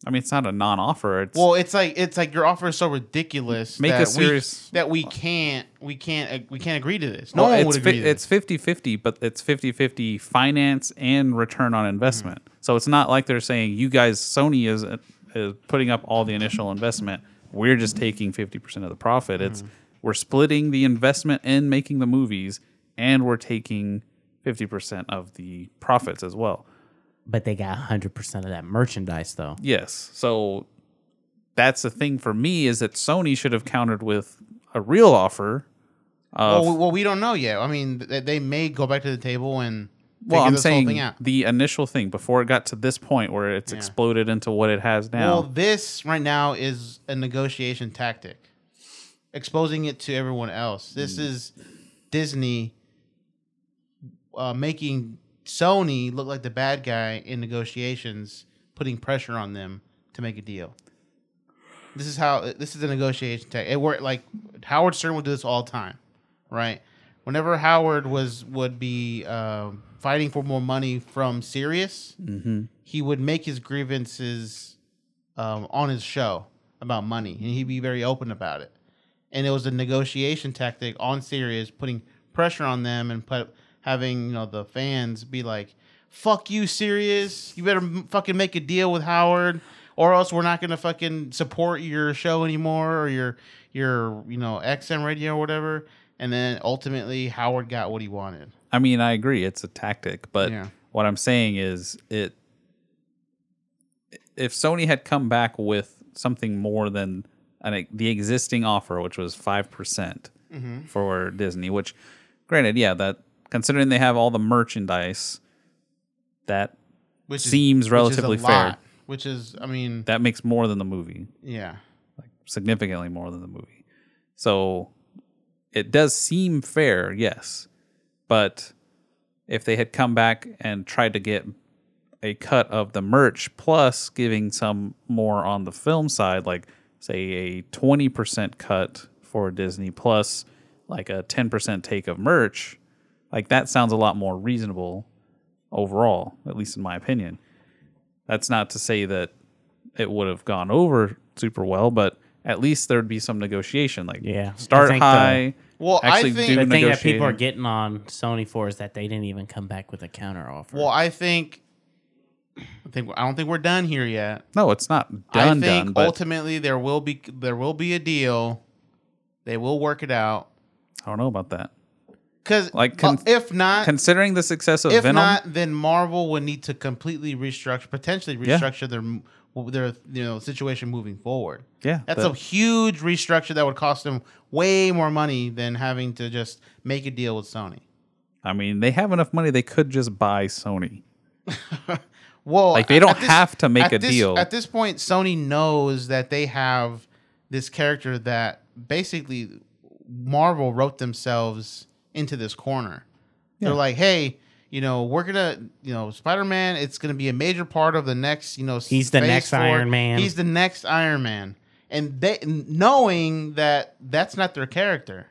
Speaker 2: I mean, it's not a non-offer. It's
Speaker 4: Well, it's like it's like your offer is so ridiculous
Speaker 2: Make a
Speaker 4: that
Speaker 2: serious-
Speaker 4: we, that we can't we can't we can't agree to this. No
Speaker 2: Well,
Speaker 4: one
Speaker 2: Oh, it's
Speaker 4: would
Speaker 2: fi-
Speaker 4: agree. to this.
Speaker 2: it's 50-50, but it's 50-50 finance and return on investment.
Speaker 4: Mm-hmm.
Speaker 2: So it's not like they're saying you guys Sony is is putting up all the initial investment. We're just taking 50% of the profit. It's
Speaker 4: Mm-hmm.
Speaker 2: we're splitting the investment in making the movies and we're taking 50% of the profits as well.
Speaker 3: But they got 100% of that merchandise though.
Speaker 2: Yes. So that's the thing for me is that Sony should have countered with a real offer of
Speaker 4: well, we, well, we don't know yet. I mean, th- they may go back to the table and
Speaker 2: Well,
Speaker 4: figure
Speaker 2: I'm
Speaker 4: this whole thing
Speaker 2: saying
Speaker 4: out.
Speaker 2: the initial thing before it got to this point where it's
Speaker 4: Yeah.
Speaker 2: exploded into what it has now.
Speaker 4: Well, this right now is a negotiation tactic, exposing it to everyone else. This is Disney uh, making Sony look like the bad guy in negotiations, putting pressure on them to make a deal. This is how this is a negotiation tactic. It worked like Howard Stern would do this all the time, right? Whenever Howard was would be um fighting for more money from Sirius,
Speaker 2: Mhm.
Speaker 4: he would make his grievances um, on his show about money, and he'd be very open about it. And it was a negotiation tactic on Sirius, putting pressure on them and put having you know the fans be like, "Fuck you, Sirius! You better m- fucking make a deal with Howard, or else we're not gonna fucking support your show anymore or your your you know XM radio or whatever." And then ultimately, Howard got what he wanted.
Speaker 2: I mean, I agree it's a tactic, but
Speaker 4: Yeah.
Speaker 2: what I'm saying is it if Sony had come back with something more than an, the existing offer, which was 5% percent
Speaker 4: Mm-hmm.
Speaker 6: Mhm.
Speaker 2: for Disney, which granted, yeah, that considering they have all the merchandise that
Speaker 4: Which is-
Speaker 2: seems
Speaker 4: which is a
Speaker 2: relatively fair.
Speaker 4: lot, which is, I mean,
Speaker 2: that makes more than the movie.
Speaker 4: Yeah.
Speaker 2: Like significantly more than the movie. So it does seem fair, yes. But if they had come back and tried to get a cut of the merch plus giving some more on the film side, like say a 20% cut for Disney plus like a 10% take of merch, like that sounds a lot more reasonable overall, at least in my opinion. That's not to say that it would have gone over super well, but at least there'd be some negotiation. Like,
Speaker 3: Yeah. I
Speaker 2: start
Speaker 3: think the-
Speaker 2: high.
Speaker 4: Well, I
Speaker 2: actually
Speaker 4: think-
Speaker 2: do
Speaker 3: the thing that
Speaker 2: negotiate.
Speaker 3: people are getting on Sony for is that they didn't even come back with a counter offer.
Speaker 4: Well, I think, I think I don't think we're done here yet.
Speaker 2: No, it's not done.
Speaker 4: I
Speaker 2: done,
Speaker 4: think
Speaker 2: but
Speaker 4: ultimately there will be there will be a deal. They will work it out.
Speaker 2: I don't know about that.
Speaker 4: Because
Speaker 2: Like, con-
Speaker 4: if not,
Speaker 2: considering the success of
Speaker 4: if
Speaker 2: Venom,
Speaker 4: not, then Marvel would need to completely restructure, potentially
Speaker 2: Yeah.
Speaker 4: restructure their their you know situation moving forward.
Speaker 2: Yeah,
Speaker 4: that's
Speaker 2: that-
Speaker 4: a huge restructure that would cost them way more money than having to just make a deal with Sony.
Speaker 2: I mean, they have enough money; they could just buy Sony.
Speaker 4: Well,
Speaker 2: Like, they
Speaker 4: at
Speaker 2: don't have to make
Speaker 4: at
Speaker 2: a
Speaker 4: this-
Speaker 2: deal.
Speaker 4: At this point, Sony knows that they have this character that basically Marvel wrote themselves into this corner. They're
Speaker 2: Yeah.
Speaker 4: like, hey, you know, we're gonna, you know, Spider Man. It's gonna be a major part of the next, you know, s-
Speaker 3: He's the
Speaker 4: phase
Speaker 3: next
Speaker 4: four.
Speaker 3: Iron Man.
Speaker 4: He's the next Iron Man, and they knowing that that's not their character.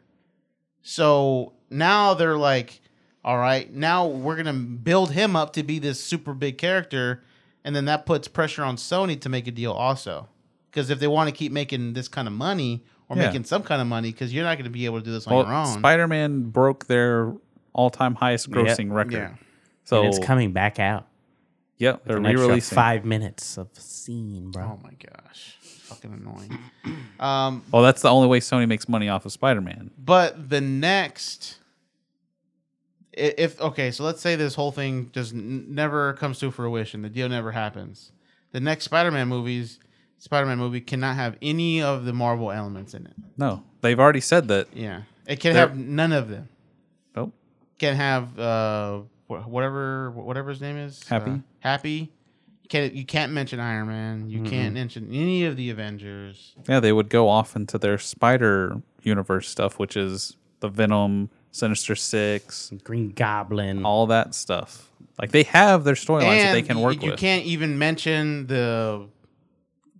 Speaker 4: So now they're like, all right, now we're gonna build him up to be this super big character, and then that puts pressure on Sony to make a deal also, because if they want to keep making this kind of money or
Speaker 2: Yeah.
Speaker 4: making some kind of money, because you're not gonna be able to do this on your
Speaker 2: Well,
Speaker 4: own.
Speaker 2: Spider Man broke their all time highest
Speaker 3: Yep.
Speaker 2: grossing record.
Speaker 4: Yeah.
Speaker 2: So
Speaker 3: and it's coming back out.
Speaker 2: Yep,
Speaker 3: with
Speaker 2: they're
Speaker 3: an extra
Speaker 2: re-releasing.
Speaker 3: five minutes of scene, bro.
Speaker 4: oh my gosh, fucking annoying. Um,
Speaker 2: Well, that's the only way Sony makes money off of Spider Man.
Speaker 4: But the next, i- if okay, so let's say this whole thing just n- never comes to fruition. The deal never happens. The next Spider-Man movies, Spider-Man movie cannot have any of the Marvel elements in it.
Speaker 2: No, they've already said that.
Speaker 4: Yeah, it can
Speaker 2: They're-
Speaker 4: have none of them.
Speaker 2: Nope.
Speaker 4: Can have uh wh- whatever whatever his name is.
Speaker 2: Happy?
Speaker 4: Uh, happy. You can't you can't mention Iron Man. You can't mention any of the Avengers.
Speaker 2: Yeah, they would go off into their Spider Universe stuff, which is the Venom, Sinister Six,
Speaker 3: Green Goblin,
Speaker 2: all that stuff. Like they have their storylines that they
Speaker 4: And
Speaker 2: can
Speaker 4: y-
Speaker 2: work
Speaker 4: You
Speaker 2: with.
Speaker 4: can't even mention the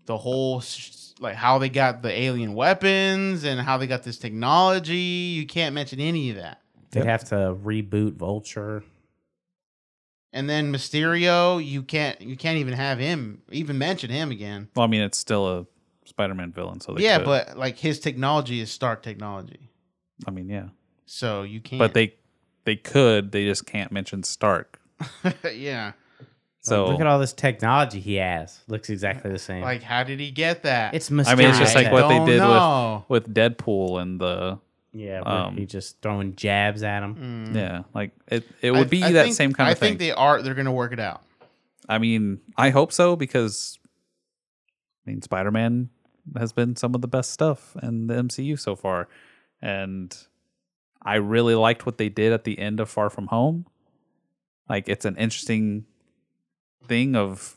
Speaker 4: the whole s- like how they got the alien weapons and how they got this technology. You can't mention any of that.
Speaker 3: They'd have to reboot Vulture.
Speaker 4: And then Mysterio, you can't you can't even have him even mention him again.
Speaker 2: Well, I mean, it's still a Spider Man villain, so they
Speaker 4: yeah,
Speaker 2: could.
Speaker 4: but like his technology is Stark technology,
Speaker 2: I mean, yeah,
Speaker 4: so you can't.
Speaker 2: but they they could. They just can't mention Stark.
Speaker 4: yeah,
Speaker 2: So
Speaker 3: look at all this technology he has. Looks exactly the same.
Speaker 4: like how did he get that?
Speaker 3: it's
Speaker 2: I
Speaker 3: mysterious.
Speaker 2: mean, it's just like what they
Speaker 4: don't
Speaker 2: did
Speaker 4: know.
Speaker 2: with with Deadpool and the
Speaker 3: yeah, where
Speaker 2: um,
Speaker 3: he just throwing jabs at him.
Speaker 2: yeah, like it. It would
Speaker 4: Mm. Hmm. I-
Speaker 2: be
Speaker 4: I
Speaker 2: that
Speaker 4: think-
Speaker 2: same kind of
Speaker 4: I
Speaker 2: thing.
Speaker 4: think they are. They're gonna work it out.
Speaker 2: I mean, I hope so because I mean, Spider Man has been some of the best stuff in the MCU so far, and I really liked what they did at the end of Far From Home. Like, it's an interesting thing of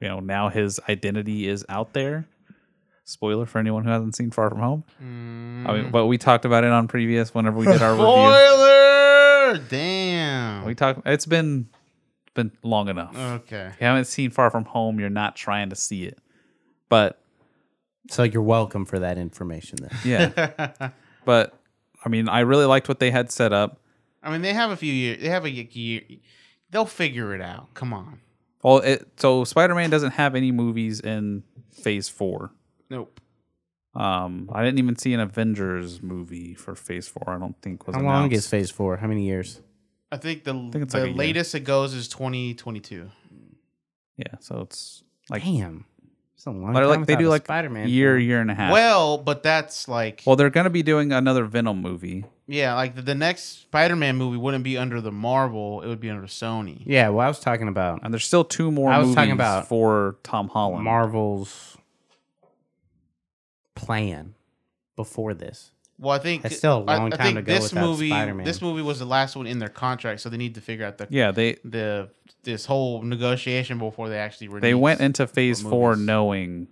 Speaker 2: you know now his identity is out there. Spoiler for anyone who hasn't seen Far From Home. I mean, but we talked about it on previous whenever we did our review.
Speaker 4: Spoiler! Damn.
Speaker 2: We talked. It's been been long enough.
Speaker 4: Okay.
Speaker 2: If you haven't seen Far From Home, you're not trying to see it. But
Speaker 3: So you're welcome for that information then.
Speaker 2: yeah. but I mean, I really liked what they had set up.
Speaker 4: I mean, they have a few years. They have a y- year. They'll figure it out. Come on.
Speaker 2: Well, it, so Spider-Man doesn't have any movies in Phase Four.
Speaker 4: Nope.
Speaker 2: Um, I didn't even see an Avengers movie for Phase Four. I don't think was
Speaker 3: How long
Speaker 2: announced.
Speaker 3: is Phase Four? How many years?
Speaker 4: I think the
Speaker 2: think it's
Speaker 4: the
Speaker 2: like a year.
Speaker 4: latest it goes is twenty twenty two.
Speaker 2: yeah, so it's like
Speaker 3: Damn, it's a long
Speaker 2: but
Speaker 3: time
Speaker 2: like they
Speaker 3: without
Speaker 2: do
Speaker 3: a
Speaker 2: like
Speaker 3: Spider-Man
Speaker 2: year,
Speaker 3: film.
Speaker 2: year and a half.
Speaker 4: Well, but that's like
Speaker 2: well, they're gonna be doing another Venom movie.
Speaker 4: yeah, like the, the next Spider Man movie wouldn't be under the Marvel. It would be under Sony.
Speaker 3: Yeah, well, I was talking about
Speaker 2: And there's still two more
Speaker 3: I was
Speaker 2: movies
Speaker 3: talking about
Speaker 2: for Tom Holland.
Speaker 3: Marvel's plan before this.
Speaker 4: Well, I think
Speaker 3: That's still a
Speaker 4: I-
Speaker 3: long
Speaker 4: I
Speaker 3: time
Speaker 4: think
Speaker 3: to go
Speaker 4: this
Speaker 3: without
Speaker 4: movie,
Speaker 3: Spider-Man.
Speaker 4: This movie was the last one in their contract, so they need to figure out the
Speaker 2: yeah, they
Speaker 4: the this whole negotiation before they actually release.
Speaker 2: they went into phase
Speaker 4: for
Speaker 2: four
Speaker 4: movies.
Speaker 2: knowing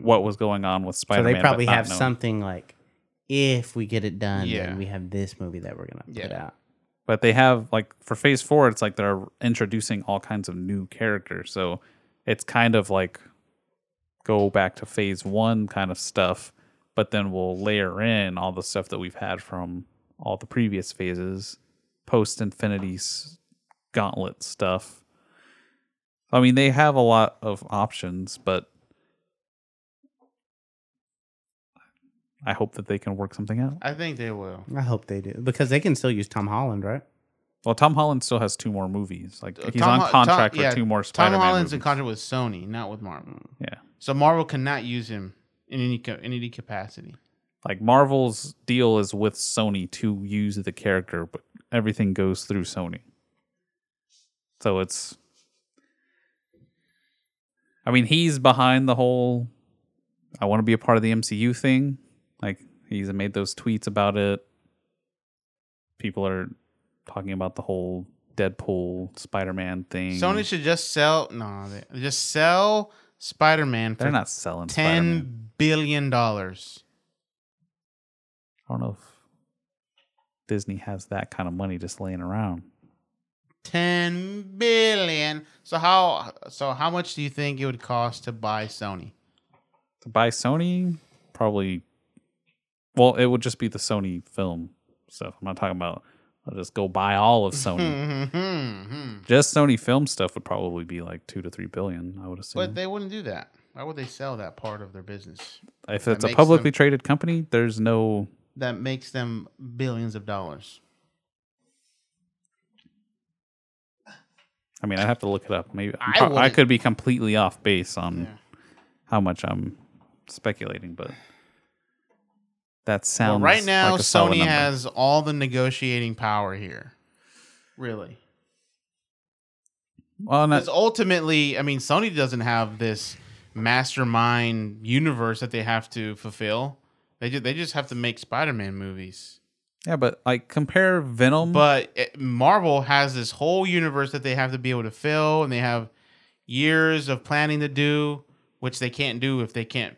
Speaker 2: what was going on with
Speaker 3: So
Speaker 2: Spider-Man.
Speaker 3: they
Speaker 2: but
Speaker 3: probably
Speaker 2: not
Speaker 3: have
Speaker 2: knowing.
Speaker 3: something like, if we get it done,
Speaker 4: Yeah.
Speaker 3: then we have this movie that we're gonna put
Speaker 4: Yeah.
Speaker 3: out.
Speaker 2: but they have like for phase four, it's like they're introducing all kinds of new characters. So it's kind of like go back to phase one kind of stuff, but then we'll layer in all the stuff that we've had from all the previous phases, post Infinity's gauntlet stuff. I mean, they have a lot of options, but I hope that they can work something out.
Speaker 4: I think they will.
Speaker 3: I hope they do because they can still use Tom Holland, right?
Speaker 2: Well, Tom Holland still has two more movies. Like he's
Speaker 4: Uh, Tom
Speaker 2: on
Speaker 4: Hol-
Speaker 2: contract
Speaker 4: Tom-
Speaker 2: for
Speaker 4: yeah,
Speaker 2: two more
Speaker 4: Tom
Speaker 2: Spider-Man
Speaker 4: Holland's
Speaker 2: movies.
Speaker 4: in contract with Sony, not with Marvel.
Speaker 2: Yeah.
Speaker 4: So Marvel cannot use him in any co- in any capacity.
Speaker 2: like Marvel's deal is with Sony to use the character, but everything goes through Sony. So it's I mean, he's behind the whole I want to be a part of the MCU thing. Like he's made those tweets about it. People are talking about the whole Deadpool Spider-Man thing.
Speaker 4: Sony should just sell. No, they just sell Spider Man.
Speaker 2: They're not selling
Speaker 4: ten billion dollars.
Speaker 2: I don't know if Disney has that kind of money just laying around.
Speaker 4: Ten billion. So how? So how much do you think it would cost to buy Sony?
Speaker 2: to buy Sony, probably. Well, it would just be the Sony film stuff. I'm not talking about. I'll just go buy all of Sony. just Sony film stuff would probably be like two to three billion. I would
Speaker 4: but
Speaker 2: assume.
Speaker 4: they wouldn't do that. Why would they sell that part of their business?
Speaker 2: if
Speaker 4: That
Speaker 2: it's a
Speaker 4: makes
Speaker 2: publicly
Speaker 4: them-
Speaker 2: traded company, there's no.
Speaker 4: that makes them billions of dollars.
Speaker 2: I mean, I have to look it up. Maybe
Speaker 4: I
Speaker 2: I, I
Speaker 4: wouldn't-
Speaker 2: could be completely off base on how much I'm speculating, but that
Speaker 4: But
Speaker 2: sounds
Speaker 4: right now,
Speaker 2: like a solid
Speaker 4: Sony
Speaker 2: number.
Speaker 4: has all the negotiating power here. Really.
Speaker 2: Well,
Speaker 4: because ultimately, I mean, Sony doesn't have this mastermind universe that they have to fulfill. They just, they just have to make Spider-Man movies.
Speaker 2: Yeah, but like compare Venom.
Speaker 4: But it, Marvel has this whole universe that they have to be able to fill, and they have years of planning to do, which they can't do if they can't,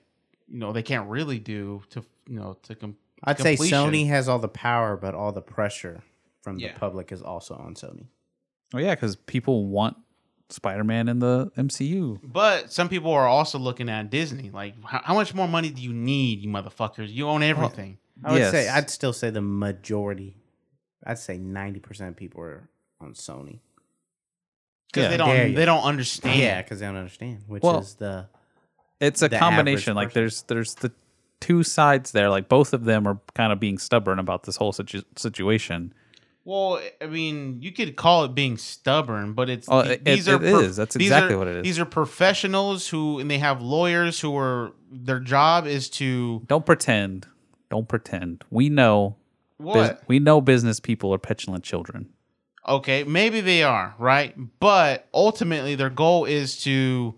Speaker 4: you know, they can't really do to, you know, to com-
Speaker 3: I'd say
Speaker 4: completion.
Speaker 3: Sony has all the power, but all the pressure from
Speaker 4: Yeah.
Speaker 3: the public is also on Sony.
Speaker 2: Oh yeah, because people want Spider-Man in the MCU.
Speaker 4: But some people are also looking at Disney. Like, how, how much more money do you need, you motherfuckers? You own everything.
Speaker 3: I would say I'd still say the majority. I'd say ninety percent of people are on Sony
Speaker 4: 'Cause they don't-
Speaker 3: Dare you.
Speaker 4: they don't understand.
Speaker 3: Yeah, because they don't understand, which
Speaker 2: Well,
Speaker 3: is the
Speaker 2: It's a
Speaker 3: the
Speaker 2: combination.
Speaker 3: average
Speaker 2: Like there's there's the two sides there. Like both of them are kind of being stubborn about this whole situ- situation.
Speaker 4: Well, I mean, you could call it being stubborn, but it's
Speaker 2: Oh,
Speaker 4: th-
Speaker 2: it- it- it is. That's
Speaker 4: these
Speaker 2: exactly
Speaker 4: are-
Speaker 2: what it is.
Speaker 4: These are professionals who, and they have lawyers who are their job is to
Speaker 2: Don't pretend. Don't pretend. We know. bus-
Speaker 4: What?
Speaker 2: we know business people are petulant children.
Speaker 4: okay, maybe they are right, but ultimately their goal is to,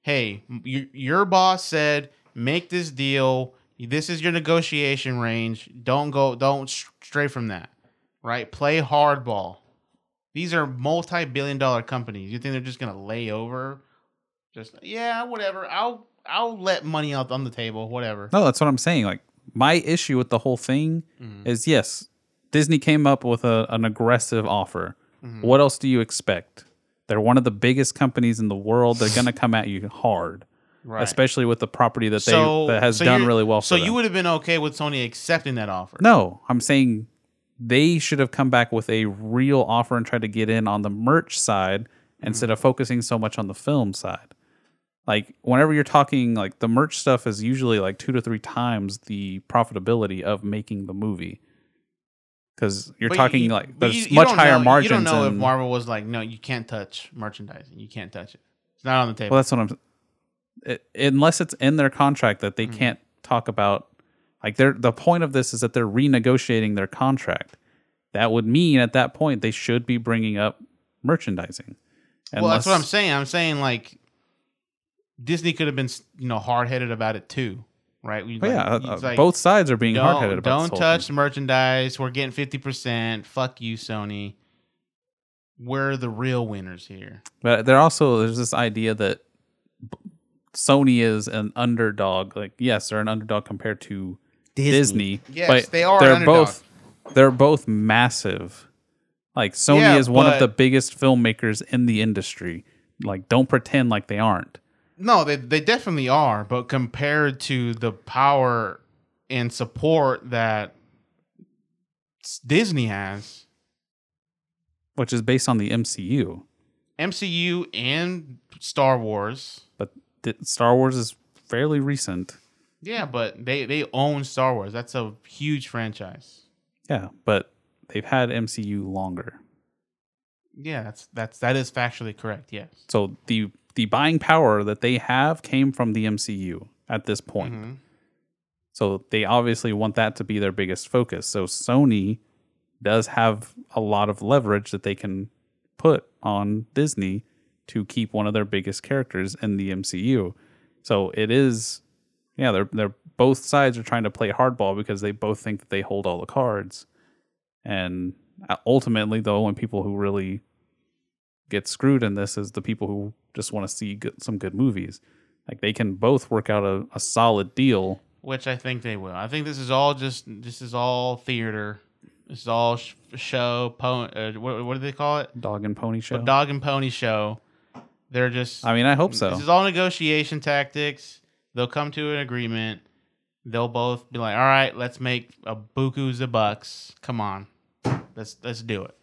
Speaker 4: hey, you, your boss said make this deal. This is your negotiation range. Don't go. Don't stray from that. Right. Play hardball. These are multi-billion-dollar companies. You think they're just gonna lay over? Just yeah, whatever. I'll I'll let money out on the table. Whatever.
Speaker 2: No, that's what I'm saying. Like my issue with the whole thing
Speaker 4: Mm-hmm.
Speaker 2: is yes, Disney came up with a, an aggressive offer.
Speaker 4: Mhm.
Speaker 2: What else do you expect? They're one of the biggest companies in the world. They're going to come at you hard,
Speaker 4: Right.
Speaker 2: especially with the property that they
Speaker 4: so
Speaker 2: that has
Speaker 4: so
Speaker 2: done
Speaker 4: you're-
Speaker 2: really well. For
Speaker 4: So
Speaker 2: them.
Speaker 4: you would have been okay with Sony accepting that offer.
Speaker 2: No, I'm saying they should have come back with a real offer and tried to get in on the merch side
Speaker 4: Hmm.
Speaker 2: instead of focusing so much on the film side. Like whenever you're talking like the merch stuff is usually like 2 to 3 times the profitability of making the movie. Cuz you're
Speaker 4: But
Speaker 2: talking
Speaker 4: you-
Speaker 2: like
Speaker 4: but
Speaker 2: there's
Speaker 4: you- you
Speaker 2: much
Speaker 4: don't
Speaker 2: higher
Speaker 4: know-
Speaker 2: margins
Speaker 4: You don't know if
Speaker 2: and-
Speaker 4: Marvel was like, no, you can't touch merchandising. You can't touch it. It's not on the table.
Speaker 2: Well, that's what I'm. It, unless it's in their contract that
Speaker 4: Mm.
Speaker 2: they can't talk about, like they're the point of this is that they're renegotiating their contract. That would mean at that point they should be bringing up merchandising.
Speaker 4: well, that's what I'm
Speaker 2: Unless-
Speaker 4: saying. I'm saying like Disney could have been you know hard headed about it too, right? We,
Speaker 2: Oh,
Speaker 4: like-
Speaker 2: yeah, uh,
Speaker 4: it's
Speaker 2: uh, both sides are being
Speaker 4: "Don't-
Speaker 2: hard-headed about this whole
Speaker 4: Don't touch merchandise. We're getting fifty percent. Fuck you, Sony. We're the real winners here.
Speaker 2: But there also there's this idea that b- Sony is an underdog. Like yes, they're an underdog compared to Disney.
Speaker 4: Yes, they are an
Speaker 2: They're
Speaker 4: underdog.
Speaker 2: both they're both massive. Like Sony
Speaker 4: Yeah,
Speaker 2: is one
Speaker 4: but-
Speaker 2: of the biggest filmmakers in the industry. Like don't pretend like they aren't.
Speaker 4: No, they they definitely are, but compared to the power and support that s- Disney has,
Speaker 2: which is based on the MCU.
Speaker 4: MCU and Star Wars.
Speaker 2: But th- Star Wars is fairly recent. Hmm.
Speaker 4: Yeah, but they they own Star Wars. That's a huge franchise.
Speaker 2: Yeah, but they've had MCU longer.
Speaker 4: Yeah, that's that's that is factually correct. Yes.
Speaker 2: So the the buying power that they have came from the MCU at this point.
Speaker 4: Mhm.
Speaker 2: So they obviously want that to be their biggest focus. So Sony does have a lot of leverage that they can put on Disney to keep one of their biggest characters in the MCU. So it is yeah, they're they're both sides are trying to play hardball because they both think that they hold all the cards. And ultimately the only people who really get screwed in this is the people who just want to see good, some good movies. Like they can both work out a, a solid deal.
Speaker 4: Which I think they will. I think this is all just this is all theater. This is all sh- show. Po- uh, what, what do they call it?
Speaker 2: Dog and pony show.
Speaker 4: But dog and pony show. They're just.
Speaker 2: I mean, I hope so.
Speaker 4: This is all negotiation tactics. They'll come to an agreement. They'll both be like, "All right, let's make a buku's a bucks. Come on, let's let's do it."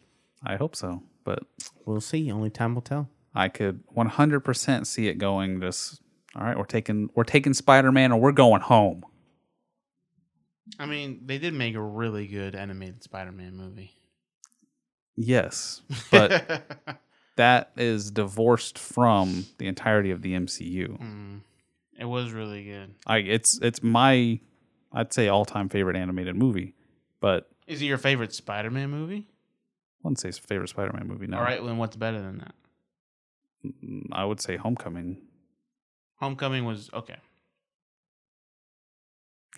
Speaker 2: I hope so, but
Speaker 3: we'll see. Only time will tell.
Speaker 2: I could 100% see it going just all right, we're taking we're taking Spider-Man and we're going home.
Speaker 4: I mean, they did make a really good animated Spider-Man movie.
Speaker 2: Yes, but that is divorced from the entirety of the MCU.
Speaker 4: Mm, It was really good.
Speaker 2: I it's it's my I'd say all-time favorite animated movie, but
Speaker 4: Is it your favorite Spider-Man movie?
Speaker 2: I wouldn't say it's favorite Spider-Man movie. No,
Speaker 4: All right, then what's better than that?
Speaker 2: Mm, I would say Homecoming.
Speaker 4: Homecoming was okay.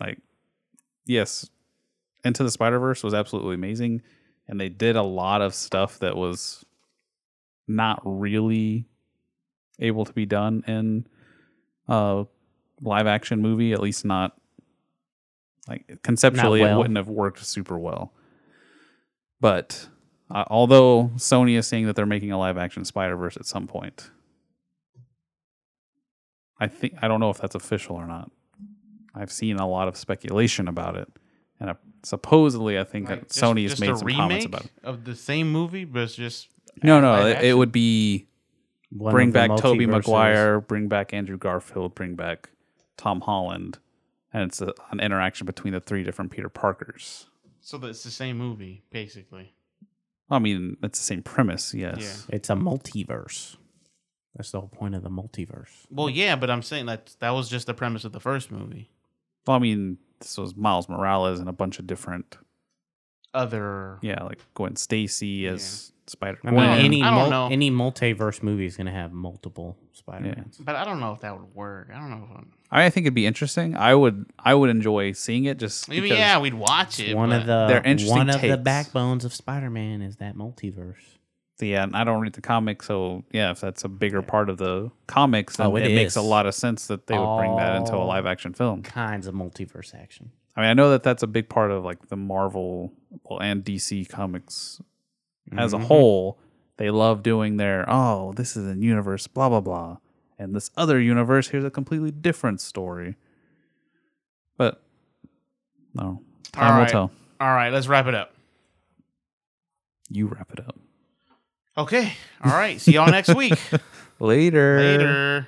Speaker 2: like yes into the spider-verse was absolutely amazing and they did a lot of stuff that was not really able to be done in a live action movie at least not like conceptually
Speaker 3: well.
Speaker 2: it wouldn't have worked super well but uh, although sony is saying that they're making a live action spider-verse at some point i think i don't know if that's official or not I've seen a lot of speculation about it, and I, supposedly I think that
Speaker 4: Just-
Speaker 2: Sony has
Speaker 4: just
Speaker 2: made
Speaker 4: a
Speaker 2: some comments about it.
Speaker 4: remake of the same movie, but it's just
Speaker 2: No, no,
Speaker 4: live
Speaker 2: it, it
Speaker 4: action?
Speaker 2: would be
Speaker 3: One
Speaker 2: bring
Speaker 3: of the
Speaker 2: back Toby
Speaker 3: multiverses.
Speaker 2: Maguire, bring back Andrew Garfield, bring back Tom Holland, and it's a, an interaction between the three different Peter Parkers.
Speaker 4: so that it's the same movie basically.
Speaker 2: I mean, it's the same premise, yes.
Speaker 3: It's a multiverse. That's the whole point of the multiverse.
Speaker 4: Well, yeah, but I'm saying that that was just the premise of the first movie.
Speaker 2: Well, I mean, this was Miles Morales and a bunch of different,
Speaker 4: Other
Speaker 2: yeah, like Gwen Stacy as Spider.
Speaker 3: I mean, any
Speaker 4: I don't
Speaker 3: mul-
Speaker 4: know.
Speaker 3: any multiverse movie is going to have multiple Spider-Man.
Speaker 4: but I don't know if that would work. I don't know. If I'm,
Speaker 2: I, mean, I think it'd be interesting. I would, I would enjoy seeing it. Just
Speaker 4: I mean,
Speaker 2: because-
Speaker 4: yeah, we'd watch it.
Speaker 3: One of
Speaker 4: but-
Speaker 3: the
Speaker 2: They're interesting
Speaker 3: one of the
Speaker 2: takes.
Speaker 3: backbones of Spider-Man is that multiverse.
Speaker 2: Yeah, and I don't read the comics, so yeah, if that's a bigger part of the comics, then
Speaker 3: Oh,
Speaker 2: it,
Speaker 3: it
Speaker 2: makes
Speaker 3: is. Oh.
Speaker 2: a lot of sense that they would bring that into a
Speaker 3: All
Speaker 2: live action film.
Speaker 3: Kinds of multiverse action.
Speaker 2: I mean, I know that that's a big part of like the Marvel well, and DC comics as a
Speaker 3: Mhm.
Speaker 2: whole. They love doing their oh, this is a universe, blah blah blah, and this other universe here's a completely different story. But no, time
Speaker 4: All
Speaker 2: will
Speaker 4: right.
Speaker 2: tell.
Speaker 4: All right, let's wrap it up.
Speaker 2: You wrap it up
Speaker 4: Okay. All right. See y'all next week.
Speaker 2: later.
Speaker 4: Later.